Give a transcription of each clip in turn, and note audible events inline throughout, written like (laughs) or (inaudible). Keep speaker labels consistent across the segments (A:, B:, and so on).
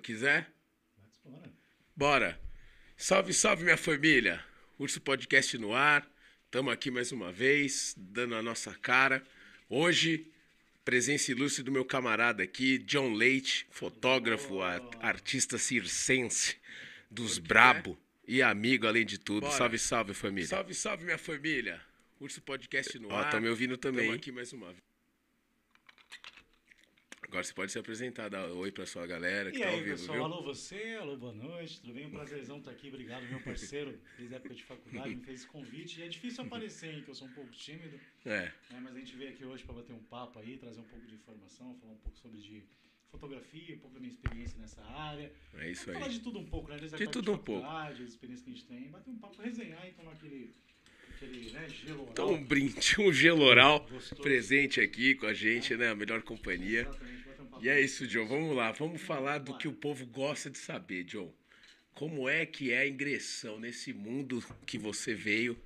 A: quiser? Bora. Salve, salve, minha família. Urso Podcast no ar. Estamos aqui mais uma vez, dando a nossa cara. Hoje, presença ilustre do meu camarada aqui, John Leite, fotógrafo, a- artista circense dos Brabo e amigo além de tudo.
B: Bora.
A: Salve, salve, família.
B: Salve, salve, minha família. Urso Podcast no
A: Ó,
B: ar.
A: tá me ouvindo também.
B: Tamo
A: hein?
B: aqui mais uma vez.
A: Agora você pode se apresentar, dar oi pra sua galera que
C: E
A: tá
C: aí,
A: ouvindo,
C: pessoal,
A: viu?
C: alô você, alô, boa noite, tudo bem? Um prazerzão estar aqui, obrigado, meu parceiro, desde a época de faculdade, me fez esse convite. E é difícil aparecer, hein, que eu sou um pouco tímido,
A: É.
C: né? mas a gente veio aqui hoje para bater um papo aí, trazer um pouco de informação, falar um pouco sobre de fotografia, um pouco da minha experiência nessa área.
A: É isso
C: falar
A: aí.
C: de tudo um pouco, né? Desde a
A: De
C: época
A: tudo um pouco.
C: faculdade, as experiências que a gente tem, bater um papo, resenhar e tomar aquele, aquele né, gelo oral.
A: Então, um brinde, um gelo oral
C: Gostoso.
A: presente aqui com a gente, né? A melhor companhia.
C: Exatamente, bater um papo.
A: E é isso, John. Vamos lá, vamos falar do que o povo gosta de saber, John. Como é que é a ingressão nesse mundo que você veio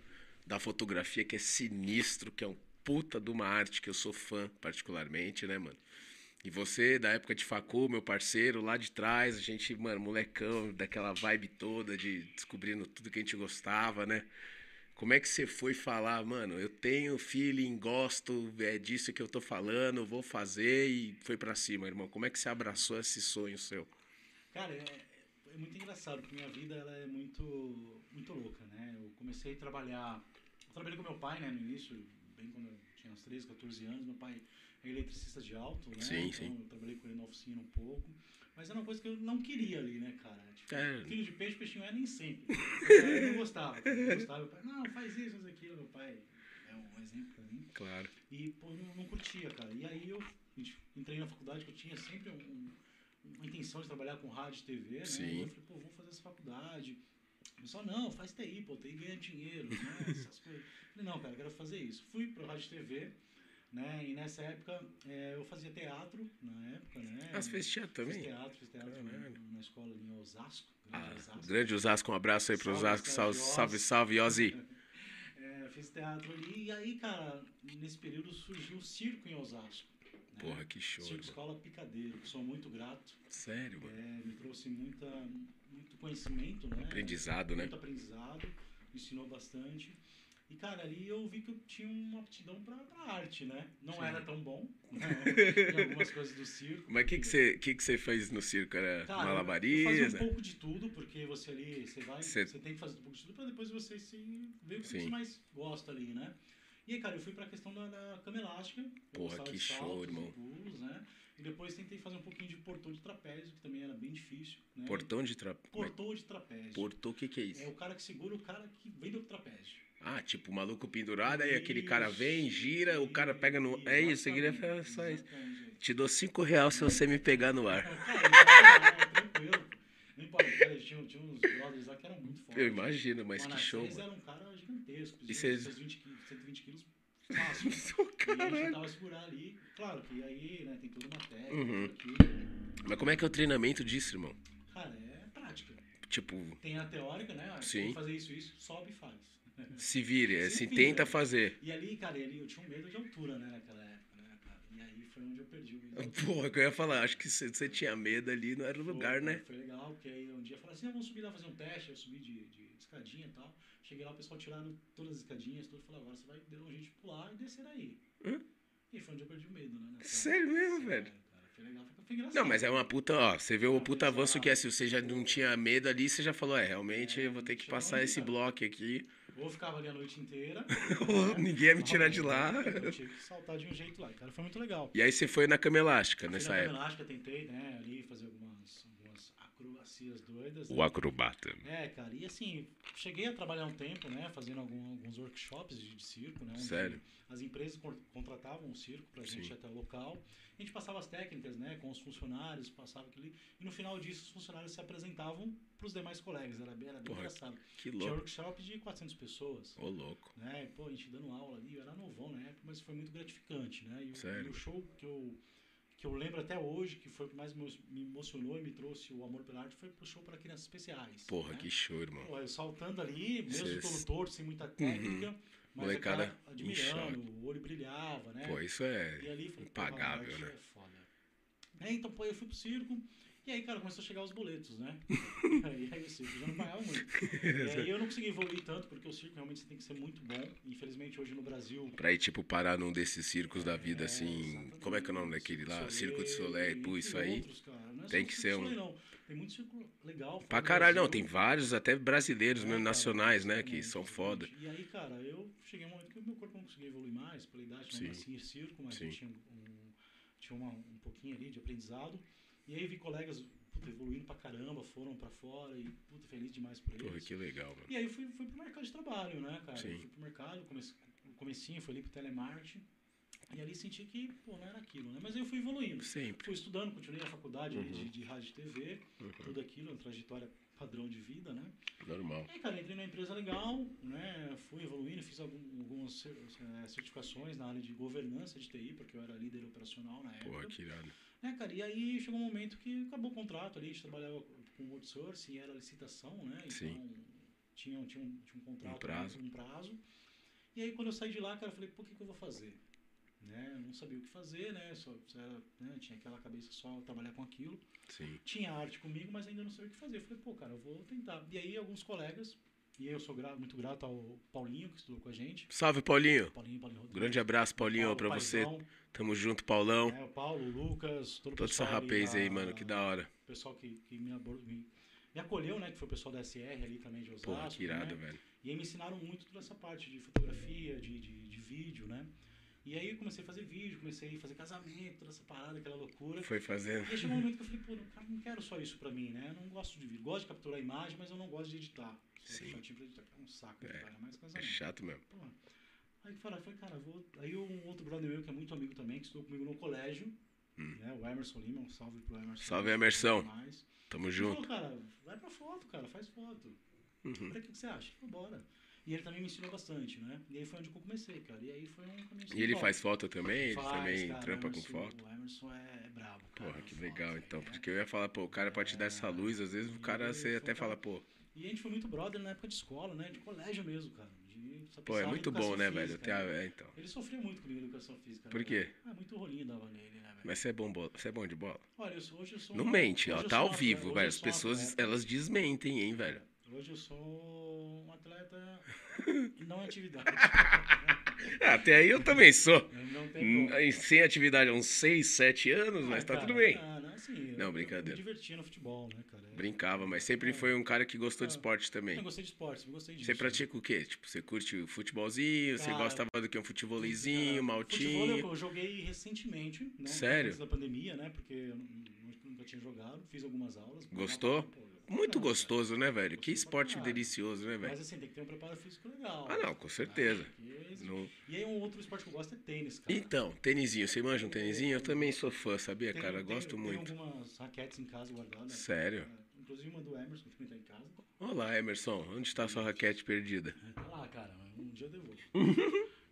A: da fotografia, que é sinistro, que é um puta de uma arte que eu sou fã, particularmente, né, mano? E você, da época de facu, meu parceiro, lá de trás, a gente, mano, molecão, daquela vibe toda de descobrindo tudo que a gente gostava, né? Como é que você foi falar, mano, eu tenho feeling, gosto, é disso que eu tô falando, vou fazer e foi pra cima, irmão. Como é que você abraçou esse sonho seu?
C: Cara, é, é muito engraçado, porque minha vida ela é muito, muito louca, né? Eu comecei a trabalhar. Eu trabalhei com meu pai, né, no início, bem quando eu tinha uns 13, 14 anos. Meu pai é eletricista de alto, né?
A: Sim,
C: então
A: sim.
C: eu trabalhei com ele na oficina um pouco. Mas era uma coisa que eu não queria ali, né, cara? Tipo,
A: É.
C: Filho de peixe, peixinho é nem sempre. Meu pai não gostava. cara, Não gostava. Meu pai, não, faz isso, faz aquilo. Meu pai é um exemplo pra mim.
A: Claro.
C: E pô, eu não, não curtia, cara. E aí eu gente, entrei na faculdade que eu tinha sempre um- uma intenção de trabalhar com rádio e TV, né?
A: Sim.
C: E eu falei, pô, vou fazer essa faculdade. Eu só, não, faz TI, pô, TI ganha dinheiro, né?
A: (laughs)
C: Essas coisas. Eu Falei, não, cara, eu quero fazer isso. Fui pro rádio e TV, né? E nessa época eh, eu fazia teatro, na época, né?
A: As festinhas
C: Fiz
A: também.
C: teatro, fiz teatro
A: Caralho.
C: na, na escola ali em Osasco. grande
A: Ah,
C: Osasco.
A: grande Osasco, um abraço aí pro
C: né? Salve,
A: Osasco. Salve,
C: salve,
A: salve,
C: Oz.
A: salve, Ozzy.
C: É, fiz teatro ali. E aí, cara, nesse período surgiu o circo em Osasco. né?
A: Porra, que show,
C: Circo
A: irmão.
C: Escola Picadeiro, que sou muito grato.
A: Sério, mano.
C: É, me trouxe muita, muito conhecimento, né?
A: Aprendizado, né?
C: Muito aprendizado, me ensinou bastante. E, cara, ali eu vi que eu tinha uma aptidão pra, pra arte, né? Não
A: Sim.
C: era tão bom
A: (laughs)
C: né? em algumas coisas do circo.
A: Mas o que, que, você, que, que você fez no circo? Era
C: Cara, Eu fazia um
A: malabarismo? né?
C: pouco de tudo, porque você ali, você vai,
A: Cê-
C: você tem que fazer um pouco de tudo pra depois você se ver o que
A: Sim.
C: você mais gosta ali, né? E aí, cara, eu fui pra questão da, da cama elástica. eu
A: Porra,
C: gostava
A: que
C: de
A: show,
C: saltos e
A: irmão.
C: pulos, né? E depois tentei fazer um pouquinho de portão de trapézio, que também era bem difícil. Né?
A: Portão de trapézio.
C: Portão de trapézio.
A: Portão, o que, que é
C: É
A: isso?
C: o cara que segura o cara que vem do trapézio.
A: Ah, tipo, o maluco pendurado, aí aquele cara vem, gira, o cara pega no. É isso, você queria falar só isso.
C: isso.
A: Te dou cinco reais se você me pegar no ar.
C: Tranquilo. Não importa, cara, tinha, tinha uns brothers lá que eram muito fortes.
A: Eu imagino, mas que
C: Manassés
A: show, mano.
C: era um cara gigantesco,
A: E
C: pesava
A: cês-
C: 120 quilos, 120 quilos
A: (laughs)
C: fácil. E eu
A: Caralho.
C: tentava segurar ali, claro que aí, né, tem toda uma técnica
A: Uhum.
C: aqui. né.
A: Mas como é que é o treinamento disso, irmão?
C: Cara, é prática.
A: Tipo,
C: Tem a teórica, né? ah,
A: Sim.
C: tem que fazer isso, isso, sobe e faz.
A: se vire, é,
C: Se
A: se
C: vira.
A: tenta fazer.
C: E ali, cara, e ali eu tinha um medo de altura, né, naquela época, né, cara? E aí foi onde eu perdi
A: (laughs)
C: o medo.
A: Porra, que eu ia falar, acho que você você tinha medo ali, não era o lugar,
C: Foi-
A: né?
C: Foi legal, porque aí um dia eu falei assim, ah, vamos subir lá fazer um teste, eu subi de, de escadinha e tal. Cheguei lá, o pessoal tiraram todas as escadinhas, tudo, falou, agora você vai dar um jeito de pular e descer aí.
A: Hã?
C: E foi onde eu perdi o medo, né? nessa
A: Sério
C: época.
A: mesmo,
C: Sério,
A: velho?
C: cara, foi legal, foi, foi engraçado.
A: Não, mas é uma puta, ó, você vê o
C: Não,
A: puta
C: foi
A: avanço
C: só-
A: que é, se você já não tinha medo ali, você já falou, é, realmente
C: É,
A: eu vou ter
C: não
A: que
C: tinha
A: passar
C: onde,
A: esse
C: cara.
A: bloco aqui, (laughs)
C: Ou eu ficava ali a noite inteira.
A: ninguém ia me tirar de
C: (laughs)
A: lá.
C: Eu tive que saltar de um jeito lá, cara, foi muito legal.
A: E aí você foi na cama elástica
C: Fui
A: nessa
C: na cama
A: época.
C: elástica, tentei, né, ali fazer algumas, algumas acrobacias doidas.
A: O
C: né?
A: acrobata.
C: É, cara, e assim, cheguei a trabalhar um tempo, né, fazendo algum- alguns workshops de, de circo, né? onde
A: Sério?
C: As empresas con- contratavam um circo pra gente
A: Sim.
C: ir até o local. A gente passava as técnicas, né, com os funcionários, passava aquilo. ali, E no final disso, os funcionários se apresentavam pros demais colegas. Era bem, era bem
A: Porra,
C: engraçado.
A: Que
C: Tinha
A: louco.
C: workshop de 400 pessoas.
A: Ô, louco.
C: Né? E, pô, a gente dando aula ali, eu era novão na época, mas foi muito gratificante, né? E, o-
A: Sério?
C: e o show que eu, que eu lembro até hoje, que foi o que mais me me emocionou e me trouxe o amor pela arte, foi pro show para crianças especiais.
A: Porra,
C: né?
A: que show, irmão.
C: Pô, eu saltando ali, mesmo
A: Cês- Uhum.
C: todo torto, sem muita técnica, mas a
A: Molecada
C: cara
A: em
C: admirando, o olho brilhava, né?
A: Pô, isso é
C: e ali eu falei,
A: impagável,
C: "Porra, mano,
A: né?"
C: isso É foda. É, então, pô, eu fui pro circo, E aí, cara, começou a chegar os boletos,
A: (laughs)
C: né? e aí o circo já não pagava muito. E aí eu não consegui evoluir tanto, porque o circo realmente você tem que ser muito bom. Infelizmente, hoje no Brasil,
A: Pra ir, tipo, parar num desses circos da vida,
C: É,
A: assim.
C: exatamente.
A: Como é que é o nome daquele lá? Circo de Soleil, pô,
C: entre
A: isso aí.
C: outros, cara. Não é
A: tem
C: só
A: que
C: Circo
A: ser
C: de
A: um-
C: Soleil, não. Tem muito circo legal.
A: Pra
C: fora do
A: caralho, não,
C: Brasil.
A: tem vários, até brasileiros
C: É,
A: mesmo,
C: cara,
A: nacionais, né? Que
C: exatamente,
A: são foda.
C: exatamente. E aí, cara, eu cheguei um momento que o meu corpo não conseguia evoluir mais, pela idade, não
A: Sim.
C: nasci em circo, mas
A: Sim.
C: eu tinha, um, tinha uma- um pouquinho ali de aprendizado. E aí vi colegas puta, evoluindo pra caramba, foram pra fora e puta, feliz demais por eles.
A: Porra, que legal, mano.
C: E aí fui, fui pro mercado de trabalho, né, cara?
A: Sim.
C: Fui pro mercado, comece, o comecinho, fui ali pro telemarketing. E ali senti que, pô, não era aquilo, né? Mas aí eu fui evoluindo.
A: Sempre.
C: Fui estudando, continuei na faculdade ali de, de rádio e TV,
A: Uhum.
C: tudo aquilo, uma trajetória padrão de vida, né?
A: Normal.
C: E aí, cara, entrei numa empresa legal, né? Fui evoluindo, fiz algum- algumas cer- eh, certificações na área de governança de TI, porque eu era líder operacional na época.
A: Porra, que irado.
C: Né, cara, e aí chegou um momento que acabou o contrato ali, a gente trabalhava com outsourcing e era licitação, né? Então
A: Sim.
C: Tinha, tinha, um, tinha um contrato,
A: Um prazo.
C: um prazo. E aí quando eu saí de lá, cara, eu falei, pô, o que, que eu vou fazer? Né? Eu não sabia o que fazer, né? Só, só era, né? Tinha aquela cabeça só trabalhar com aquilo.
A: Sim.
C: Tinha arte comigo, mas ainda não sabia o que fazer. Eu falei, pô, cara, eu vou tentar. E aí alguns colegas, e eu sou gra- muito grato ao Paulinho, que estudou com a gente.
A: Salve, Paulinho.
C: Paulinho, Paulinho Rodrigues.
A: Grande abraço, Paulinho,
C: Paulo,
A: pra você.
C: Paizão,
A: Tamo junto, Paulão.
C: né? O Paulo, o Lucas, todo o
A: Toda essa
C: pessoal ali
A: rapaz
C: da-
A: aí, mano, que da hora.
C: o pessoal que, que me, abor- me, me acolheu, né? Que foi o pessoal da SR ali também de Osasco.
A: Porra, que irado,
C: né?
A: velho.
C: E aí me ensinaram muito toda essa parte de fotografia, de, de, de vídeo, né? E aí eu comecei a fazer vídeo, comecei a fazer casamento, toda essa parada, aquela loucura.
A: Foi fazendo.
C: E aí chegou um momento que eu falei, pô, não, cara, não quero só isso pra mim, né? Eu não gosto de vídeo. Gosto de capturar imagem, mas eu não gosto de editar. Sou
A: Sim.
C: chatinho pra editar, que é um saco
A: É.
C: editar, ainda mais
A: É
C: casamento.
A: chato mesmo.
C: Pô. Aí eu falei, eu falei, cara, eu vou. Aí um outro brother meu, que é muito amigo também, que estudou comigo no colégio, né? O Emerson Lima, um salve pro Emerson.
A: Hum. Salve,
C: Lima,
A: Emerson.
C: demais.
A: Tamo
C: Ele
A: junto. Uhum.
C: falou, cara, vai pra foto, cara, faz foto. Olha o que que você acha. Falei, bora. E ele também me ensinou bastante, né? E aí foi onde eu comecei, cara. E aí foi um caminho sem
A: E ele
C: volta.
A: faz foto também? Ele
C: Faz,
A: também
C: cara,
A: trampa com
C: Emerson-
A: foto?
C: O Emerson é brabo, cara.
A: Porra, que
C: na
A: legal,
C: foto,
A: então.
C: né?
A: Porque eu ia falar, pô, o cara pode te dar essa luz, às vezes o cara, você até fala, pô,
C: E a gente foi muito brother na época de escola, né? De colégio mesmo, cara. De, só
A: pô, é
C: pensava em
A: muito
C: educação
A: bom, né,
C: física,
A: velho? Até a- é, então.
C: Ele sofreu muito comigo na educação física.
A: Por
C: né,
A: quê?
C: velho? Ah, muito rolinho dava nele, né, velho?
A: Mas você é bom, bo- você é bom de bola?
C: Olha, eu sou- hoje eu sou.
A: Não
C: um-
A: mente, ó,
C: hoje eu
A: tá
C: sou
A: ao
C: um
A: vivo,
C: atleta,
A: velho.
C: hoje
A: As
C: eu sou um
A: pessoas,
C: atleta.
A: elas desmentem, hein, velho?
C: Hoje eu sou
A: (laughs)
C: um atleta não em atividade.
A: Ah, Até aí eu também sou.
C: não tem
A: Hum,
C: como.
A: aí, Sem atividade há uns 6, 7 anos, mas
C: Ah,
A: tá
C: cara,
A: tudo bem.
C: Ah, não, assim, eu-
A: Não,
C: eu
A: brincadeira.
C: Me divertia no futebol, né, cara? Eu-
A: Brincava, mas sempre foi um cara que gostou de esporte
C: É. Eu
A: também.
C: gostei de esportes, eu gostei disso. né?
A: Você pratica o quê? Tipo, você curte o futebolzinho, você
C: Cara,
A: gostava do que? Um
C: Cara,
A: futebolzinho,
C: Futebol é eu-
A: maltinho.
C: eu joguei recentemente, né?
A: Sério?
C: Antes da pandemia, né? Porque eu nu- nunca tinha jogado, fiz algumas aulas.
A: Gostou?
C: Pô, eu-
A: Muito
C: Cara,
A: gostoso, né, velho? Que
C: Gostei pra
A: esporte
C: caralho.
A: delicioso, né,
C: Mas
A: velho?
C: assim, tem que ter um preparo físico legal.
A: Ah, não, com certeza.
C: Tá? Porque-
A: No-
C: E aí um outro esporte que eu gosto é tênis, cara.
A: Então, tênisinho, você manja um tênisinho? Eu também sou fã, sabia,
C: Tem-
A: cara?
C: tem-
A: Gosto
C: tem
A: muito.
C: algumas raquetes em casa guardadas.
A: Sério?
C: É, Inclusive uma do Emerson que tá em casa.
A: Olá, Emerson, onde está sua raquete perdida?
C: Tá lá, cara. Um dia
A: (laughs)
C: eu devolvo.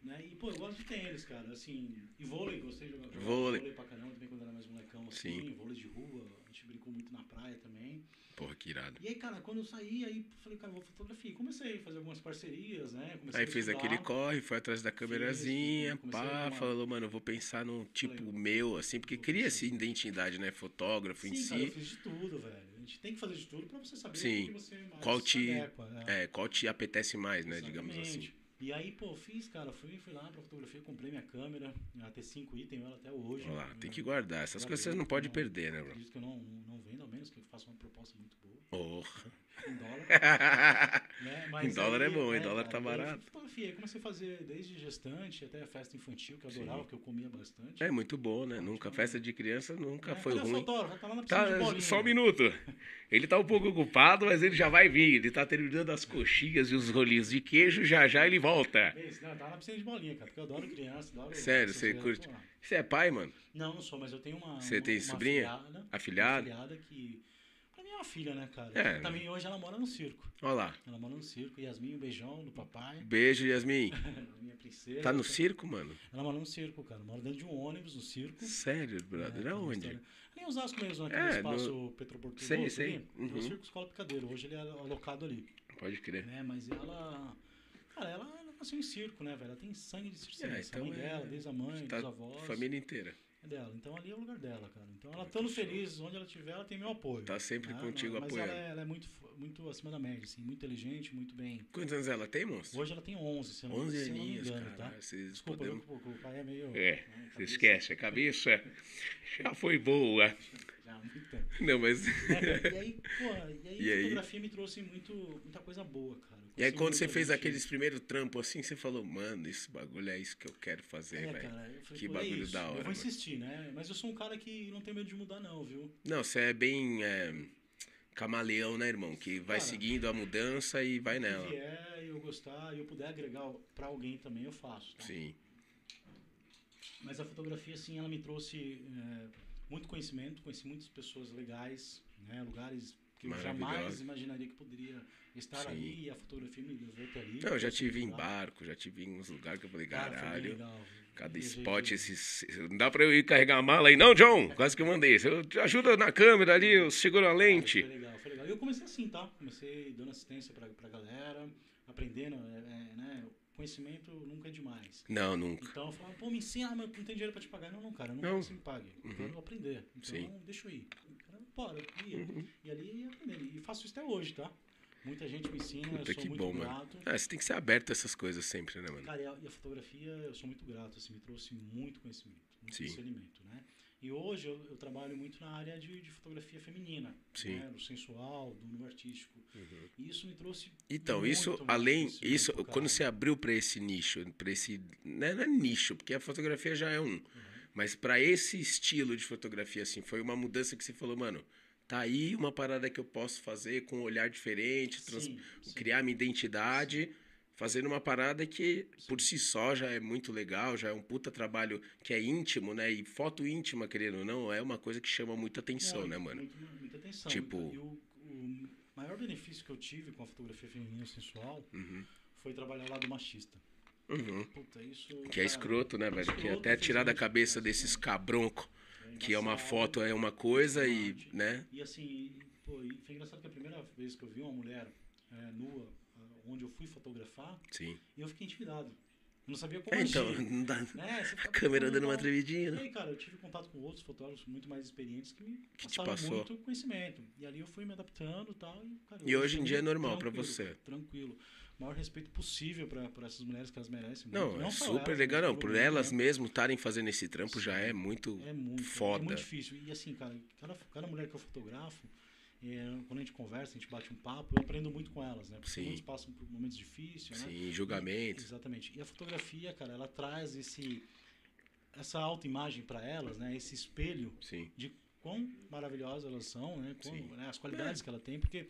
C: né? E, pô, eu gosto de tênis, cara. Assim, e vôlei, gostei de jogar jogar
A: Vôlei.
C: vôlei pra caramba também quando era mais molecão. Assim,
A: Sim.
C: Vôlei de rua, a gente brincou muito na praia também.
A: Porra, que irado.
C: E aí, cara, quando eu saí, aí falei, cara, eu vou fotografia. E Comecei a fazer algumas parcerias, né? Comecei
A: Aí
C: a
A: fez
C: estudar.
A: aquele corre, foi atrás da câmerazinha,
C: comecei a dar
A: pá,
C: uma-
A: falou, mano, eu vou pensar num tipo
C: Falei,
A: meu, assim, porque
C: vou
A: cria
C: pensar.
A: essa identidade, né? Fotógrafo em
C: Sim, cara, eu
A: si.
C: fiz de tudo, velho. A gente tem que fazer de tudo pra você saber
A: Sim.
C: o que você mais
A: Qual
C: se
A: te-
C: adequa, né?
A: É, qual te apetece mais, né? Digamos assim.
C: Exatamente. E aí, pô, fiz, cara, fui, fui lá pra fotografia, comprei minha câmera, a T5i, tenho ela até hoje. Né?
A: Olha lá, tem que
C: Eu
A: guardar. Essas
C: Guardei,
A: coisas você não pode
C: não.
A: perder, né, bro?
C: Acredito que eu não, não vendo, ao menos que eu faça uma proposta muito boa,
A: Porra. (laughs)
C: em dólar. né? Mas
A: Em dólar
C: aí,
A: é bom, em
C: né,
A: dólar tá
C: cara, daí eu
A: barato.
C: fiz Fotografia, aí comecei a fazer desde gestante até a festa infantil, que eu adorava, que eu comia bastante.
A: É muito bom, né? Nunca, festa de criança nunca
C: Né?
A: foi
C: Cadê o
A: ruim.
C: fotógrafo? Tá lá na
A: Tá,
C: piscina de bolinha.
A: só um minuto. Ele tá um pouco ocupado, mas ele já vai vir. Ele tá terminando as coxinhas e os rolinhos de queijo, já já ele volta.
C: Esse, não, tá lá na piscina de bolinha, cara, porque eu adoro criança, adoro...
A: (laughs) Sério,
C: essas
A: você
C: coisas,
A: curte?
C: pô.
A: Você é pai, mano?
C: Não, não sou, mas eu tenho uma.
A: Você
C: uma-
A: tem
C: uma
A: sobrinha?
C: Afilhada,
A: Afilhada?
C: Uma afilhada que. Pra mim é uma filha, né, cara?
A: É,
C: Também hoje ela mora no circo.
A: Olha lá.
C: Ela mora no circo. Yasmin, um beijão do papai, (laughs)
A: Beijo, Yasmin.
C: minha princesa.
A: Tá no circo, mano?
C: Ela mora no circo, cara. Mora dentro de um ônibus no circo.
A: Sério, brother?
C: É,
A: Aonde?
C: Ali em Osasco mesmo, naquele
A: É,
C: espaço Petroportuguês
A: Sei,
C: ali.
A: sei.
C: Tem
A: Uhum.
C: o circo Escola Picadeiro. Hoje ele é alocado ali.
A: Pode crer.
C: Né? Mas ela. Cara, ela, ela nasceu em circo, né, velho? Ela tem sangue de circense.
A: É, então
C: a mãe
A: é-
C: dela, desde a mãe,
A: Tá
C: dos avós.
A: família inteira.
C: É dela. Então ali é o lugar dela, cara. Então ela estando feliz, onde ela estiver, ela tem meu apoio.
A: Tá sempre
C: né?
A: contigo
C: Mas
A: apoiando.
C: ela é, ela é muito, fo- muito acima da média, assim, muito inteligente, muito bem.
A: Quantos anos ela tem, monstro?
C: Hoje ela tem 11, se eu não,
A: 11
C: se eu não me
A: aninhos,
C: engano,
A: cara.
C: tá?
A: Vocês
C: Desculpa,
A: podemos-
C: eu, o pai é meio...
A: É,
C: né,
A: você
C: cabeça.
A: esquece, a cabeça já foi boa.
C: Já, há muito tempo. (laughs)
A: Não, mas.
C: É, cara, e aí, porra, e aí
A: E aí?
C: a fotografia me trouxe muito, muita coisa boa, cara. Eu
A: E aí,
C: conheci
A: quando você
C: muita
A: fez
C: gente.
A: aqueles primeiros trampos assim, você falou, mano, esse bagulho é isso que eu quero fazer,
C: É,
A: velho.
C: cara, eu falei,
A: Que
C: pô,
A: bagulho
C: é isso.
A: da hora,
C: Eu
A: mano.
C: vou insistir, né? Mas eu sou um cara que não tem medo de mudar, não, viu?
A: Não, você é bem é, camaleão, né, irmão? Que vai
C: Cara.
A: seguindo a mudança e vai
C: Se
A: nela.
C: vier e eu gostar e eu puder agregar pra alguém também, eu faço. tá?
A: Sim.
C: Mas a fotografia, assim, ela me trouxe é, muito conhecimento, conheci muitas pessoas legais, né? Lugares que eu jamais
A: Maravilhosa.
C: imaginaria que poderia estar
A: Sim.
C: ali e a fotografia me levou até ali.
A: Não, eu já tive em
C: Lá.
A: barco, já tive em uns lugares que eu falei,
C: Cara, foi bem
A: caralho.
C: legal.
A: Cada
C: Viajei
A: spot,
C: de-
A: esses. Não dá pra eu ir carregar a mala aí, não, John? Quase que eu mandei. Eu te ajudo na câmera ali, eu seguro a
C: Foi
A: lente.
C: legal, foi legal. E eu comecei assim, tá? Comecei dando assistência pra, pra galera, aprendendo, é, é, né? Conhecimento nunca é demais.
A: Não, nunca.
C: Então eu falava, pô, me ensina, mas eu não tem dinheiro pra te pagar. Não, não, cara, eu não,
A: Não. Uhum.
C: quero que você me pague. Eu quero aprender. Então
A: Sim. Uhum.
C: deixa eu ir. O cara, bora, eu ia. E ali eu ia aprendendo. E faço isso até hoje, tá? Muita gente me ensina,
A: Puta
C: eu sou
A: que
C: muito
A: bom, mano.
C: grato.
A: Ah, você tem que ser aberto a essas coisas sempre, né, mano?
C: Cara, e a, e a fotografia, eu sou muito grato, assim, me trouxe muito conhecimento, muito
A: Sim.
C: conhecimento, né? E hoje eu, eu trabalho muito na área de, de fotografia feminina,
A: Sim. Uhum.
C: né? no sensual, do- no artístico. E isso me trouxe
A: Então,
C: muito
A: isso,
C: mais
A: além,
C: conhecimento,
A: isso,
C: cara.
A: quando você abriu pra esse nicho, para esse, né, não é nicho, porque a fotografia já é
C: Uhum.
A: um, mas pra esse estilo de fotografia assim, foi uma mudança que você falou, mano, tá aí uma parada que eu posso fazer com um olhar diferente, trans-
C: Sim, sim.
A: criar minha identidade, fazendo uma parada que por si só já é muito legal, já é um puta trabalho que é íntimo, né? E foto íntima, querendo ou não, é uma coisa que chama muita atenção,
C: Muito,
A: né, mano?
C: muito, muita atenção.
A: Tipo-
C: E o, o maior benefício que eu tive com a fotografia feminina sensual foi trabalhar o lado machista.
A: Uhum.
C: Puta, isso.
A: Que é
C: cara,
A: escroto, né, velho? Que
C: escroto,
A: até tirar da
C: infelizmente,
A: cabeça
C: cara,
A: desses
C: assim,
A: cabroncos,
C: é
A: que é uma
C: embaçado.
A: foto, é uma coisa e, né?
C: E assim, pô, e foi engraçado que a primeira vez que eu vi uma mulher é, nua, ah, onde eu fui fotografar,
A: Sim.
C: eu fiquei intimidado. Eu não sabia como
A: É, então, (laughs)
C: agir.
A: não dá...
C: Né? Você
A: a
C: fica
A: câmera
C: pensando,
A: dando uma
C: "Não,
A: tremidinha,
C: E
A: né?
C: aí, cara, eu tive contato com outros fotógrafos muito mais experientes que me
A: Que te
C: passaram
A: passou.
C: muito conhecimento. E ali eu fui me adaptando e tal. E, cara,
A: E
C: eu
A: hoje em
C: sou
A: dia é
C: muito
A: normal pra
C: tranquilo,
A: você.
C: Tranquilo. O maior respeito possível pra, pra essas mulheres que elas merecem.
A: Não,
C: muito.
A: é
C: só
A: super
C: elas,
A: legal,
C: mas
A: não.
C: pelo
A: Por
C: mundo,
A: elas
C: né?
A: mesmo estarem fazendo esse trampo já é muito,
C: É muito,
A: foda.
C: é muito difícil. E assim, cara, cada, cada mulher que eu fotografo, é, quando a gente conversa, a gente bate um papo, eu aprendo muito com elas, né? Porque
A: Sim.
C: muitos passam por momentos difíceis, né?
A: Sim, julgamento.
C: Exatamente. E a fotografia, cara, ela traz esse essa autoimagem pra elas, né? Esse espelho
A: Sim.
C: de quão maravilhosas elas são, né? Quão,
A: Sim. É.
C: né? As qualidades que ela tem, porque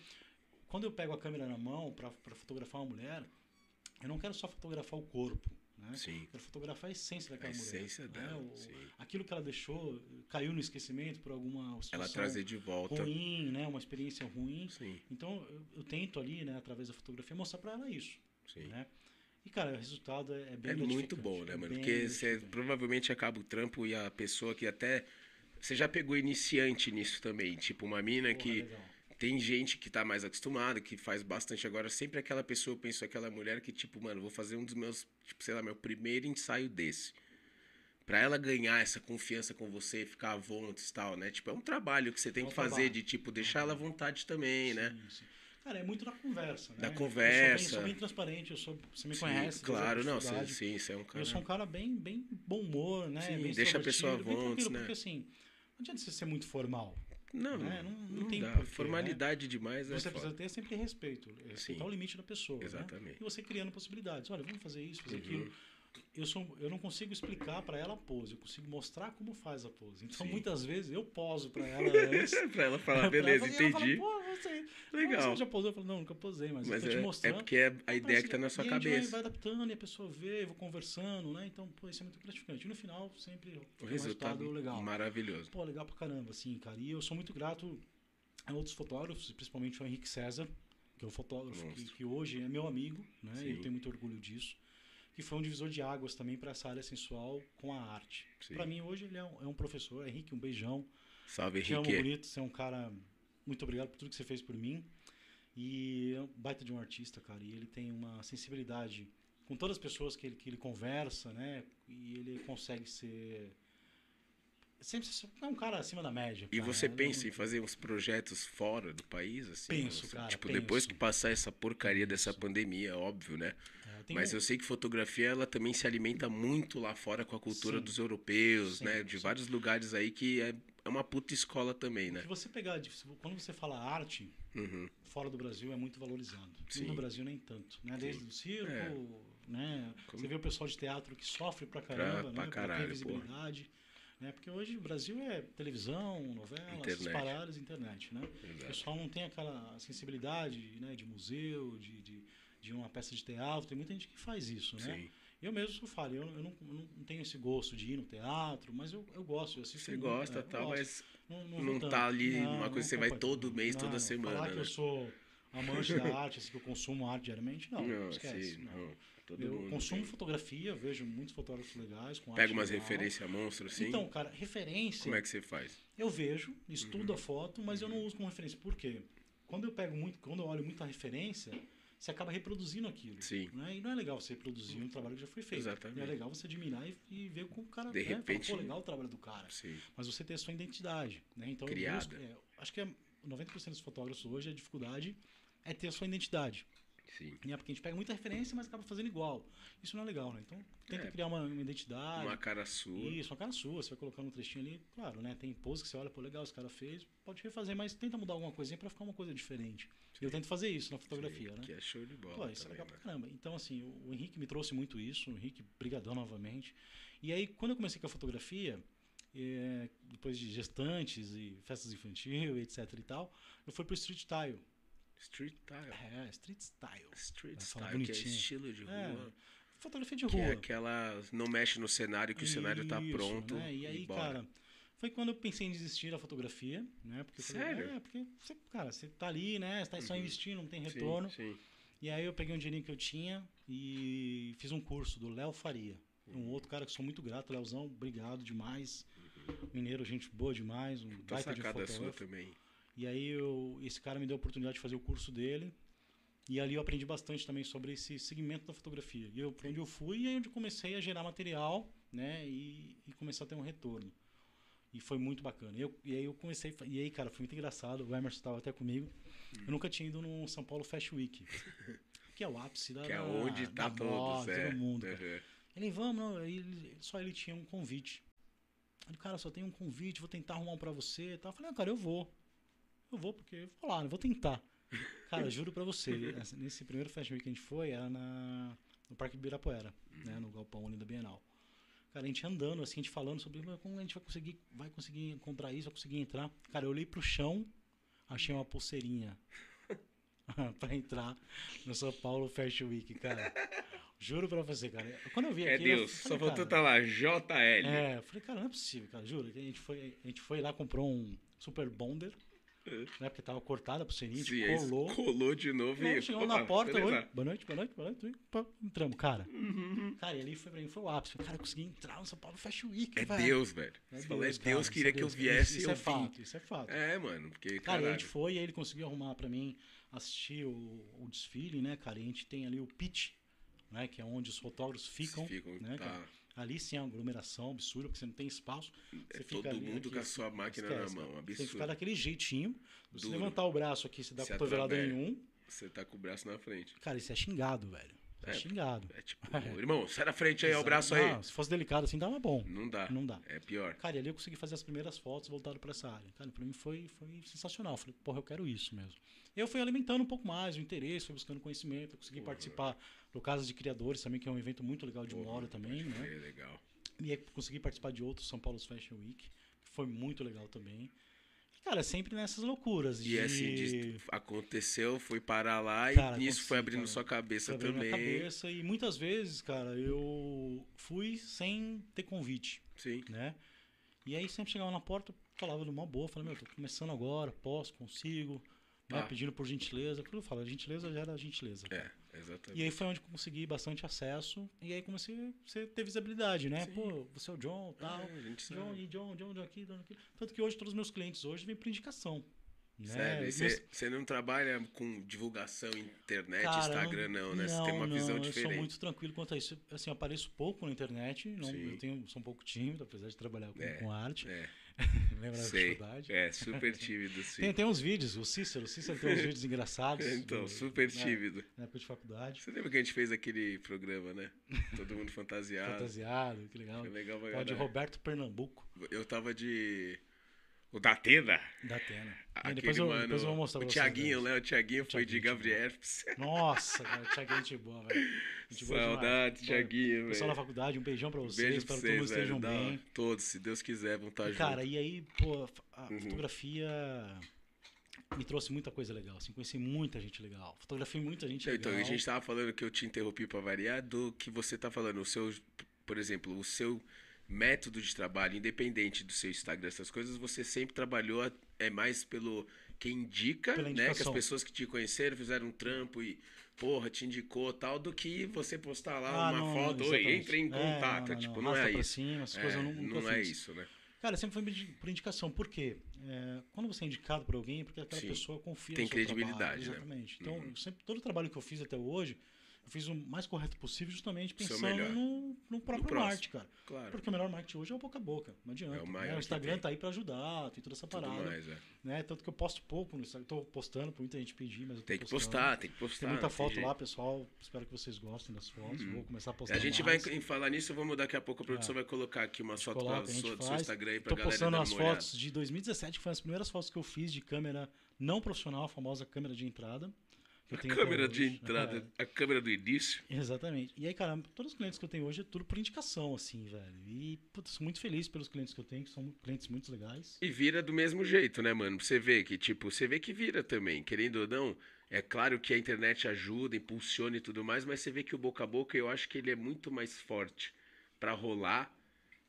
C: quando eu pego a câmera na mão pra pra fotografar uma mulher, eu não quero só fotografar o corpo, né?
A: Sim.
C: Eu quero fotografar a essência
A: A
C: daquela mulher.
A: essência
C: né?
A: dela.
C: O-
A: sim.
C: Aquilo que ela deixou eh, caiu no esquecimento por alguma situação
A: Ela trazer de volta.
C: um ruim, né? Uma experiência ruim.
A: Sim,
C: Então eu, eu tento ali, né, através da fotografia, mostrar pra ela isso,
A: sim.
C: né? E cara, o resultado é, é bem
A: É muito
C: gratificante,
A: bom, né,
C: é
A: mano?
C: bem
A: Porque você
C: gratificante.
A: provavelmente acaba o trampo e a pessoa que até. Você já pegou iniciante nisso também. Tipo, uma mina
C: Porra,
A: que.
C: é legal.
A: Tem gente que tá mais acostumada, que faz bastante agora. Sempre aquela pessoa, eu penso aquela mulher que, tipo, mano, vou fazer um dos meus, tipo, sei lá, meu primeiro ensaio desse. Pra ela ganhar essa confiança com você, ficar à vontade e tal, né? Tipo, é um trabalho que você tem
C: É um
A: que fazer
C: trabalho.
A: de, tipo, deixar ela à vontade também, né?
C: Sim, sim. Cara, é muito da conversa, né?
A: Da
C: Eu sou bem- Eu
A: conversa.
C: sou bem transparente, eu sou, você me
A: Sim,
C: conhece. desde a
A: claro, não, sim,
C: faculdade.
A: sim, você é um cara.
C: Eu sou um cara bem, bem bom humor, né?
A: Sim,
C: bem
A: deixa a pessoa à
C: extrovertido, bem
A: vontade,
C: tranquilo,
A: né?
C: Porque assim, não adianta você ser muito formal.
A: Não,
C: né?
A: não,
C: Não- não
A: não
C: tem
A: dá.
C: porquê, né?
A: Formalidade demais é
C: Você
A: foda.
C: precisa ter sempre respeito, eh,
A: Sim.
C: respeitar o limite da pessoa. né? (laughs)
A: Exatamente.
C: E você criando possibilidades. Olha, vamos fazer isso, fazer
A: Uhum.
C: aquilo. Eu, sou, eu não consigo explicar para ela a pose, eu consigo mostrar como faz a pose. Então,
A: Sim.
C: muitas vezes eu poso para
A: (laughs)
C: ela antes.
A: pra ela
C: É, (laughs) pra
A: falar,
C: ela
A: beleza,
C: fazer", e ela fala,
A: entendi.
C: "Pô, você-
A: Legal.
C: Você já posou? Eu falo, não, nunca posei, mas,
A: Mas
C: eu tô
A: é,
C: te
A: é
C: mostrando.
A: porque é a ideia que tá na
C: Parece
A: sua
C: que- e a gente vai-
A: cabeça.
C: vai adaptando e a pessoa vê, eu vou conversando, né? Então, pô, isso é muito gratificante. E no final, sempre tem
A: O
C: um
A: resultado
C: resultado legal.
A: maravilhoso.
C: Pô, legal pra caramba, assim, cara. E eu sou muito grato a outros fotógrafos, principalmente ao Henrique César, que é o fotógrafo que,
A: Monstro.
C: que hoje é meu amigo, né?
A: Sim.
C: E eu tenho muito orgulho disso. Que foi um divisor de águas também para essa área sensual com a arte.
A: Sim.
C: Para mim, hoje, ele é um, é um professor. Henrique, um beijão.
A: Salve,
C: Te amo,
A: Henrique.
C: bonito. Você é um cara... Muito obrigado por tudo que você fez por mim. E é um baita de um artista, cara. E ele tem uma sensibilidade com todas as pessoas que ele, que ele conversa, né? E ele consegue ser Sempre você é um cara acima da média.
A: E
C: cara.
A: você
C: Eu Ah, é, não-
A: pensa em fazer uns projetos fora do país, assim?
C: Penso,
A: Você-
C: cara,
A: Tipo,
C: penso.
A: depois que passar essa porcaria dessa pandemia, óbvio, né?
C: É, eu tenho-
A: Mas eu sei que fotografia, ela também se alimenta muito lá fora com a cultura
C: Sim.
A: dos europeus,
C: Sim,
A: né? De
C: sim.
A: vários lugares aí que é, é uma puta escola também,
C: o
A: né?
C: que você pegar, de- quando você fala arte,
A: Uhum.
C: fora do Brasil é muito valorizado.
A: Sim.
C: No Brasil nem tanto, né? Desde o circo,
A: É.
C: né?
A: Como-
C: Você vê o pessoal de teatro que sofre pra
A: pra
C: caramba, né? Pra ter
A: caralho,
C: visibilidade, né? Porque hoje o Brasil é televisão, novela, essas
A: Internet.
C: paradas, internet, né? O
A: Verdade.
C: pessoal não tem aquela sensibilidade, né? De museu, de, de, de uma peça de teatro. Tem muita gente que faz isso, né?
A: Sim.
C: Eu mesmo falo, eu, eu não, eu não tenho esse gosto de ir no teatro, mas eu, eu gosto, eu assisto
A: Você
C: muito,
A: gosta
C: né? Eu
A: tal,
C: gosto.
A: mas
C: Não,
A: Não
C: vou
A: tá
C: tanto.
A: ali uma coisa que você vai
C: acompanho.
A: todo mês, toda semana,
C: Falar que
A: né?
C: eu sou amante
A: (laughs)
C: da arte, assim, que eu consumo arte diariamente, não.
A: não,
C: esquece.
A: sim,
C: não.
A: não. Todo
C: Eu
A: mundo
C: consumo
A: tem.
C: fotografia, vejo muitos fotógrafos legais com arte
A: Pega umas
C: legal.
A: referências monstro, assim.
C: Então, cara, referência
A: Como é que Uhum. você faz?
C: eu vejo, estudo a foto, mas eu não uso como referência. Por quê? Quando eu pego muito, quando eu olho muita referência, você acaba reproduzindo aquilo.
A: Sim.
C: né? E não é legal você reproduzir um trabalho que já foi feito.
A: Exatamente.
C: E é legal você admirar e, e ver como o cara
A: De
C: né, fala,
A: repente-
C: Pô, legal o trabalho do cara
A: Sim.
C: mas você ter a sua identidade, né? Então, eu
A: Criada.
C: busco- é, acho que é 90% dos fotógrafos hoje a dificuldade é ter a sua identidade,
A: Sim.
C: né? Porque a gente pega muita referência, mas acaba fazendo igual. Isso não é legal, né? Então, tenta
A: É.
C: criar uma, uma identidade.
A: Uma cara sua.
C: Isso, uma cara sua, você vai colocando um trechinho ali, claro, né? Tem pose que você olha, pô, legal, esse cara fez, pode refazer, mas tenta mudar alguma coisinha pra ficar uma coisa diferente. E eu tento fazer isso na fotografia,
A: sim,
C: né?
A: Que é show de bola.
C: Pô, isso
A: também,
C: é
A: né?
C: legal pra caramba. Então, assim, o, o Henrique me trouxe muito isso, o Henrique, brigadão novamente. E aí, quando eu comecei com a fotografia, eh, depois de gestantes e festas infantil, etc e tal, eu fui pro street style.
A: né? Street style.
C: É, street style.
A: Street
C: Vai falar
A: style, que é
C: bonitinho.
A: estilo de
C: É,
A: rua.
C: fotografia de
A: que é
C: rua.
A: aquela. Não mexe no cenário, que o cenário tá
C: Isso,
A: pronto.
C: né? E aí,
A: bora.
C: cara, foi quando eu pensei em desistir da fotografia, né? Porque eu falei,
A: Sério?
C: é, porque, você, cara, você tá ali, né? Você tá só
A: Uhum.
C: investindo, não tem
A: Sim,
C: retorno.
A: Sim,
C: E aí eu peguei um dinheirinho que eu tinha e fiz um curso do Léo Faria.
A: Uhum.
C: Um outro cara que sou muito grato, Léozão, obrigado demais. Mineiro, gente boa demais, um
A: Tá
C: baita de
A: Uhum. sacada sua
C: fotógrafo.
A: também.
C: E aí eu, esse cara me deu a oportunidade de fazer o curso dele. E ali eu aprendi bastante também sobre esse segmento da fotografia. E eu, pra onde eu fui, e aí onde eu comecei a gerar material, né? E, e começar a ter um retorno. E foi muito bacana. Eu, e aí eu comecei. a fa- E aí, cara, foi muito engraçado. O Emerson estava até comigo. Eu nunca tinha ido no São Paulo Fashion
A: (laughs)
C: Week. Que é o ápice da.
A: Que é onde
C: da
A: tá todos,
C: moda,
A: é.
C: todo mundo. cara.
A: Uhum.
C: Ele, vamos, não. aí ele- só ele tinha um convite. Ele, cara, só tem um convite, vou tentar arrumar um pra você e tal. Eu falei, ah, cara, eu vou. Eu vou, porque eu vou lá, eu vou
A: (laughs)
C: tentar. Cara, juro pra você, essa- nesse primeiro Fashion Week que a gente foi, era na, no Parque Ibirapuera,
A: Uhum.
C: né? No Galpão ali da Bienal. Cara, a gente andando, assim, a gente falando sobre "Mas como a gente vai conseguir, vai conseguir encontrar isso, vai conseguir entrar. Cara, eu olhei pro chão, achei uma pulseirinha (laughs) pra entrar no São Paulo Fashion Week, cara. Juro pra você, cara. Quando eu vi
A: É
C: aquilo, eu
A: Deus, só
C: falei,
A: faltou
C: assim, cara,
A: tá lá, JL.
C: é, eu falei, cara, não é possível, cara, juro. que A gente foi, a gente foi lá, comprou um Super Bonder, né? Porque tava cortada pro sininho, a
A: É. Sim,
C: gente
A: aí
C: colou.
A: colou de novo
C: Não,
A: e.
C: chegamos na
A: opa,
C: porta,
A: beleza. Uhum.
C: oi, boa noite, boa noite, boa noite. oi, pá, Entramos, cara. Cara, e ali foi pra mim, foi o ápice. Cara, eu consegui entrar no São Paulo Fashion Week,
A: É
C: velho.
A: Deus, velho.
C: É
A: Você fala, é
C: cara,
A: Deus
C: isso é
A: queria que eu
C: Deus.
A: viesse e
C: Isso
A: eu
C: é
A: vim.
C: fato, isso é fato.
A: É, mano, porque,
C: Cara, e a
A: caralho.
C: gente foi e aí ele conseguiu arrumar pra mim assistir o, o desfile, né, cara? E a gente tem ali o pitch, né? Que é onde os fotógrafos ficam,
A: ficam,
C: né,
A: tá.
C: cara? Ali sim é uma aglomeração absurda, porque você não tem espaço. Você
A: É
C: fica
A: todo
C: ali,
A: mundo
C: aqui,
A: com a sua máquina na
C: esquece,
A: mão,
C: cara. Você tem que ficar
A: absurdo.
C: daquele jeitinho. Se
A: Duro.
C: levantar o braço aqui, se dá
A: Se
C: cotovelada
A: atravessa.
C: nenhum,
A: Você tá com o braço na frente.
C: cara, isso é xingado, velho. Isso é,
A: É,
C: xingado.
A: É
C: (laughs)
A: tipo, irmão, sai da frente aí, ó, o
C: Exato.
A: braço aí.
C: Não, se fosse delicado assim, tava bom.
A: Não dá.
C: Não dá.
A: É pior.
C: Cara, e ali eu consegui fazer as primeiras fotos voltado pra essa área. Cara, pra mim foi, foi sensacional. Eu Falei, porra, eu quero isso mesmo. E eu fui alimentando um pouco mais o interesse, fui buscando conhecimento. Eu consegui participar do Casa de Criadores também, que é um evento muito legal de moda também, né?
A: É legal.
C: E aí consegui participar de outros São Paulo Fashion Week, que foi muito legal também. E, cara, sempre nessas loucuras.
A: E assim, diz- aconteceu, foi parar lá e
C: Cara,
A: nisso foi
C: aconteceu,
A: abrindo
C: cara.
A: sua cabeça
C: Foi abrindo minha
A: também.
C: cabeça. E muitas vezes, cara, eu fui sem ter convite.
A: Sim.
C: né? E aí sempre chegava na porta, eu falava numa boa, falava, meu, tô começando agora, posso, consigo, né?
A: Tá.
C: Pedindo por gentileza. Quando eu falo, a gentileza já era gentileza.
A: É, exatamente.
C: E aí foi onde eu consegui bastante acesso, e aí comecei a ser- ter visibilidade, né?
A: Sim.
C: Pô, você é o John, tal.
A: Ah, a gente
C: John,
A: sabe.
C: e John, John, John aqui, John aqui. Tanto que hoje todos os meus clientes hoje vêm por indicação. né?
A: Sério,
C: Meus-
A: você não trabalha com divulgação, internet,
C: Cara,
A: Instagram, não, né? Você tem uma visão
C: não, Eu
A: diferente.
C: sou muito tranquilo quanto a isso. Assim, eu apareço pouco na internet. Não,
A: Sim.
C: eu tenho, sou um pouco tímido, apesar de trabalhar com,
A: É,
C: com arte.
A: É,
C: (laughs) Lembra da
A: sei.
C: dificuldade?
A: É,
C: (laughs)
A: super tímido,
C: Tem,
A: sim.
C: tem uns vídeos, o Cícero, o
A: (laughs)
C: Cícero tem uns vídeos engraçados.
A: Então,
C: do-
A: super
C: né,
A: tímido.
C: Na época de faculdade,
A: Você lembra que a gente fez aquele programa, né? Todo mundo fantasiado.
C: fantasiado, que legal.
A: Foi legal né? pra
C: Então, Tava de
A: caralho.
C: Roberto Pernambuco,
A: Eu tava de. O da Tena.
C: da Atena.
A: Aquele
C: É, depois, eu,
A: mano.
C: depois eu vou
A: o
C: mostrar pra vocês.
A: Tiaguinho,
C: velho.
A: né? O Thiaguinho foi de
C: Thiaguinho,
A: Gabriel Herpes.
C: Nossa, cara, o Thiaguinho é gente boa, velho. Gente boa demais.
A: Saudade,
C: Pô,
A: Thiaguinho,
C: Pessoal
A: velho.
C: da faculdade, um beijão pra vocês.
A: Beijo pra
C: espero que todos
A: vocês,
C: estejam
A: velho. Da-
C: bem.
A: Todos, se Deus quiser, vão tá estar
C: E,
A: juntos.
C: cara, e aí, pô, a
A: Uhum.
C: fotografia me trouxe muita coisa legal, assim, conheci muita gente legal. Fotografei muita gente
A: Então,
C: legal.
A: a gente tava falando que eu te interrompi para variar do que você tá falando. O seu, por exemplo, o seu método de trabalho, independente do seu Instagram, essas coisas, você sempre trabalhou é mais pelo quem indica,
C: Pela
A: né? Que as
C: indicação.
A: pessoas que te conheceram fizeram um trampo e porra, te indicou tal, do que você postar lá
C: Ah,
A: uma
C: não,
A: foto, oi,
C: exatamente.
A: entra em
C: É,
A: contato.
C: não,
A: É,
C: não,
A: tipo,
C: não,
A: não
C: arrasta
A: é
C: pra
A: isso.
C: cima, essas
A: É,
C: coisas eu nu- nunca
A: não é
C: fiz.
A: isso, né?
C: Cara, sempre foi indi- por indicação. Por quê? É, quando você é indicado por alguém, é porque aquela
A: Sim.
C: pessoa confia
A: Tem
C: no seu trabalho,
A: credibilidade, né?
C: Exatamente. Então,
A: Uhum.
C: eu sempre, todo o trabalho que eu fiz até hoje, eu fiz o mais correto possível, justamente
A: Seu
C: pensando
A: melhor.
C: no, no próprio
A: próximo.
C: marketing, cara.
A: Claro.
C: Porque o melhor marketing hoje é o boca a boca. Não adianta.
A: É o
C: né?
A: maior que
C: Instagram
A: tem.
C: tá aí pra ajudar, tem toda essa
A: Tudo
C: parada.
A: mais, é.
C: né? Tanto que eu posto pouco no Instagram. Tô postando pra muita gente pedir, mas eu tô
A: Tem que
C: postando.
A: postar, tá, tem que postar.
C: Tem
A: não
C: muita foto
A: jeito.
C: lá, pessoal. Espero que vocês gostem das fotos. Vou começar a postar
A: Uhum. A gente vai
C: mais. Ah.
A: em falar nisso, vamos daqui a pouco a produção vai colocar aqui umas fotos
C: coloca,
A: pra
C: a gente
A: sua, do seu
C: faz.
A: Instagram aí pra
C: Tô
A: galera
C: postando
A: dar
C: as
A: uma olhada.
C: fotos de 2017, que foram as primeiras fotos que eu fiz de câmera não profissional, a famosa câmera de entrada. que eu
A: A
C: tenho
A: câmera
C: até
A: de
C: hoje.
A: entrada, a câmera do início.
C: É, exatamente. E aí, cara, todos os clientes que eu tenho hoje é tudo por indicação, assim, velho. E, putz, sou muito feliz pelos clientes que eu tenho, que são clientes muito legais.
A: E vira do mesmo jeito, né, mano? Você vê que, tipo, você vê que vira também, querendo ou não. É claro que a internet ajuda, impulsiona e tudo mais, mas você vê que o boca a boca, eu acho que ele é muito mais forte pra rolar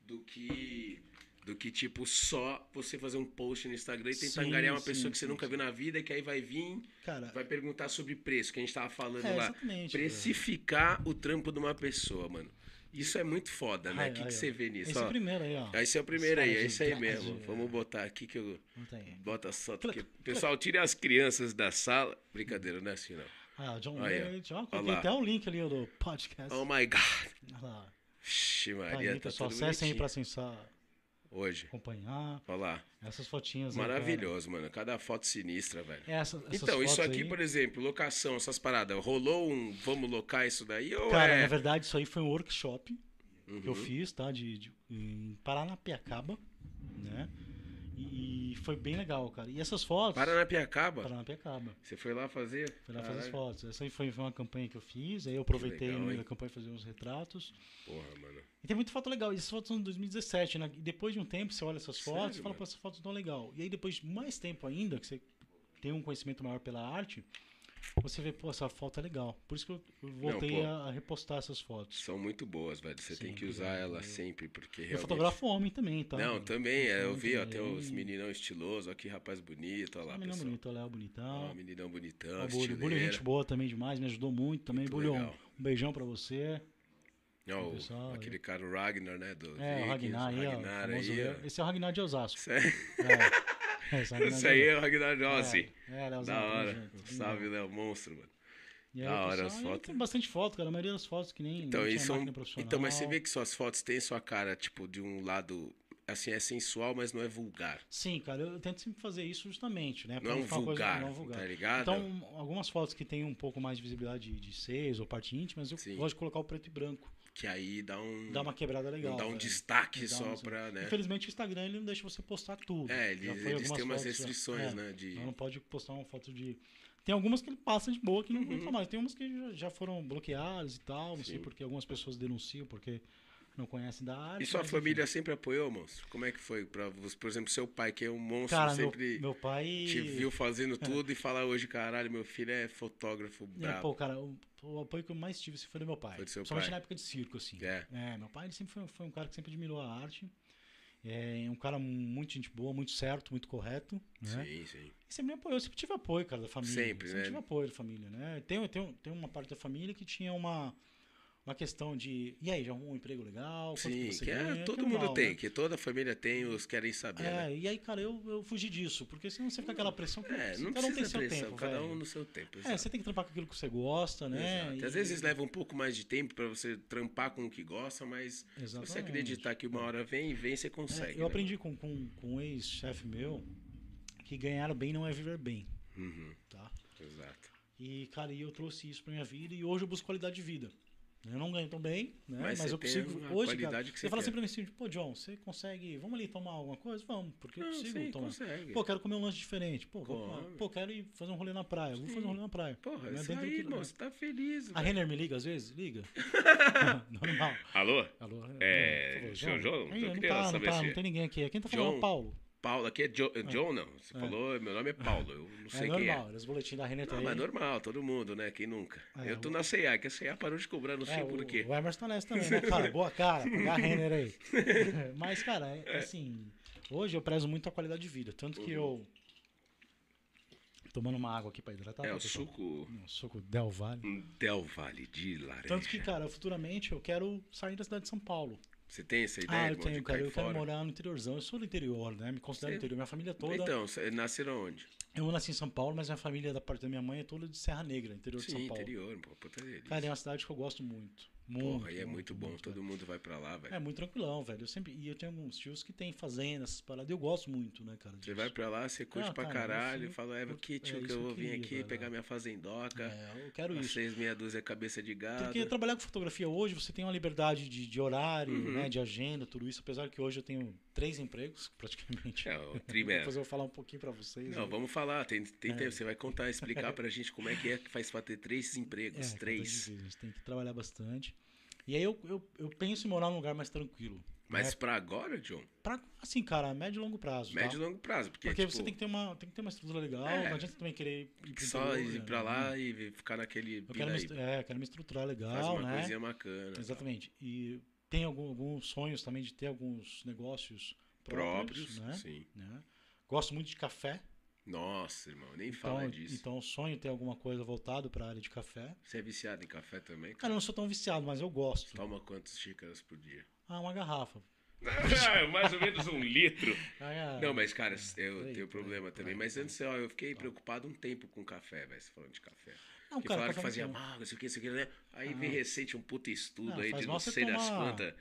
A: do que do que tipo só você fazer um post no Instagram e tentar
C: Sim,
A: angariar uma
C: sim,
A: pessoa que você
C: sim,
A: nunca
C: sim.
A: viu na vida, que aí vai vir,
C: Cara,
A: vai perguntar sobre preço, que a gente tava falando
C: é,
A: lá.
C: exatamente. velho.
A: Precificar o trampo de uma pessoa, mano. Isso é muito foda, né?
C: Ai,
A: O que,
C: ai,
A: que
C: ó.
A: você vê nisso?
C: Esse
A: ó?
C: primeiro aí, ó.
A: Esse é o primeiro aí,
C: Esse
A: é
C: cara
A: esse aí
C: de
A: mesmo.
C: verdade,
A: Vamos botar aqui que eu.
C: Não tem.
A: Bota só. Porque... Pessoal, tire as crianças da sala. Brincadeira, não é assim não.
C: Ah, o John
A: Aí, ó.
C: Lennon, ó,
A: Olha
C: coloquei
A: lá.
C: até o link ali ó, do podcast.
A: Oh my god.
C: Olha lá.
A: Vixe,
C: Tá
A: Maria,
C: aí,
A: tá
C: pessoal,
A: tudo
C: acessem aí
A: bonitinho.
C: pra acessar,
A: Hoje.
C: acompanhar
A: Olha lá.
C: essas fotinhas aí, cara. É,
A: Maravilhoso, mano. Cada foto sinistra, velho.
C: Essa, essas
A: Então, isso
C: fotos
A: aqui,
C: aí,
A: por exemplo, locação, essas paradas. Rolou um vamos locar isso daí ou
C: Cara,
A: é.
C: na verdade, isso aí foi um workshop que eu
A: Uhum.
C: fiz, tá? De, de, em Paranapiacaba, né? E, e foi bem legal, cara. E essas fotos.
A: Paranapiacaba?
C: Paranapiacaba.
A: Você foi lá fazer?
C: Fui lá fazer as
A: Caralho.
C: fotos. Essa aí foi, foi uma campanha que eu fiz. Aí eu aproveitei
A: legal,
C: no meio
A: hein?
C: da campanha fazer uns retratos.
A: Porra, mano.
C: E tem muita foto legal. E essas fotos são de 2017, né? E depois de um tempo, você olha essas
A: Sério,
C: fotos e fala,
A: mano?
C: pô, essas fotos tão legal. E aí, depois de mais tempo ainda, que você tem um conhecimento maior pela arte, você vê, pô, essa foto é legal. Por isso que eu eu voltei
A: pô.
C: a- a repostar essas fotos.
A: São muito boas, velho. Você tem
C: Sim,
A: que usar
C: obrigado,
A: ela
C: valeu.
A: sempre, porque
C: Eu
A: realmente.
C: fotografo homem também, tá?
A: Não, também. é, Eu
C: Fotografo
A: vi, ó,
C: homem
A: tem
C: também.
A: uns meninão estiloso, ó, que rapaz bonito, ó
C: Ah,
A: lá,
C: menino
A: pessoal.
C: bonito, o Léo
A: Ó,
C: bonitão.
A: meninão bonitão,
C: o Bulho, Bulho é
A: estileira.
C: gente boa também demais, me ajudou muito também.
A: Muito
C: Bulho, um,
A: legal.
C: um beijão pra você.
A: Ó, o-
C: pessoal,
A: aquele cara, o Ragnar, né? Do
C: É, o
A: Vikings,
C: Ragnar aí, ó. o
A: Ragnar
C: famoso
A: aí, ó.
C: Léo. Esse é o Ragnar de Osasco.
A: Isso aí-
C: É. (laughs) Esse é o Ragnar
A: (laughs) Isso
C: de
A: aí
C: Osasco.
A: é o Ragnar Rossi.
C: É, é Léozão,
A: Da
C: tamo
A: hora.
C: junto.
A: Salve, Léo, monstro, mano.
C: E aí,
A: Da hora
C: pessoal,
A: as
C: aí
A: fotos.
C: Tem bastante foto, cara. A maioria das fotos que nem
A: Então,
C: nem tinha
A: isso é um-
C: máquina profissional.
A: então, mas você vê que suas fotos têm sua cara, tipo, de um lado. Assim, é sensual, mas não é vulgar.
C: Sim, cara, eu tento sempre fazer isso justamente, né? pra
A: Não é um
C: ficar uma coisa-
A: vulgar,
C: não é um vulgar.
A: tá ligado?
C: Então, algumas fotos que tem um pouco mais de visibilidade de seis ou parte íntima, mas eu
A: Sim.
C: gosto de colocar o preto e branco.
A: que aí dá um.
C: Dá uma quebrada
A: não
C: legal.
A: dá um
C: velho.
A: destaque
C: Não dá
A: só
C: um-
A: pra, né?
C: Infelizmente o Instagram ele não deixa você postar tudo.
A: É,
C: Já
A: eles,
C: foi
A: eles
C: algumas
A: têm umas
C: fotos, já-
A: restrições,
C: é,
A: né? De...
C: então Não pode postar uma foto de. Tem algumas que ele passa de boa que não entra mais. Tem umas que já- já foram bloqueadas e tal, não sei
A: Uhum. Sim.
C: porque algumas pessoas denunciam porque não conhecem da área.
A: E sua família sempre apoiou, monstro? Como é que foi? Pra, você? por exemplo, seu pai, que é um monstro,
C: Cara, meu,
A: sempre
C: meu pai.
A: te viu fazendo tudo e fala hoje, caralho, meu filho é fotógrafo
C: É, pô,
A: brabo.
C: cara, o, o apoio que eu mais tive assim, foi do meu pai.
A: Foi do seu
C: Principalmente
A: pai.
C: na época de circo, assim.
A: É.
C: meu pai ele sempre foi, foi um cara que sempre admirou a arte. É um cara muito gente boa, muito certo, muito correto. Né?
A: Sim, sim.
C: E sempre me apoiou, eu sempre tive apoio, cara, da família.
A: Sempre,
C: sempre
A: né?
C: tive apoio da família, né? Tem, tem, tem uma parte da família que tinha uma, uma questão de. E aí, já arrumou um emprego legal? Quanto
A: Sim,
C: você
A: que é-
C: ganha?
A: todo
C: Que
A: mundo
C: mal,
A: tem,
C: né?
A: que toda família tem, os querem saber, né?
C: É, e aí, cara, eu, eu fugi disso, porque senão você fica aquela pressão que
A: É, não
C: cada um tem
A: precisa
C: seu
A: pressão,
C: tempo,
A: cada
C: velho.
A: um no seu tempo.
C: É,
A: exato.
C: você tem que trampar com aquilo que você gosta, né?
A: Exato. Às
C: E-
A: vezes leva um pouco mais de tempo pra você trampar com o que gosta, mas se você
C: Exatamente.
A: acreditar que uma hora vem e vem, você consegue.
C: É,
A: né?
C: eu aprendi com, com, com um ex-chefe meu que ganhar bem não é viver bem,
A: Uhum,
C: tá?
A: exato.
C: E, cara, e eu trouxe isso pra minha vida e hoje eu busco qualidade de vida. Eu não ganho tão bem, né?
A: Mas
C: Mas,
A: você
C: eu
A: tem
C: consigo.
A: uma
C: Hoje,
A: qualidade
C: cara,
A: que você
C: você fala
A: quer.
C: sempre pra mim assim, pô, John, você consegue. Vamos ali tomar alguma coisa? Vamos, porque eu
A: Não,
C: consigo
A: sim,
C: tomar.
A: consegue.
C: Pô, quero comer um lanche diferente. Pô, vou-
A: Come.
C: pô quero ir fazer um rolê na praia. Vou fazer um rolê na praia.
A: Porra,
C: Não é
A: isso
C: dentro do
A: aí,
C: que-
A: irmão, você tá feliz.
C: A
A: velho.
C: Renner me liga às vezes?
A: (laughs)
C: Liga. (laughs) Normal.
A: Alô?
C: Alô?
A: É,
C: por favor,
A: seu João,
C: Ih,
A: eu
C: não
A: queria
C: tá, não
A: saber
C: tá,
A: se-
C: não tem ninguém aqui. Quem tá falando é
A: John?
C: o Paulo.
A: Paulo, aqui é Jo- John, não. Você falou, meu nome é Paulo, eu não
C: É
A: sei quem é.
C: normal, os boletins da Renner tá
A: Não,
C: aí.
A: mas é normal, todo mundo, né? Quem nunca?
C: É,
A: eu tô na CEA, que a CEA parou de cobrar, não sei
C: É,
A: por
C: o,
A: quê.
C: o Emerson tá nessa também, né, cara? Boa cara, pagar a
A: (laughs)
C: Renner aí. Mas, cara, é, assim, hoje eu prezo muito a qualidade de vida. Tanto que
A: Uhum.
C: eu. Tomando uma água aqui pra hidratar.
A: É,
C: tá,
A: o
C: pessoal?
A: suco Hum,
C: Um suco Del Valle.
A: Del Valle de laranja.
C: Tanto que, cara, futuramente eu quero sair da cidade de São Paulo.
A: Você tem essa ideia,
C: Ah, eu
A: irmão,
C: tenho,
A: de
C: cara.
A: cair
C: Eu quero
A: fora?
C: morar no interiorzão. Eu sou do interior, né? Me considero
A: Sim.
C: interior. Minha família toda.
A: Então, você nasceram onde?
C: Eu nasci em São Paulo, mas minha família, da parte da minha mãe, é toda de Serra Negra, interior de
A: Sim,
C: São Paulo.
A: interior, pô, puta delícia.
C: Cara, é uma cidade que eu gosto muito. Muito.
A: Porra, aí é muito bom,
C: muito,
A: todo mundo vai pra lá, velho.
C: Uhum. É muito tranquilão, velho. Eu sempre. E eu tenho alguns tios que têm fazenda, essas paradas. Eu gosto muito, né, cara?
A: Você
C: disso.
A: vai pra lá, você curte
C: Ah,
A: pra
C: cara,
A: caralho,
C: isso-
A: fala, é aqui,
C: é
A: tio, que
C: isso
A: eu
C: eu
A: vou vir
C: queria,
A: aqui
C: vai lá."
A: pegar minha fazendoca,
C: É, eu quero isso.
A: vocês meia dúzia cabeça de gado.
C: Porque trabalhar com fotografia hoje, você tem uma liberdade de, de horário,
A: Uhum.
C: né? De agenda, tudo isso. Apesar que hoje eu tenho três empregos, (laughs) praticamente. (laughs)
A: É, o trimestre.
C: Depois eu vou falar um pouquinho pra vocês.
A: Não,
C: né?
A: vamos falar, tem, tem tempo, você vai contar, explicar pra gente como é que é que faz pra ter três
C: (laughs) É,
A: empregos,
C: que eu tô
A: três.
C: dizendo, A gente tem que trabalhar bastante. E aí eu, eu, eu penso em morar num lugar mais tranquilo.
A: Mas
C: né?
A: pra agora, John,
C: Pra, assim, cara, médio e longo prazo. tá?
A: médio e longo prazo, porque,
C: Porque
A: tipo,
C: você tem que ter uma, tem que ter uma estrutura legal,
A: É.
C: não adianta também querer ir pro
A: só
C: interior,
A: ir
C: né?
A: pra lá e ficar naquele
C: Eu quero, me,
A: piraí,
C: estru- é, quero me estruturar
A: faz
C: legal,
A: uma
C: né?
A: coisinha bacana.
C: Exatamente. E tem algum- alguns sonhos também de ter alguns negócios
A: Próprios,
C: próprios, né?
A: sim.
C: Né? Gosto muito de café.
A: Nossa, irmão, nem fala
C: Então,
A: disso.
C: então sonho ter alguma coisa voltado para a área de café.
A: Você é viciado em café também?
C: Cara, eu não sou tão viciado, mas eu gosto.
A: Toma quantas xícaras por dia?
C: Ah, uma garrafa.
D: Mais ou menos um litro.
C: Ah, é-
A: (laughs) Não, mas cara, eu
C: peraí,
A: tenho
C: peraí,
A: problema
C: peraí,
A: também.
C: peraí.
A: Mas antes, ó, eu fiquei preocupado um tempo com café, velho, você falando de café.
C: Não,
A: que falaram
C: café
A: que fazia
C: não-
A: mal, não sei o que, não sei o que, né? Aí
C: Ah.
A: vem recente um puta estudo
C: Não,
A: aí
C: faz
A: de não
C: mal você
A: sei das
C: tomar.
A: quantas,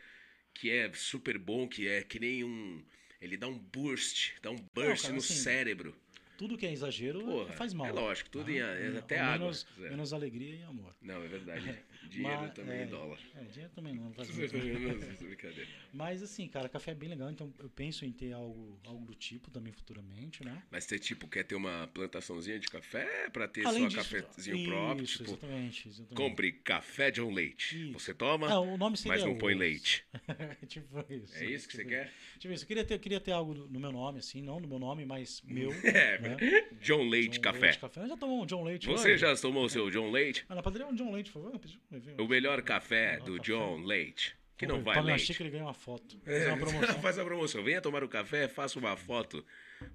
A: que é super bom, que é que nem um. Ele dá um burst, dá um burst
C: cara,
A: no
C: assim,
A: cérebro.
C: Tudo que é exagero
A: Porra,
C: faz mal.
A: é lógico, tudo em-
C: Né?
A: até
C: Ou
A: água,
C: Menos,
A: Zé.
C: menos alegria e amor.
A: Não, é verdade. Dinheiro
C: (laughs) Mas,
A: também
C: é,
A: em dólar. é
C: É, dinheiro também não (laughs) faz muito.
A: (laughs) Brincadeira.
C: Mas assim, cara, café é bem legal, então eu penso em ter algo, algo do tipo também futuramente, né?
A: Mas você, tipo, quer ter uma plantaçãozinha de café pra ter
C: Além
A: sua
C: disso,
A: cafezinho próprio?
C: isso,
A: Tipo,
C: exatamente, exatamente.
A: compre café John Leite.
C: Isso.
A: Você toma,
C: É, o nome seria
A: mas não põe
C: outro.
A: leite.
C: (laughs) tipo isso.
A: É isso que
C: tipo
A: você quer?
C: Tipo isso, eu queria ter, eu queria ter algo no no meu nome, assim, não no meu nome,
A: (laughs)
C: mas meu.
A: É,
C: né?
A: John
C: John
A: Leite Café.
C: Leite café. Nós já tomou um John Leite?
A: Você
C: hoje?
A: já tomou o seu John Leite?
C: Ah, na padaria é um John Leite, por favor. pedi um vinho.
A: O melhor café
C: Ah,
A: do
C: café.
A: John Leite. Que não
C: Pô,
A: vai
C: Pamela
A: leite. É,
C: Xícara, ele ganha uma foto. Fazer
A: (laughs)
C: uma promoção.
A: Faz a promoção. Venha tomar o café, faça uma foto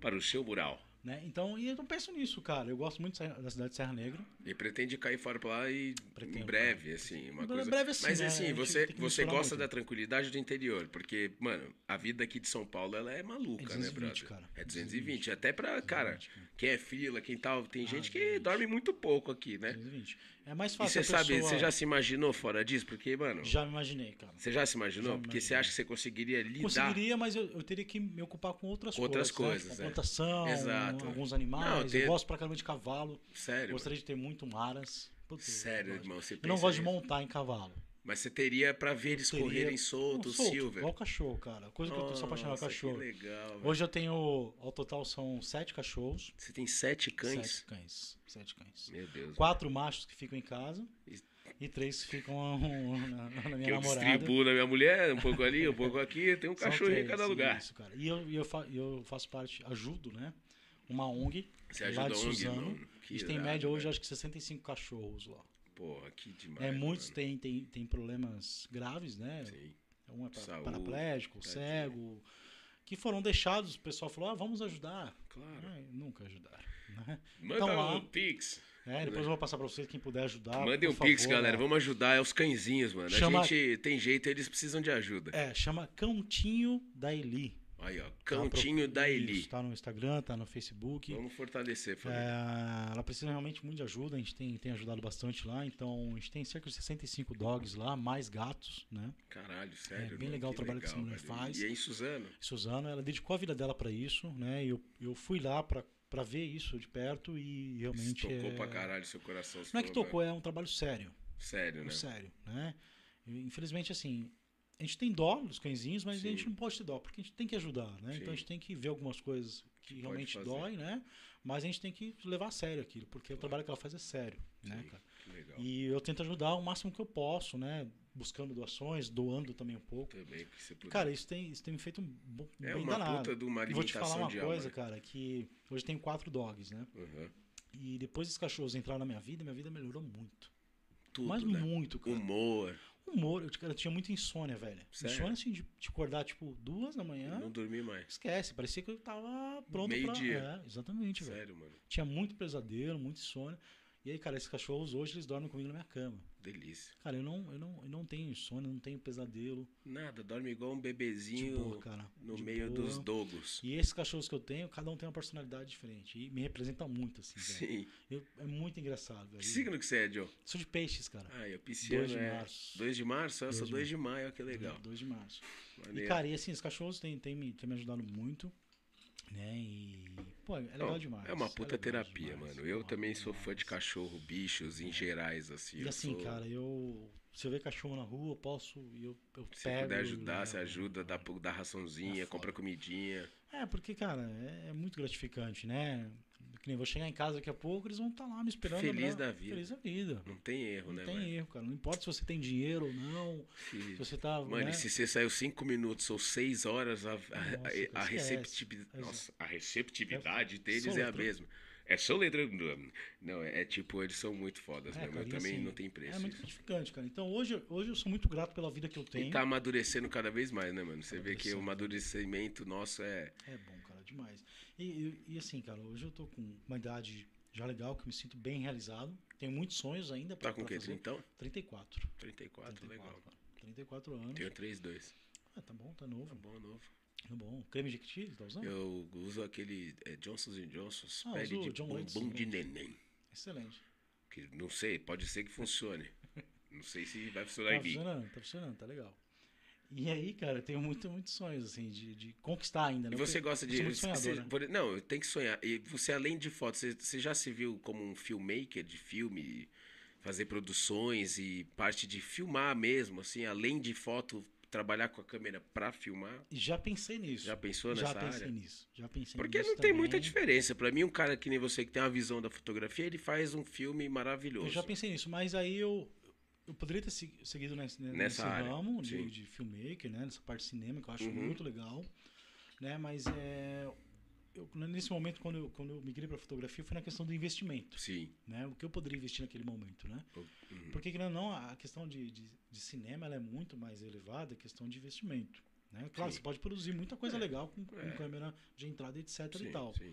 A: para o seu mural.
C: né? Então, e eu não penso nisso, cara. Eu gosto muito de Serra- da cidade de Serra Negra.
A: E pretende cair fora pra lá e em
C: Pretendo, né?
A: breve, assim, uma
C: Em
A: coisa.
C: breve, assim,
A: Mas
C: né? A
A: assim,
C: gente
A: você,
C: tem que
A: você
C: misturar
A: gosta
C: muito.
A: da tranquilidade do interior, porque, mano, a vida aqui de São Paulo ela é maluca, né,
C: 220,
A: brother?
C: cara.
A: É 220, até pra, cara,
C: 220, cara. Ah,
A: quem é fila, quem tal, tem gente que
C: 220.
A: dorme muito pouco aqui, né?
C: 220. É mais
A: E
C: fácil
A: você
C: a
A: sabe,
C: pessoa-
A: você já se imaginou fora disso? Porque, mano,
C: Já me imaginei, cara.
A: você já se imaginou?
C: Já me
A: Porque você
C: imaginei.
A: acha que você conseguiria lidar
C: Conseguiria, mas eu, eu teria que me ocupar com outras,
A: Outras
C: coisas. né?
A: coisas,
C: Com
A: é.
C: plantação,
A: Exato.
C: alguns animais.
A: Não, tem-
C: Eu gosto pra caramba de cavalo.
A: Sério?
C: Gostaria de ter muito maras. Puta,
A: Sério,
C: eu gosto.
A: irmão, você
C: Eu não
A: pensa
C: gosto de
A: nisso?
C: montar em cavalo.
A: Mas você teria pra ver eles
C: Teria-
A: correrem
C: Não,
A: solto,
C: solto,
A: silver.
C: Igual cachorro, cara. Coisa que eu tô só apaixonado por
A: Nossa,
C: cachorro.
A: Que legal, velho.
C: Hoje eu tenho, ao total, são sete cachorros.
A: Você tem sete cães?
C: Sete cães. Sete cães.
A: Meu Deus.
C: Quatro machos que ficam em casa
A: Isso.
C: e três que ficam (laughs) na, na minha
A: Que eu
C: namorada.
A: distribuo na minha mulher, um pouco ali, um pouco aqui, tem um
C: São
A: cachorro em
C: três,
A: cada lugar.
C: Isso, cara. E eu, e eu, fa- e eu faço parte, ajudo, né? Uma ONG.
A: Você
C: lá
A: ajuda
C: de
A: a ONG,
C: Suzano.
A: não? né?
C: A
A: Que
C: gente tem em
A: irado,
C: média hoje,
A: velho.
C: acho que 65 cachorros lá.
A: Porra, que demais. né,
C: É, muitos
A: mano.
C: têm, têm, têm problemas graves, né?
A: Sim.
C: Um é pa-
A: Saúde,
C: paraplégico,
A: tadinho.
C: cego, que foram deixados, o pessoal falou, ah, vamos ajudar.
A: Claro. (laughs)
C: Ai, nunca ajudaram. né?
A: Manda
C: Então, lá-
A: um Pix.
C: É, depois eu vou passar pra vocês, quem puder ajudar.
A: Mandem um
C: por
A: pix,
C: favor, né?
A: galera.
C: ó.
A: Vamos ajudar. É os cãezinhos, mano.
C: Chama-
A: A gente tem jeito, eles precisam de ajuda.
C: É, chama Cantinho da Eli.
A: Aí, ó. Cantinho
C: Tá,
A: da
C: pro-
A: Eli.
C: Isso, tá no Instagram, tá no Facebook.
A: Vamos fortalecer, família.
C: É, ela precisa realmente muito de ajuda, a gente tem, tem ajudado bastante lá, então a gente tem cerca de 65 dogs lá, mais gatos, né?
A: Caralho, sério.
C: É, bem legal o trabalho que essa mulher faz.
A: E em Suzano.
C: Suzano, ela dedicou a vida dela pra isso, né? E eu, eu fui lá pra pra ver isso de perto e
A: Isso
C: realmente.
A: tocou
C: é...
A: pra caralho seu coração. você
C: Não é que
A: falou,
C: tocou, é um trabalho sério.
A: "Mano, Sério, né?
C: Sério, né? E, Infelizmente, assim, a gente tem dó dos cãezinhos, mas
A: Sim.
C: a gente não pode ter dó, porque a gente tem que ajudar, né? Então
A: Sim.
C: a gente tem que ver algumas coisas que
A: pode
C: realmente
A: fazer.
C: dói, né? Mas a gente tem que levar a sério aquilo, porque o trabalho que ela faz é sério, né,
A: Sim.
C: cara?
A: Que legal.
C: E eu tento ajudar o máximo que eu posso, né? Buscando doações, doando também um pouco.
A: Também que você puder.
C: Cara, isso tem, isso tem me feito um bo-
A: é
C: bem
A: uma
C: danado.
A: puta de uma
C: E vou te
A: alimentação
C: falar uma
A: de
C: coisa,
A: alma.
C: cara, que hoje tem quatro dogs, né?
A: Uhum.
C: E depois esses cachorros entraram na minha vida, minha vida melhorou muito.
A: Tudo,
C: Mas
A: né?
C: muito, cara.
A: Humor.
C: Humor, eu, cara, eu tinha muita insônia, velho.
A: Sério?
C: Insônia, assim, de te acordar, tipo, duas da manhã,
A: Não dormi mais.
C: esquece. Parecia que eu tava pronto pra...
A: Meio-dia.
C: É, exatamente, velho.
A: Sério, mano.
C: Tinha muito pesadelo, muito insônia. E aí, cara, esses cachorros hoje, eles dormem comigo na minha cama.
A: Delícia.
C: Cara, eu não, eu não, eu não tenho insônia, não tenho pesadelo.
A: Nada, dorme igual um
C: De
A: bebezinho
C: boa, cara.
A: no
C: de
A: meio
C: boa.
A: dos dogos.
C: E esses cachorros que eu tenho, cada um tem uma personalidade diferente. E me representa muito, assim, velho.
A: Sim.
C: Eu- é muito engraçado, velho.
A: Que signo que você é, Joe?
C: Sou de peixes, cara.
A: Ah, eu pisciano.
C: 2 de
A: é.
C: março.
A: 2 de março? Ah,
C: Dois
A: só
C: de
A: 2 de maio, olha que legal.
C: 2 de março. E,
A: Maneiro.
C: cara, e assim, os cachorros têm, têm, me, têm me ajudado muito, né? E, pô, é legal
A: Não,
C: demais.
A: É uma puta
C: legal
A: terapia,
C: demais,
A: mano. Eu
C: porra,
A: também sou fã de
C: demais. É.
A: cachorro, bichos em gerais, assim.
C: E
A: eu
C: assim,
A: sou-
C: cara, eu... Se eu ver cachorro na rua, eu posso... e Eu, eu
A: Se
C: pego, né,
A: puder
C: eu
A: ajudar, você
C: levo,
A: ajuda, dá,
C: cara.
A: pro- dá raçãozinha,
C: É foda.
A: compra comidinha.
C: É, porque, cara, é, é muito gratificante, né? Que nem eu vou chegar em casa daqui a pouco, eles vão estar lá me esperando.
A: Feliz
C: né?
A: da vida.
C: Feliz da vida.
A: Não tem erro,
C: Não
A: né,
C: tem
A: mano?
C: erro, cara. Não importa se você tem dinheiro ou não,
A: E-
C: se você tá.
A: Mano,
C: né?
A: e se você saiu cinco minutos ou seis horas, a, a,
C: cara,
A: a,
C: esquece.
A: receptividade.
C: Exato.
A: Nossa, a receptividade deles é a
C: é. soletrando.
A: mesma. É só letra. Não, é, é tipo, eles são muito fodas,
C: É,
A: mesmo.
C: cara,
A: eu
C: e
A: também
C: assim,
A: não tem preço.
C: É muito
A: isso.
C: gratificante, cara. Então hoje, hoje eu sou muito grato pela vida que eu
A: E
C: tenho.
A: tá amadurecendo cada vez mais, né, mano? Você
C: Tá
A: vê que o amadurecimento nosso é.
C: É bom, cara, demais. E, e- e assim, cara, hoje eu tô com uma idade já legal, que eu me sinto bem realizado. Tenho muitos sonhos ainda pra,
A: Tá com o
C: pra
A: quê?
C: fazer.
A: 30?
C: 34.
A: 34,
C: 34,
A: legal.
C: cara. 34 anos.
A: Tenho 3, 2.
C: Ah, tá bom, tá novo.
A: Tá bom, novo.
C: Tá bom. Creme de quitil, tá usando?
A: Eu uso aquele é, Johnson's Johnson's,
C: Ah,
A: pele
C: usa o
A: de
C: John
A: bumbum
C: Waits,
A: de
C: né?
A: neném.
C: Excelente.
A: Que não sei, pode ser que
C: (laughs)
A: funcione. não sei se vai funcionar
C: Tá
A: em mim.
C: funcionando, tá funcionando, tá legal. E aí, cara, eu tenho muito, muitos sonhos, assim, de, de conquistar ainda, né?
A: E você
C: Porque
A: gosta
C: eu
A: de.
C: sou muito
A: você-
C: sonhador, né?
A: por- Não, tem que sonhar. E você, além de foto, você, você já se viu como um filmmaker de filme, fazer produções e parte de filmar mesmo, assim, além de foto, trabalhar com a câmera pra filmar?
C: E Já pensei nisso.
A: Já pensou
C: Já
A: nessa
C: pensei
A: área?
C: nisso. Já pensei
A: Porque
C: nisso
A: não tem
C: também.
A: muita diferença. Pra mim, um cara que nem você que tem uma visão da fotografia, ele faz um filme maravilhoso.
C: Eu já pensei nisso, mas aí eu, eu poderia ter se- seguido nesse, né, nesse
A: Nessa área,
C: ramo
A: sim.
C: de, de filmmaker, né? Nessa parte de cinema, que eu acho
A: Uhum.
C: muito legal. Né? Mas é, eu, nesse momento, quando eu, quando eu migrei para fotografia, foi na questão do investimento.
A: Sim.
C: Né? O que eu poderia investir naquele momento, né?
A: Uhum.
C: Porque, querendo ou não, a questão de, de, de cinema ela é muito mais elevada, a questão de investimento. Né? Claro,
A: Sim.
C: você pode produzir muita coisa
A: É.
C: legal com, com
A: É.
C: câmera de entrada, etc.
A: Sim,
C: e tal.
A: sim.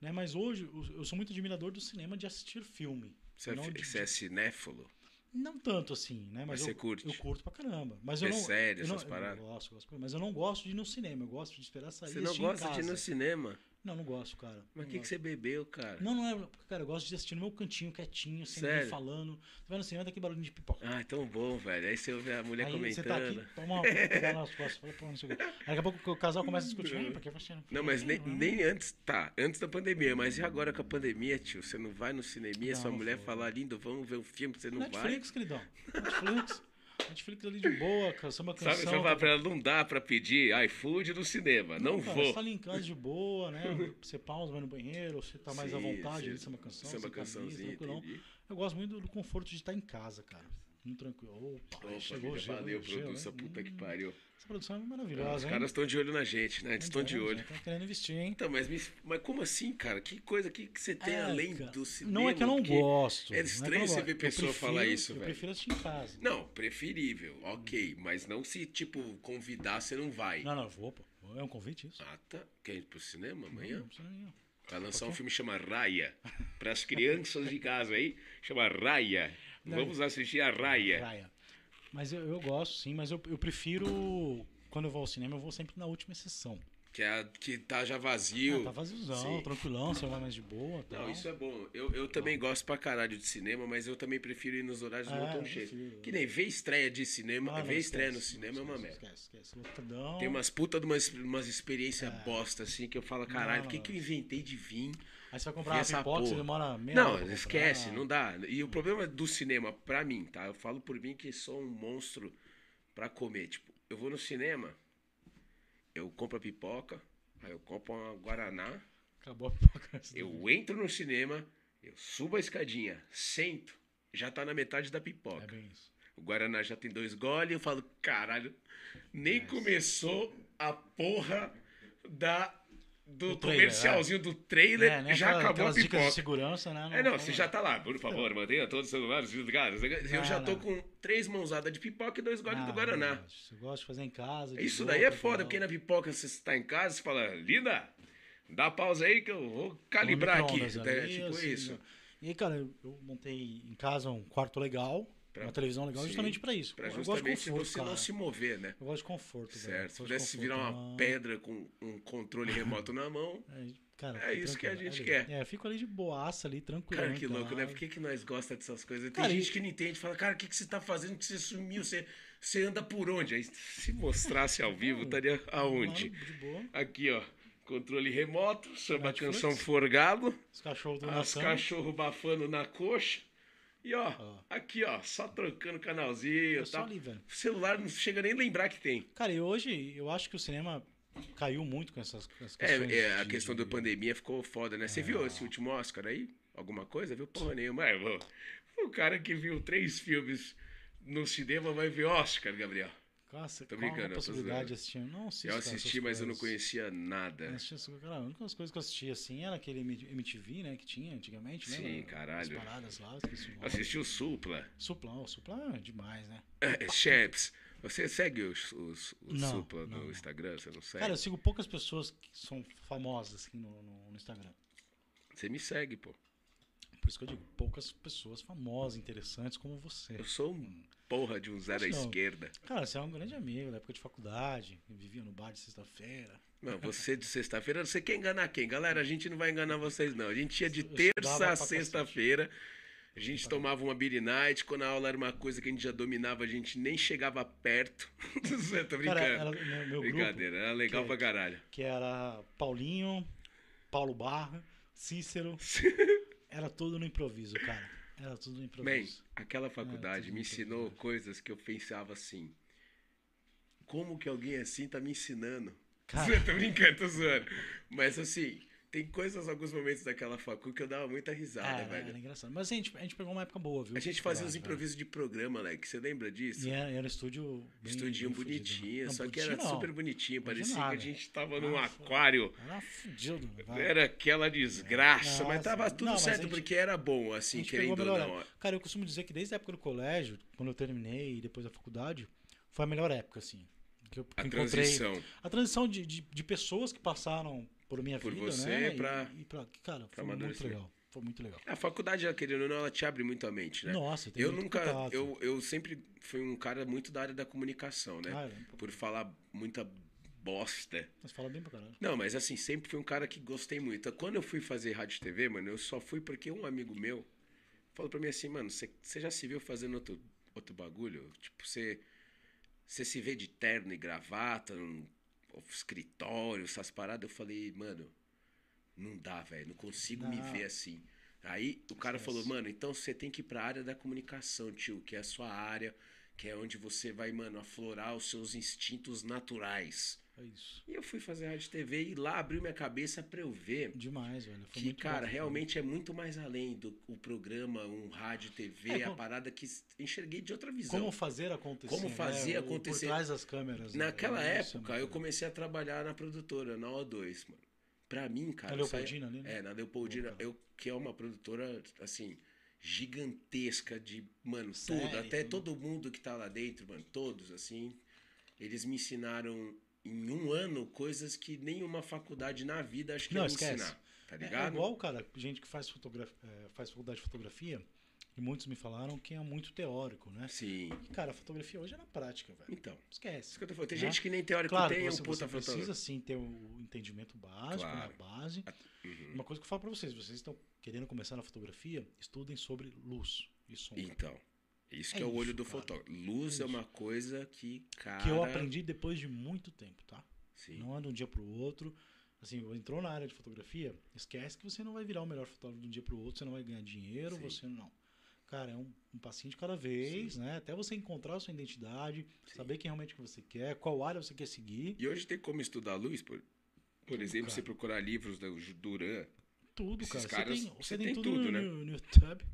C: Né? Mas hoje eu eu sou muito admirador do cinema de assistir filme.
A: Você, é,
C: Não
A: fi-
C: de-
A: você é cinéfilo?
C: Não tanto assim, né? Mas,
A: Mas você
C: eu,
A: curte?
C: eu curto pra caramba. Mas
A: Vê
C: eu não.
A: série,
C: eu não,
A: essas
C: eu não
A: paradas?
C: gosto, gosto. Mas eu não gosto de ir no cinema. Eu gosto de esperar sair.
A: Você
C: e
A: não
C: assistir em
A: gosta de ir no
C: casa.
A: cinema?
C: Não, não gosto, cara.
A: Mas o
C: não
A: que, que
C: gosto.
A: você bebeu, cara?
C: Não, não é. Cara, eu gosto de assistir no meu cantinho, quietinho, sem ninguém
A: Sério?
C: falando. Você vai no cinema, tá aqui barulho de pipoca.
A: Ah, é tão bom, velho. Aí você ouve a mulher
C: Aí você
A: comentando.
C: tá aqui, toma uma pegar nas costas, fala, pô, não sei o quê. Aí daqui a pouco o casal começa a discutir, "Ei, porque você
A: Não, mas nem,
C: é?"
A: nem antes, tá, antes da pandemia, mas e agora com a pandemia, tio? Você não vai no cinema,
C: Hum. Não,
A: sua
C: não
A: mulher
C: vou.
A: falar, lindo, vamos ver um filme, você não
C: Netflix, queridão. Netflix. Netflix ali de boa, cara, samba
A: vai.
C: canção. tá
A: Sabe, você fala pra ela, não dá pra pedir iFood no cinema, não,
C: cara,
A: vou.
C: Você tá ali em casa de boa, né? Você pausa, vai no banheiro, você tá mais à
A: Sim,
C: vontade
A: sim.
C: ali, samba canção.
A: Samba
C: sem camisa,
A: é cançãozinha,
C: tranquilão.
A: entendi.
C: Eu gosto muito do conforto de estar em casa, cara. Muito tranquilo. Opa,
A: Opa, filha,
C: chegou o gelo.
A: valeu,
C: gelo,
A: produção,
C: hein?
A: puta que
C: Hum,
A: pariu.
C: Essa produção é
A: Os
C: maravilhosa, hein?
A: caras estão de olho na gente, né? Eles estão de olho.
C: Estão Tá querendo investir, hein?
A: Então, mas, me- mas como assim, cara? Que coisa que, que você tem
C: É,
A: além
C: cara,
A: do cinema?
C: Não é que eu não
A: Porque-
C: gosto.
A: é
C: não que eu
A: estranho
C: não
A: você
C: gosto.
A: ver
C: Eu
A: pessoa
C: prefiro-
A: falar isso,
C: Eu
A: velho.
C: prefiro assistir em casa.
A: Não,
C: Hum.
A: preferível, ok. Mas não se, tipo, convidar, você não vai.
C: Não, não, eu vou, pô. É um convite isso?
A: Ah, tá. Quer ir pro cinema amanhã?
C: Hum. Não, não precisa nem, não.
A: Vai lançar um filme que chama Raya. Para as crianças de casa aí, chama Raya.
C: Não.
A: Vamos assistir a Raya.
C: Praia. Mas eu, eu gosto, sim, mas eu, eu prefiro. Quando eu vou ao cinema, eu vou sempre na última sessão.
A: Que, é a, que tá já
C: Ah,
A: vazio.
C: tá vaziozão,
A: Sim.
C: tranquilão, você vai mais de boa.
A: Não,
C: tal.
A: isso é bom. Eu, eu também gosto pra caralho de cinema, mas eu também prefiro ir nos horários
C: Ah,
A: do
C: eu
A: montão cheio.
C: prefiro.
A: Que nem ver estreia de cinema,
C: Ah, não,
A: ver estreia no
C: esquece,
A: cinema é
C: não,
A: uma
C: esquece,
A: merda.
C: Esquece, esquece. Lotadão.
A: Tem umas puta de umas, umas experiências bosta, assim, que eu falo, caralho,
C: É. Não,
A: por que, que eu inventei de vir?
C: Aí você
A: E
C: vai comprar uma
A: essa
C: pipoca, você
A: porra?
C: demora meia hora
A: Não,
C: pra comprar.
A: esquece, não dá. E o problema do cinema, pra mim, tá? Eu falo por mim que sou um monstro pra comer. Tipo, eu vou no cinema, eu compro a pipoca, aí eu compro uma Guaraná,
C: Acabou a pipoca.
A: eu entro no cinema, eu subo a escadinha, sento, já tá na metade da
C: É
A: pipoca.
C: bem isso.
A: O Guaraná já tem dois goles, eu falo, caralho, nem começou a porra da, do,
C: Do trailer,
A: comercialzinho do trailer,
C: É, né,
A: já
C: aquela-
A: acabou a
C: aquelas dicas de
A: pipoca.
C: segurança, né?
A: É, não,
C: fala
A: você já
C: nada.
A: tá lá, por favor, mantenha todos os celulares desligados. Eu
C: Então. Não,
A: já tô
C: não.
A: com três mãozadas de pipoca e dois goles
C: Ah,
A: do Guaraná.
C: não, Você gosta de fazer em casa. de
A: Isso
C: boa,
A: daí é
C: tá
A: foda,
C: legal.
A: porque na pipoca você tá em casa, você fala, linda, dá pausa aí que eu vou
C: Põe
A: calibrar aqui.
C: um micro-ondas
A: né?
C: ali,
A: Tipo
C: assim,
A: isso.
C: ó. E aí, cara, eu- eu montei em casa um quarto legal,
A: Pra-
C: uma televisão legal,
A: Sim,
C: justamente pra isso.
A: Pra
C: eu gosto de
A: justamente
C: conforto,
A: você
C: cara.
A: não se mover, né?
C: Eu gosto de conforto, velho.
A: Certo. Se
C: Eu gosto de
A: pudesse virar
C: conforto, né?
A: uma
C: não.
A: pedra com um controle remoto na
C: (laughs)
A: mão.
C: É, cara,
A: É
C: fico
A: isso que a
C: tranquilo,
A: gente
C: é
A: quer.
C: ali. É, eu fico ali de boaça, ali, tranquilo.
A: Cara, que louco, né?
C: Porque
A: Por que, que nós gosta dessas coisas? Tem
C: Cara,
A: gente
C: e-
A: que não entende, fala, cara, o que, que você tá fazendo? Que você sumiu? Você, você anda por onde? Aí, se mostrasse ao vivo, estaria aonde?
C: De boa.
A: Aqui, ó. Controle remoto, samba
C: Netflix.
A: canção forgado,
C: Os cachorros do
A: as
C: Natan.
A: cachorro bafando na coxa. E ó,
C: Ó.
A: aqui ó, só trocando canalzinho,
C: É só
A: tá?
C: ali, velho.
A: O celular não chega nem lembrar que tem.
C: Cara, e hoje eu acho que o cinema caiu muito com essas, com essas
A: É,
C: questões.
A: é, a
C: de-
A: questão
C: de-
A: da pandemia ficou foda,
C: É.
A: né? Você viu esse último Oscar aí? Alguma coisa? Viu porra nenhuma? É, pô, o cara que viu três filmes no cinema vai ver Oscar, Gabriel.
C: Nossa,
A: Tô
C: qual
A: brincando,
C: a
A: eu tô
C: possibilidade
A: zoando.
C: de assistir? Eu não assisto,
A: Eu
C: cara,
A: assisti,
C: essas
A: mas eu não
C: coisas. É
A: conhecia
C: Eu
A: nada.
C: assisti essas- cara, a única coisa que eu assisti assim era aquele MTV, né, que tinha antigamente, né?
A: Sim, caralho.
C: As paradas lá, eu esqueci o nome.
A: Assisti o Supla.
C: Supla, ó, Supla é demais, né?
A: É, Chaps. Você segue os, os, o
C: Não,
A: Supla
C: não,
A: no
C: não.
A: Instagram? Você não segue?
C: Cara, eu sigo poucas pessoas que são famosas assim no, no- no Instagram.
A: Você me segue, pô.
C: Por isso que eu digo, poucas pessoas famosas, interessantes como você.
A: Eu sou um porra de um zero à
C: Acho não.
A: esquerda.
C: Cara, você é um grande amigo da época de faculdade, eu vivia no bar de sexta-feira.
A: Não, você de sexta-feira, você quer enganar quem? Galera, a gente não vai enganar vocês, não. A gente ia de
C: Eu estudava
A: terça
C: pra
A: a
C: cacete.
A: sexta-feira. A gente tomava uma beer night. Quando a aula era uma coisa que a gente já dominava, a gente nem chegava perto. (laughs) Você tá brincando?
C: Cara, era meu, meu grupo,
A: Brincadeira, era legal
C: que-
A: pra caralho.
C: que era Paulinho, Paulo Barra,
A: (laughs)
C: Cícero, era tudo no improviso, cara. Era tudo no
A: Bem,
C: improviso.
A: aquela faculdade
C: Ah, tudo
A: me
C: muito
A: ensinou
C: bom.
A: coisas que eu pensava assim. Como que alguém assim tá me ensinando? (laughs)
C: Cara.
A: tô brincando, tô zoando. Mas assim, tem coisas, alguns momentos daquela facu que eu dava muita risada,
C: era,
A: velho.
C: é, era engraçado. Mas assim, a gente, a gente pegou uma época boa, viu?
A: A gente fazia
C: Lá,
A: os
C: cara.
A: improvisos de programa, Alex. Você lembra disso?
C: E era, era um estúdio. Bem,
A: Estudinho
C: bem fudido,
A: bonitinho,
C: né?
A: só
C: Não,
A: que era
C: bonitinho não.
A: super bonitinho.
C: Não tinha
A: Parecia que
C: nada.
A: a gente tava num
C: Nossa.
A: aquário.
C: Era fudido, né? Vai.
A: Era aquela desgraça,
C: Nossa.
A: mas tava tudo
C: Não, mas a
A: certo,
C: gente-
A: porque era bom,
C: a
A: assim,
C: gente pegou a
A: querendo ou
C: melhor
A: não.
C: época. Cara, eu costumo dizer que desde a época do colégio, quando eu terminei e depois da faculdade, foi a melhor época, assim. Que eu
A: A
C: encontrei.
A: transição.
C: A transição de, de, de pessoas que passaram por minha
A: Por
C: vida,
A: você
C: né? E-
A: pra-
C: e, pra. Cara, foi muito
A: amadurecer.
C: legal. Foi muito legal.
A: A faculdade, ela, querendo ou não, ela te abre muito a mente, né?
C: Nossa, tem
A: Eu
C: muito
A: nunca.
C: contato.
A: Eu, eu sempre fui um cara muito da área da comunicação, né?
C: Ah, é.
A: Por falar muita bosta.
C: Mas fala bem pra caralho.
A: Não, mas assim, sempre fui um cara que gostei muito. Quando eu fui fazer rádio e TV, mano, eu só fui porque um amigo meu falou pra mim assim, mano, você você já se viu fazendo outro, outro bagulho? Tipo, você, você se vê de terno e gravata, num escritório, essas paradas. Eu falei, mano, não dá, velho, não consigo me
C: Não.
A: ver assim. Aí o cara
C: Esquece.
A: falou, mano, então você tem que ir pra área da comunicação, tio, que é a sua área, que é onde você vai, mano, aflorar os seus instintos naturais.
C: É isso.
A: E eu fui fazer rádio e TV e lá abriu minha cabeça pra eu ver
C: Demais, velho. Foi
A: que,
C: muito
A: cara,
C: bom.
A: realmente é muito mais além do o programa, um rádio, TV,
C: É,
A: a
C: como-
A: parada que s- enxerguei de outra visão.
C: Como fazer acontecer.
A: Como fazer
C: né? O-
A: acontecer.
C: Por trás das câmeras. né?
A: Naquela
C: Isso é
A: época,
C: muito
A: eu
C: legal.
A: comecei a trabalhar na produtora, na O2, mano. Pra mim, cara.
C: Na
A: eu saía-
C: Leopoldina ali, né?
A: É, na Leopoldina,
C: Legal.
A: eu, que é uma produtora, assim, gigantesca de, mano,
C: Série,
A: tudo. Até
C: tudo.
A: todo mundo que tá lá dentro, mano, todos, assim. Eles me ensinaram em um ano coisas que nenhuma faculdade na vida acho que
C: Não,
A: ia me
C: esquece.
A: ensinar. Tá
C: É-
A: ligado?
C: É igual, cara, gente que faz, fotogra- eh, faz faculdade de fotografia, e muitos me falaram que é muito teórico, né?
A: Sim.
C: E, cara, a fotografia hoje é na prática, velho.
A: Então,
C: Esquece.
A: isso que eu tô falando. Tem
C: né?
A: gente que nem teórico
C: Claro,
A: tem, é
C: que
A: um
C: você,
A: puta
C: você precisa
A: fotógrafo.
C: sim ter o entendimento básico,
A: Claro.
C: né, a base.
A: Uhum.
C: Uma coisa que eu falo pra vocês, vocês estão querendo começar na fotografia, estudem sobre luz e sombra.
A: Então, isso
C: É
A: que é o olho
C: isso,
A: do
C: cara.
A: fotógrafo. Luz
C: É
A: é, uma coisa que, cara...
C: que eu aprendi depois de muito tempo, tá?
A: Sim.
C: Não é de um dia pro outro. Assim, entrou na área de fotografia, esquece que você não vai virar o melhor fotógrafo de um dia pro outro, você não vai ganhar dinheiro,
A: Sim.
C: você não. Cara, é um, um passinho de cada vez, né? Até você encontrar a sua identidade,
A: Sim.
C: saber quem realmente que você quer, qual área você quer seguir,
A: E hoje tem como estudar luz, por, por exemplo,
C: cara.
A: você procurar livros do Duran,
C: tudo,
A: Esses
C: cara. Você
A: caras-
C: tem,
A: você
C: você
A: tem
C: tem tudo,
A: tudo,
C: no,
A: né?
C: no YouTube.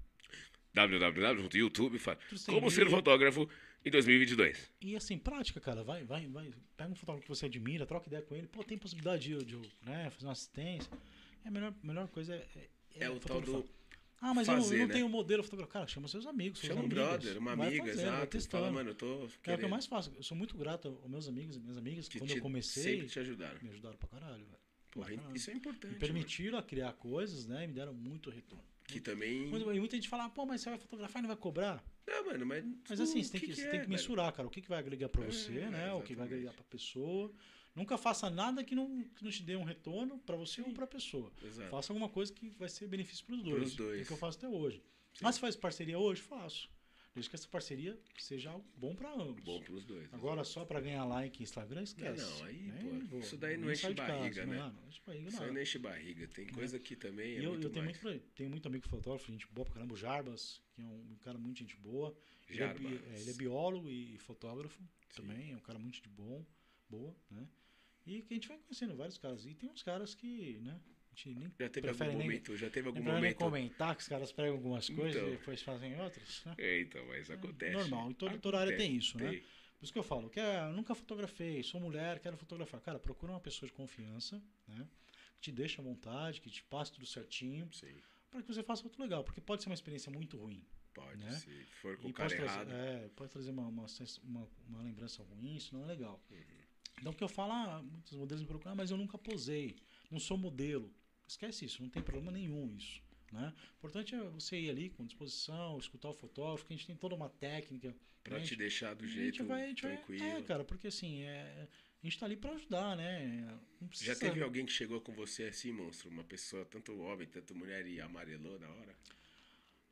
E: www.youtube fala.
C: Tudo sem
E: Como ser
C: vídeo.
E: fotógrafo em 2022.
C: E assim, prática, cara, vai, vai, vai. Pega um fotógrafo que você admira, troca ideia com ele. Pô, tem possibilidade de, eu- de eu, né, fazer uma assistência. É a melhor, melhor coisa é, é,
A: é, o tal
C: fotografar.
A: do...
C: Ah, mas eu não- eu,
A: fazer,
C: não
A: né?
C: tenho modelo fotográfico. Cara, chama seus amigos, suas
A: Chama um
C: amigas.
A: brother, uma
C: Vai
A: amiga,
C: fazendo, vai
A: exato.
C: testando.
A: Fala, mano, eu tô
C: É o que eu
A: querendo
C: mais faço. Eu sou muito grato aos meus amigos e minhas amigas.
A: que
C: quando
A: te-
C: eu comecei,
A: Sempre te ajudaram.
C: me ajudaram pra caralho, velho.
A: Porra,
C: Bacana.
A: isso é importante.
C: Me
A: mano.
C: permitiram a criar coisas, né? E me deram muito retorno.
A: Que também...
C: Muito- E muita gente fala, "Ah, pô, mas você vai fotografar e não vai cobrar?
A: Não, mano, mas...
C: Mas
A: tu-
C: assim, você tem
A: que
C: que,
A: que
C: você
A: é,
C: tem que
A: velho?
C: mensurar, cara, o que, que vai agregar pra você,
A: É,
C: né? O que
A: exatamente.
C: vai agregar pra pessoa. Nunca faça nada que não, que não te dê um retorno pra você ou pra pessoa.
A: Exato.
C: Faça alguma coisa que vai ser benefício pros dois.
A: É. Pros
C: É o
A: dois.
C: que eu faço até hoje.
A: Sim.
C: Mas se faz parceria hoje? Faço. Desde que essa parceria seja algo bom pra ambos.
A: Bom pros dois. né?
C: Agora só pra ganhar like e Instagram, esquece.
A: não, aí,
C: né?
A: pô,
C: Vou-
A: isso daí não
C: nem
A: enche
C: saio de casa,
A: barriga, né?
C: Não, não enche barriga,
A: Isso
C: não. Né?
A: aí não enche barriga. Tem coisa que também
C: E
A: é
C: eu,
A: muito
C: eu tenho,
A: mais.
C: muito, tenho muito amigo fotógrafo, gente boa pra caramba, o Jarbas, que é um cara muito gente boa. Ele é, bi-
A: Jarbas.
C: é, ele é biólogo e fotógrafo
A: Sim.
C: também, é um cara muito de bom, boa, né? E que a gente vai conhecendo vários caras. E tem uns caras que, né? A gente nem,
A: Já teve
C: prefere
A: algum
C: nem-
A: momento, já teve
C: nem
A: algum
C: pra nem
A: momento.
C: comentar que os caras pegam algumas coisas
A: Então.
C: e depois fazem outras, né?
E: É, então, mas acontece.
C: Normal, em toda, toda área tem isso, né? Por isso que eu falo, que ah, eu nunca fotografei, sou mulher, quero fotografar. Cara, procura uma pessoa de confiança, né? Que te deixa à vontade, que te passe tudo certinho,
A: Sim,
C: para que você faça outro legal, porque pode ser uma experiência muito ruim.
A: pode.
C: Né?
A: Se for com
C: E
A: o cara
C: pode
A: errado.
C: trazer, é, pode trazer uma, uma, sens- uma, uma lembrança ruim, isso não é legal.
A: Uhum.
C: Então, o que eu falo, ah, muitos modelos me procuram, ah, mas eu nunca posei, não sou modelo. Esquece isso, não tem problema nenhum isso. Né? O importante é você ir ali com disposição, escutar o fotógrafo, que a gente tem toda uma técnica.
A: Pra
C: né?
A: te deixar do
C: a gente
A: jeito
C: vai- a gente vai-
A: tranquilo.
C: É, cara, porque assim, é, a gente tá ali pra ajudar, né? Não precisa,
A: Já teve alguém que chegou com você assim, monstro? Uma pessoa, tanto homem, tanto mulher, e amarelou na hora?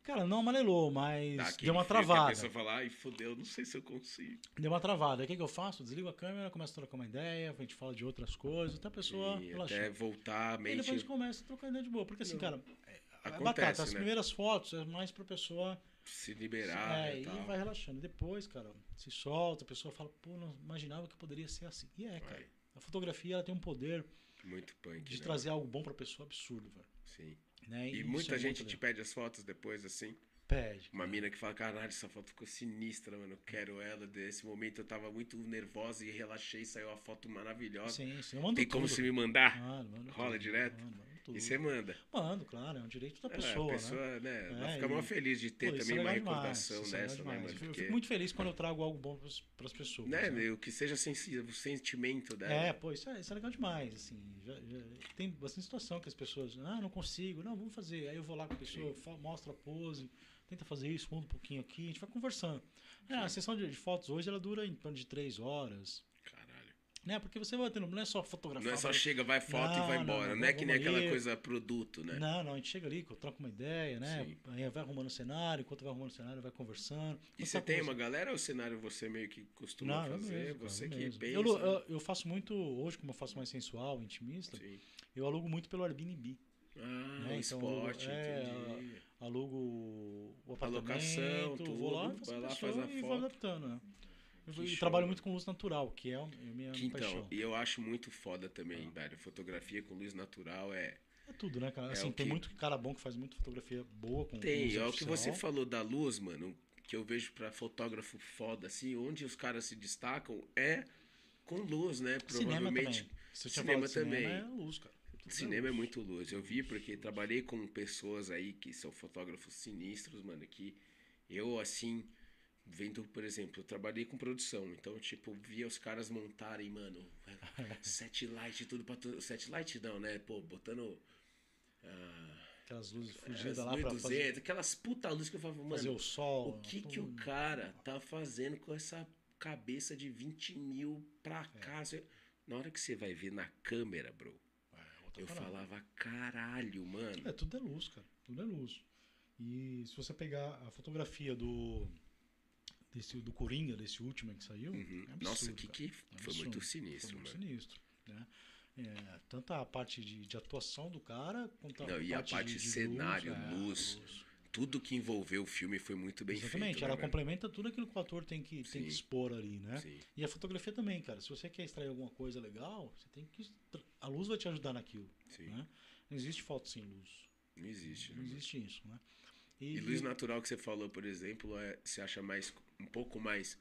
C: Cara, não amarelou, mas
A: Dá Tá, aquele
C: deu uma
A: frio que
C: travada.
A: A pessoa fala, ai, fodeu, não sei se eu consigo.
C: Deu uma travada. Aí O que, que eu faço? Desligo a câmera, começo a trocar uma ideia, a gente fala de outras coisas, até a pessoa
A: E
C: relaxar.
A: até voltar a
C: E depois a
A: mente.
C: gente começa a trocar ideia de boa. Porque assim,
A: Não.
C: cara, é
A: Acontece,
C: batata. As
A: né?
C: primeiras fotos é mais pra pessoa.
A: Se liberar
C: é,
A: e né, tal.
C: e vai relaxando. Depois, cara, se solta, a pessoa fala, pô, não imaginava que poderia ser assim. E é, cara.
A: Vai.
C: A fotografia ela tem um poder
A: Muito punk,
C: de
A: né?
C: trazer algo bom pra pessoa absurdo, velho.
A: Sim.
C: Né?
A: E
C: isso
A: muita
C: é
A: gente
C: muito
A: te
C: legal. É.
A: pede as fotos depois, assim.
C: pede.
A: Uma mina que fala, caralho, essa foto ficou sinistra, mano. Eu quero ela. Nesse momento eu tava muito nervosa e relaxei, saiu a foto maravilhosa.
C: Sim, sim. Eu mando
A: Tem como
C: tudo.
A: se me mandar?
C: Mano, mando
A: Rola
C: tudo,
A: direto?
C: Mando, mando tudo.
A: E você manda.
C: Mando, claro, é um direito da
A: É,
C: pessoa,
A: a
C: né?
A: pessoa, né? ela
C: É,
A: fica
C: e-
A: mó feliz de ter
C: Pô, isso
A: também
C: é
A: uma
C: legal demais,
A: recordação
C: isso é legal
A: dessa, né,
C: demais.
A: mano?
C: Eu fico
A: Porque,
C: muito feliz quando eu trago algo bom pras, pras pessoas.
A: né,
C: né?
A: meu, que seja sensível, o sentimento dela.
C: É, pô, isso é, isso é legal demais, assim, já- já- tem bastante situação que as pessoas, ah, não consigo, não, vamos fazer, aí eu vou lá com a pessoa, fa- mostra a pose, tenta fazer isso, muda um pouquinho aqui, a gente vai conversando. É, a sessão de, de fotos hoje, ela dura em torno de três horas,
A: Caralho.
C: né, porque você vai tendo, não é só fotografar.
A: Não é só
C: mas-
A: chega, vai foto
C: Não,
A: e vai
C: não,
A: embora. Não,
C: não,
A: é
C: vamos
A: que nem aquela
C: ali.
A: coisa produto, né?
C: Não, não, a gente chega ali, troca uma ideia, né,
A: Sim.
C: aí vai arrumando o cenário, enquanto vai arrumando o cenário, vai conversando.
A: E
C: Quando
A: você
C: tá
A: tem
C: conversando-
A: uma galera ou o cenário você meio que costuma
C: Não, eu
A: fazer?
C: mesmo, cara,
A: você
C: eu
A: que
C: mesmo.
A: pensa. né? assim.
C: Eu, lu- eu, eu faço muito, hoje como eu faço mais sensual, intimista,
A: Sim.
C: eu alugo muito pelo Airbnb.
A: Ah,
C: Né, então,
A: esporte,
C: é,
A: entendi.
C: alugo o- o apartamento,
A: Alocação,
C: vou lá,
A: tudo,
C: faço
A: vai lá,
C: pessoa
A: faz a
C: e vou
A: foto.
C: adaptando. né? Eu
A: Que
C: vou- e
A: show,
C: trabalho
A: né?
C: muito com luz natural, que é a minha
A: Que
C: paixão. Ah.
A: então, e eu acho muito foda também, velho. Fotografia com luz natural é.
C: É tudo, né, cara?
A: É
C: Assim,
A: o
C: tem
A: que-
C: muito cara bom que faz muito fotografia boa com
A: Tem,
C: luz
A: é o que você
C: artificial.
A: falou da luz, mano, que eu vejo pra fotógrafo foda, assim, onde os caras se destacam é com luz, né?
C: Cinema
A: Provavelmente.
C: também. Você tinha
A: Cinema
C: falado de cinema
A: também.
C: é luz, cara. Tudo
A: Cinema é
C: luz.
A: muito luz. Eu vi porque trabalhei com pessoas aí que são fotógrafos sinistros, mano, que eu assim vendo, por exemplo, eu trabalhei com produção, então tipo, via os caras
C: (laughs)
A: montarem, mano, set light tudo para set light não, né? Pô, botando
C: Aquelas luzes
A: É, As
C: fugidas lá pra
A: 1200,
C: fazer,
A: aquelas puta luzes que eu falava, mano,
C: fazer o sol. né?
A: o que que o cara tá fazendo com essa cabeça de 20 mil pra cá? Você- Na hora que você vai ver na câmera, bro,
C: É, outra
A: eu
C: parada.
A: falava, caralho, mano.
C: É, tudo é luz, cara. Tudo é luz. E se você pegar a fotografia do desse, do Coringa, desse último que saiu,
A: Uhum.
C: é absurdo,
A: Nossa, que,
C: cara.
A: que
C: É
A: foi
C: absurdo.
A: muito
C: Foi
A: sinistro,
C: muito
A: mano.
C: sinistro, né? É, tanto a parte de, de atuação do cara, quanto a
A: Não,
C: parte
A: e a parte
C: de, de
A: cenário,
C: né?
A: luz. Tudo que envolveu o filme foi muito bem
C: Exatamente,
A: feito.
C: ela
A: né, mano?
C: complementa tudo aquilo que o ator tem que, tem que
A: Sim.
C: expor ali, né?
A: Sim.
C: E a fotografia também, cara. Se você quer extrair alguma coisa legal, você tem que. extra- A luz vai te ajudar naquilo.
A: Sim.
C: Né? Não existe foto sem luz.
A: Não existe.
C: Não
A: né?
C: existe isso, né?
A: E luz natural que você falou, por exemplo, é, você acha mais um pouco mais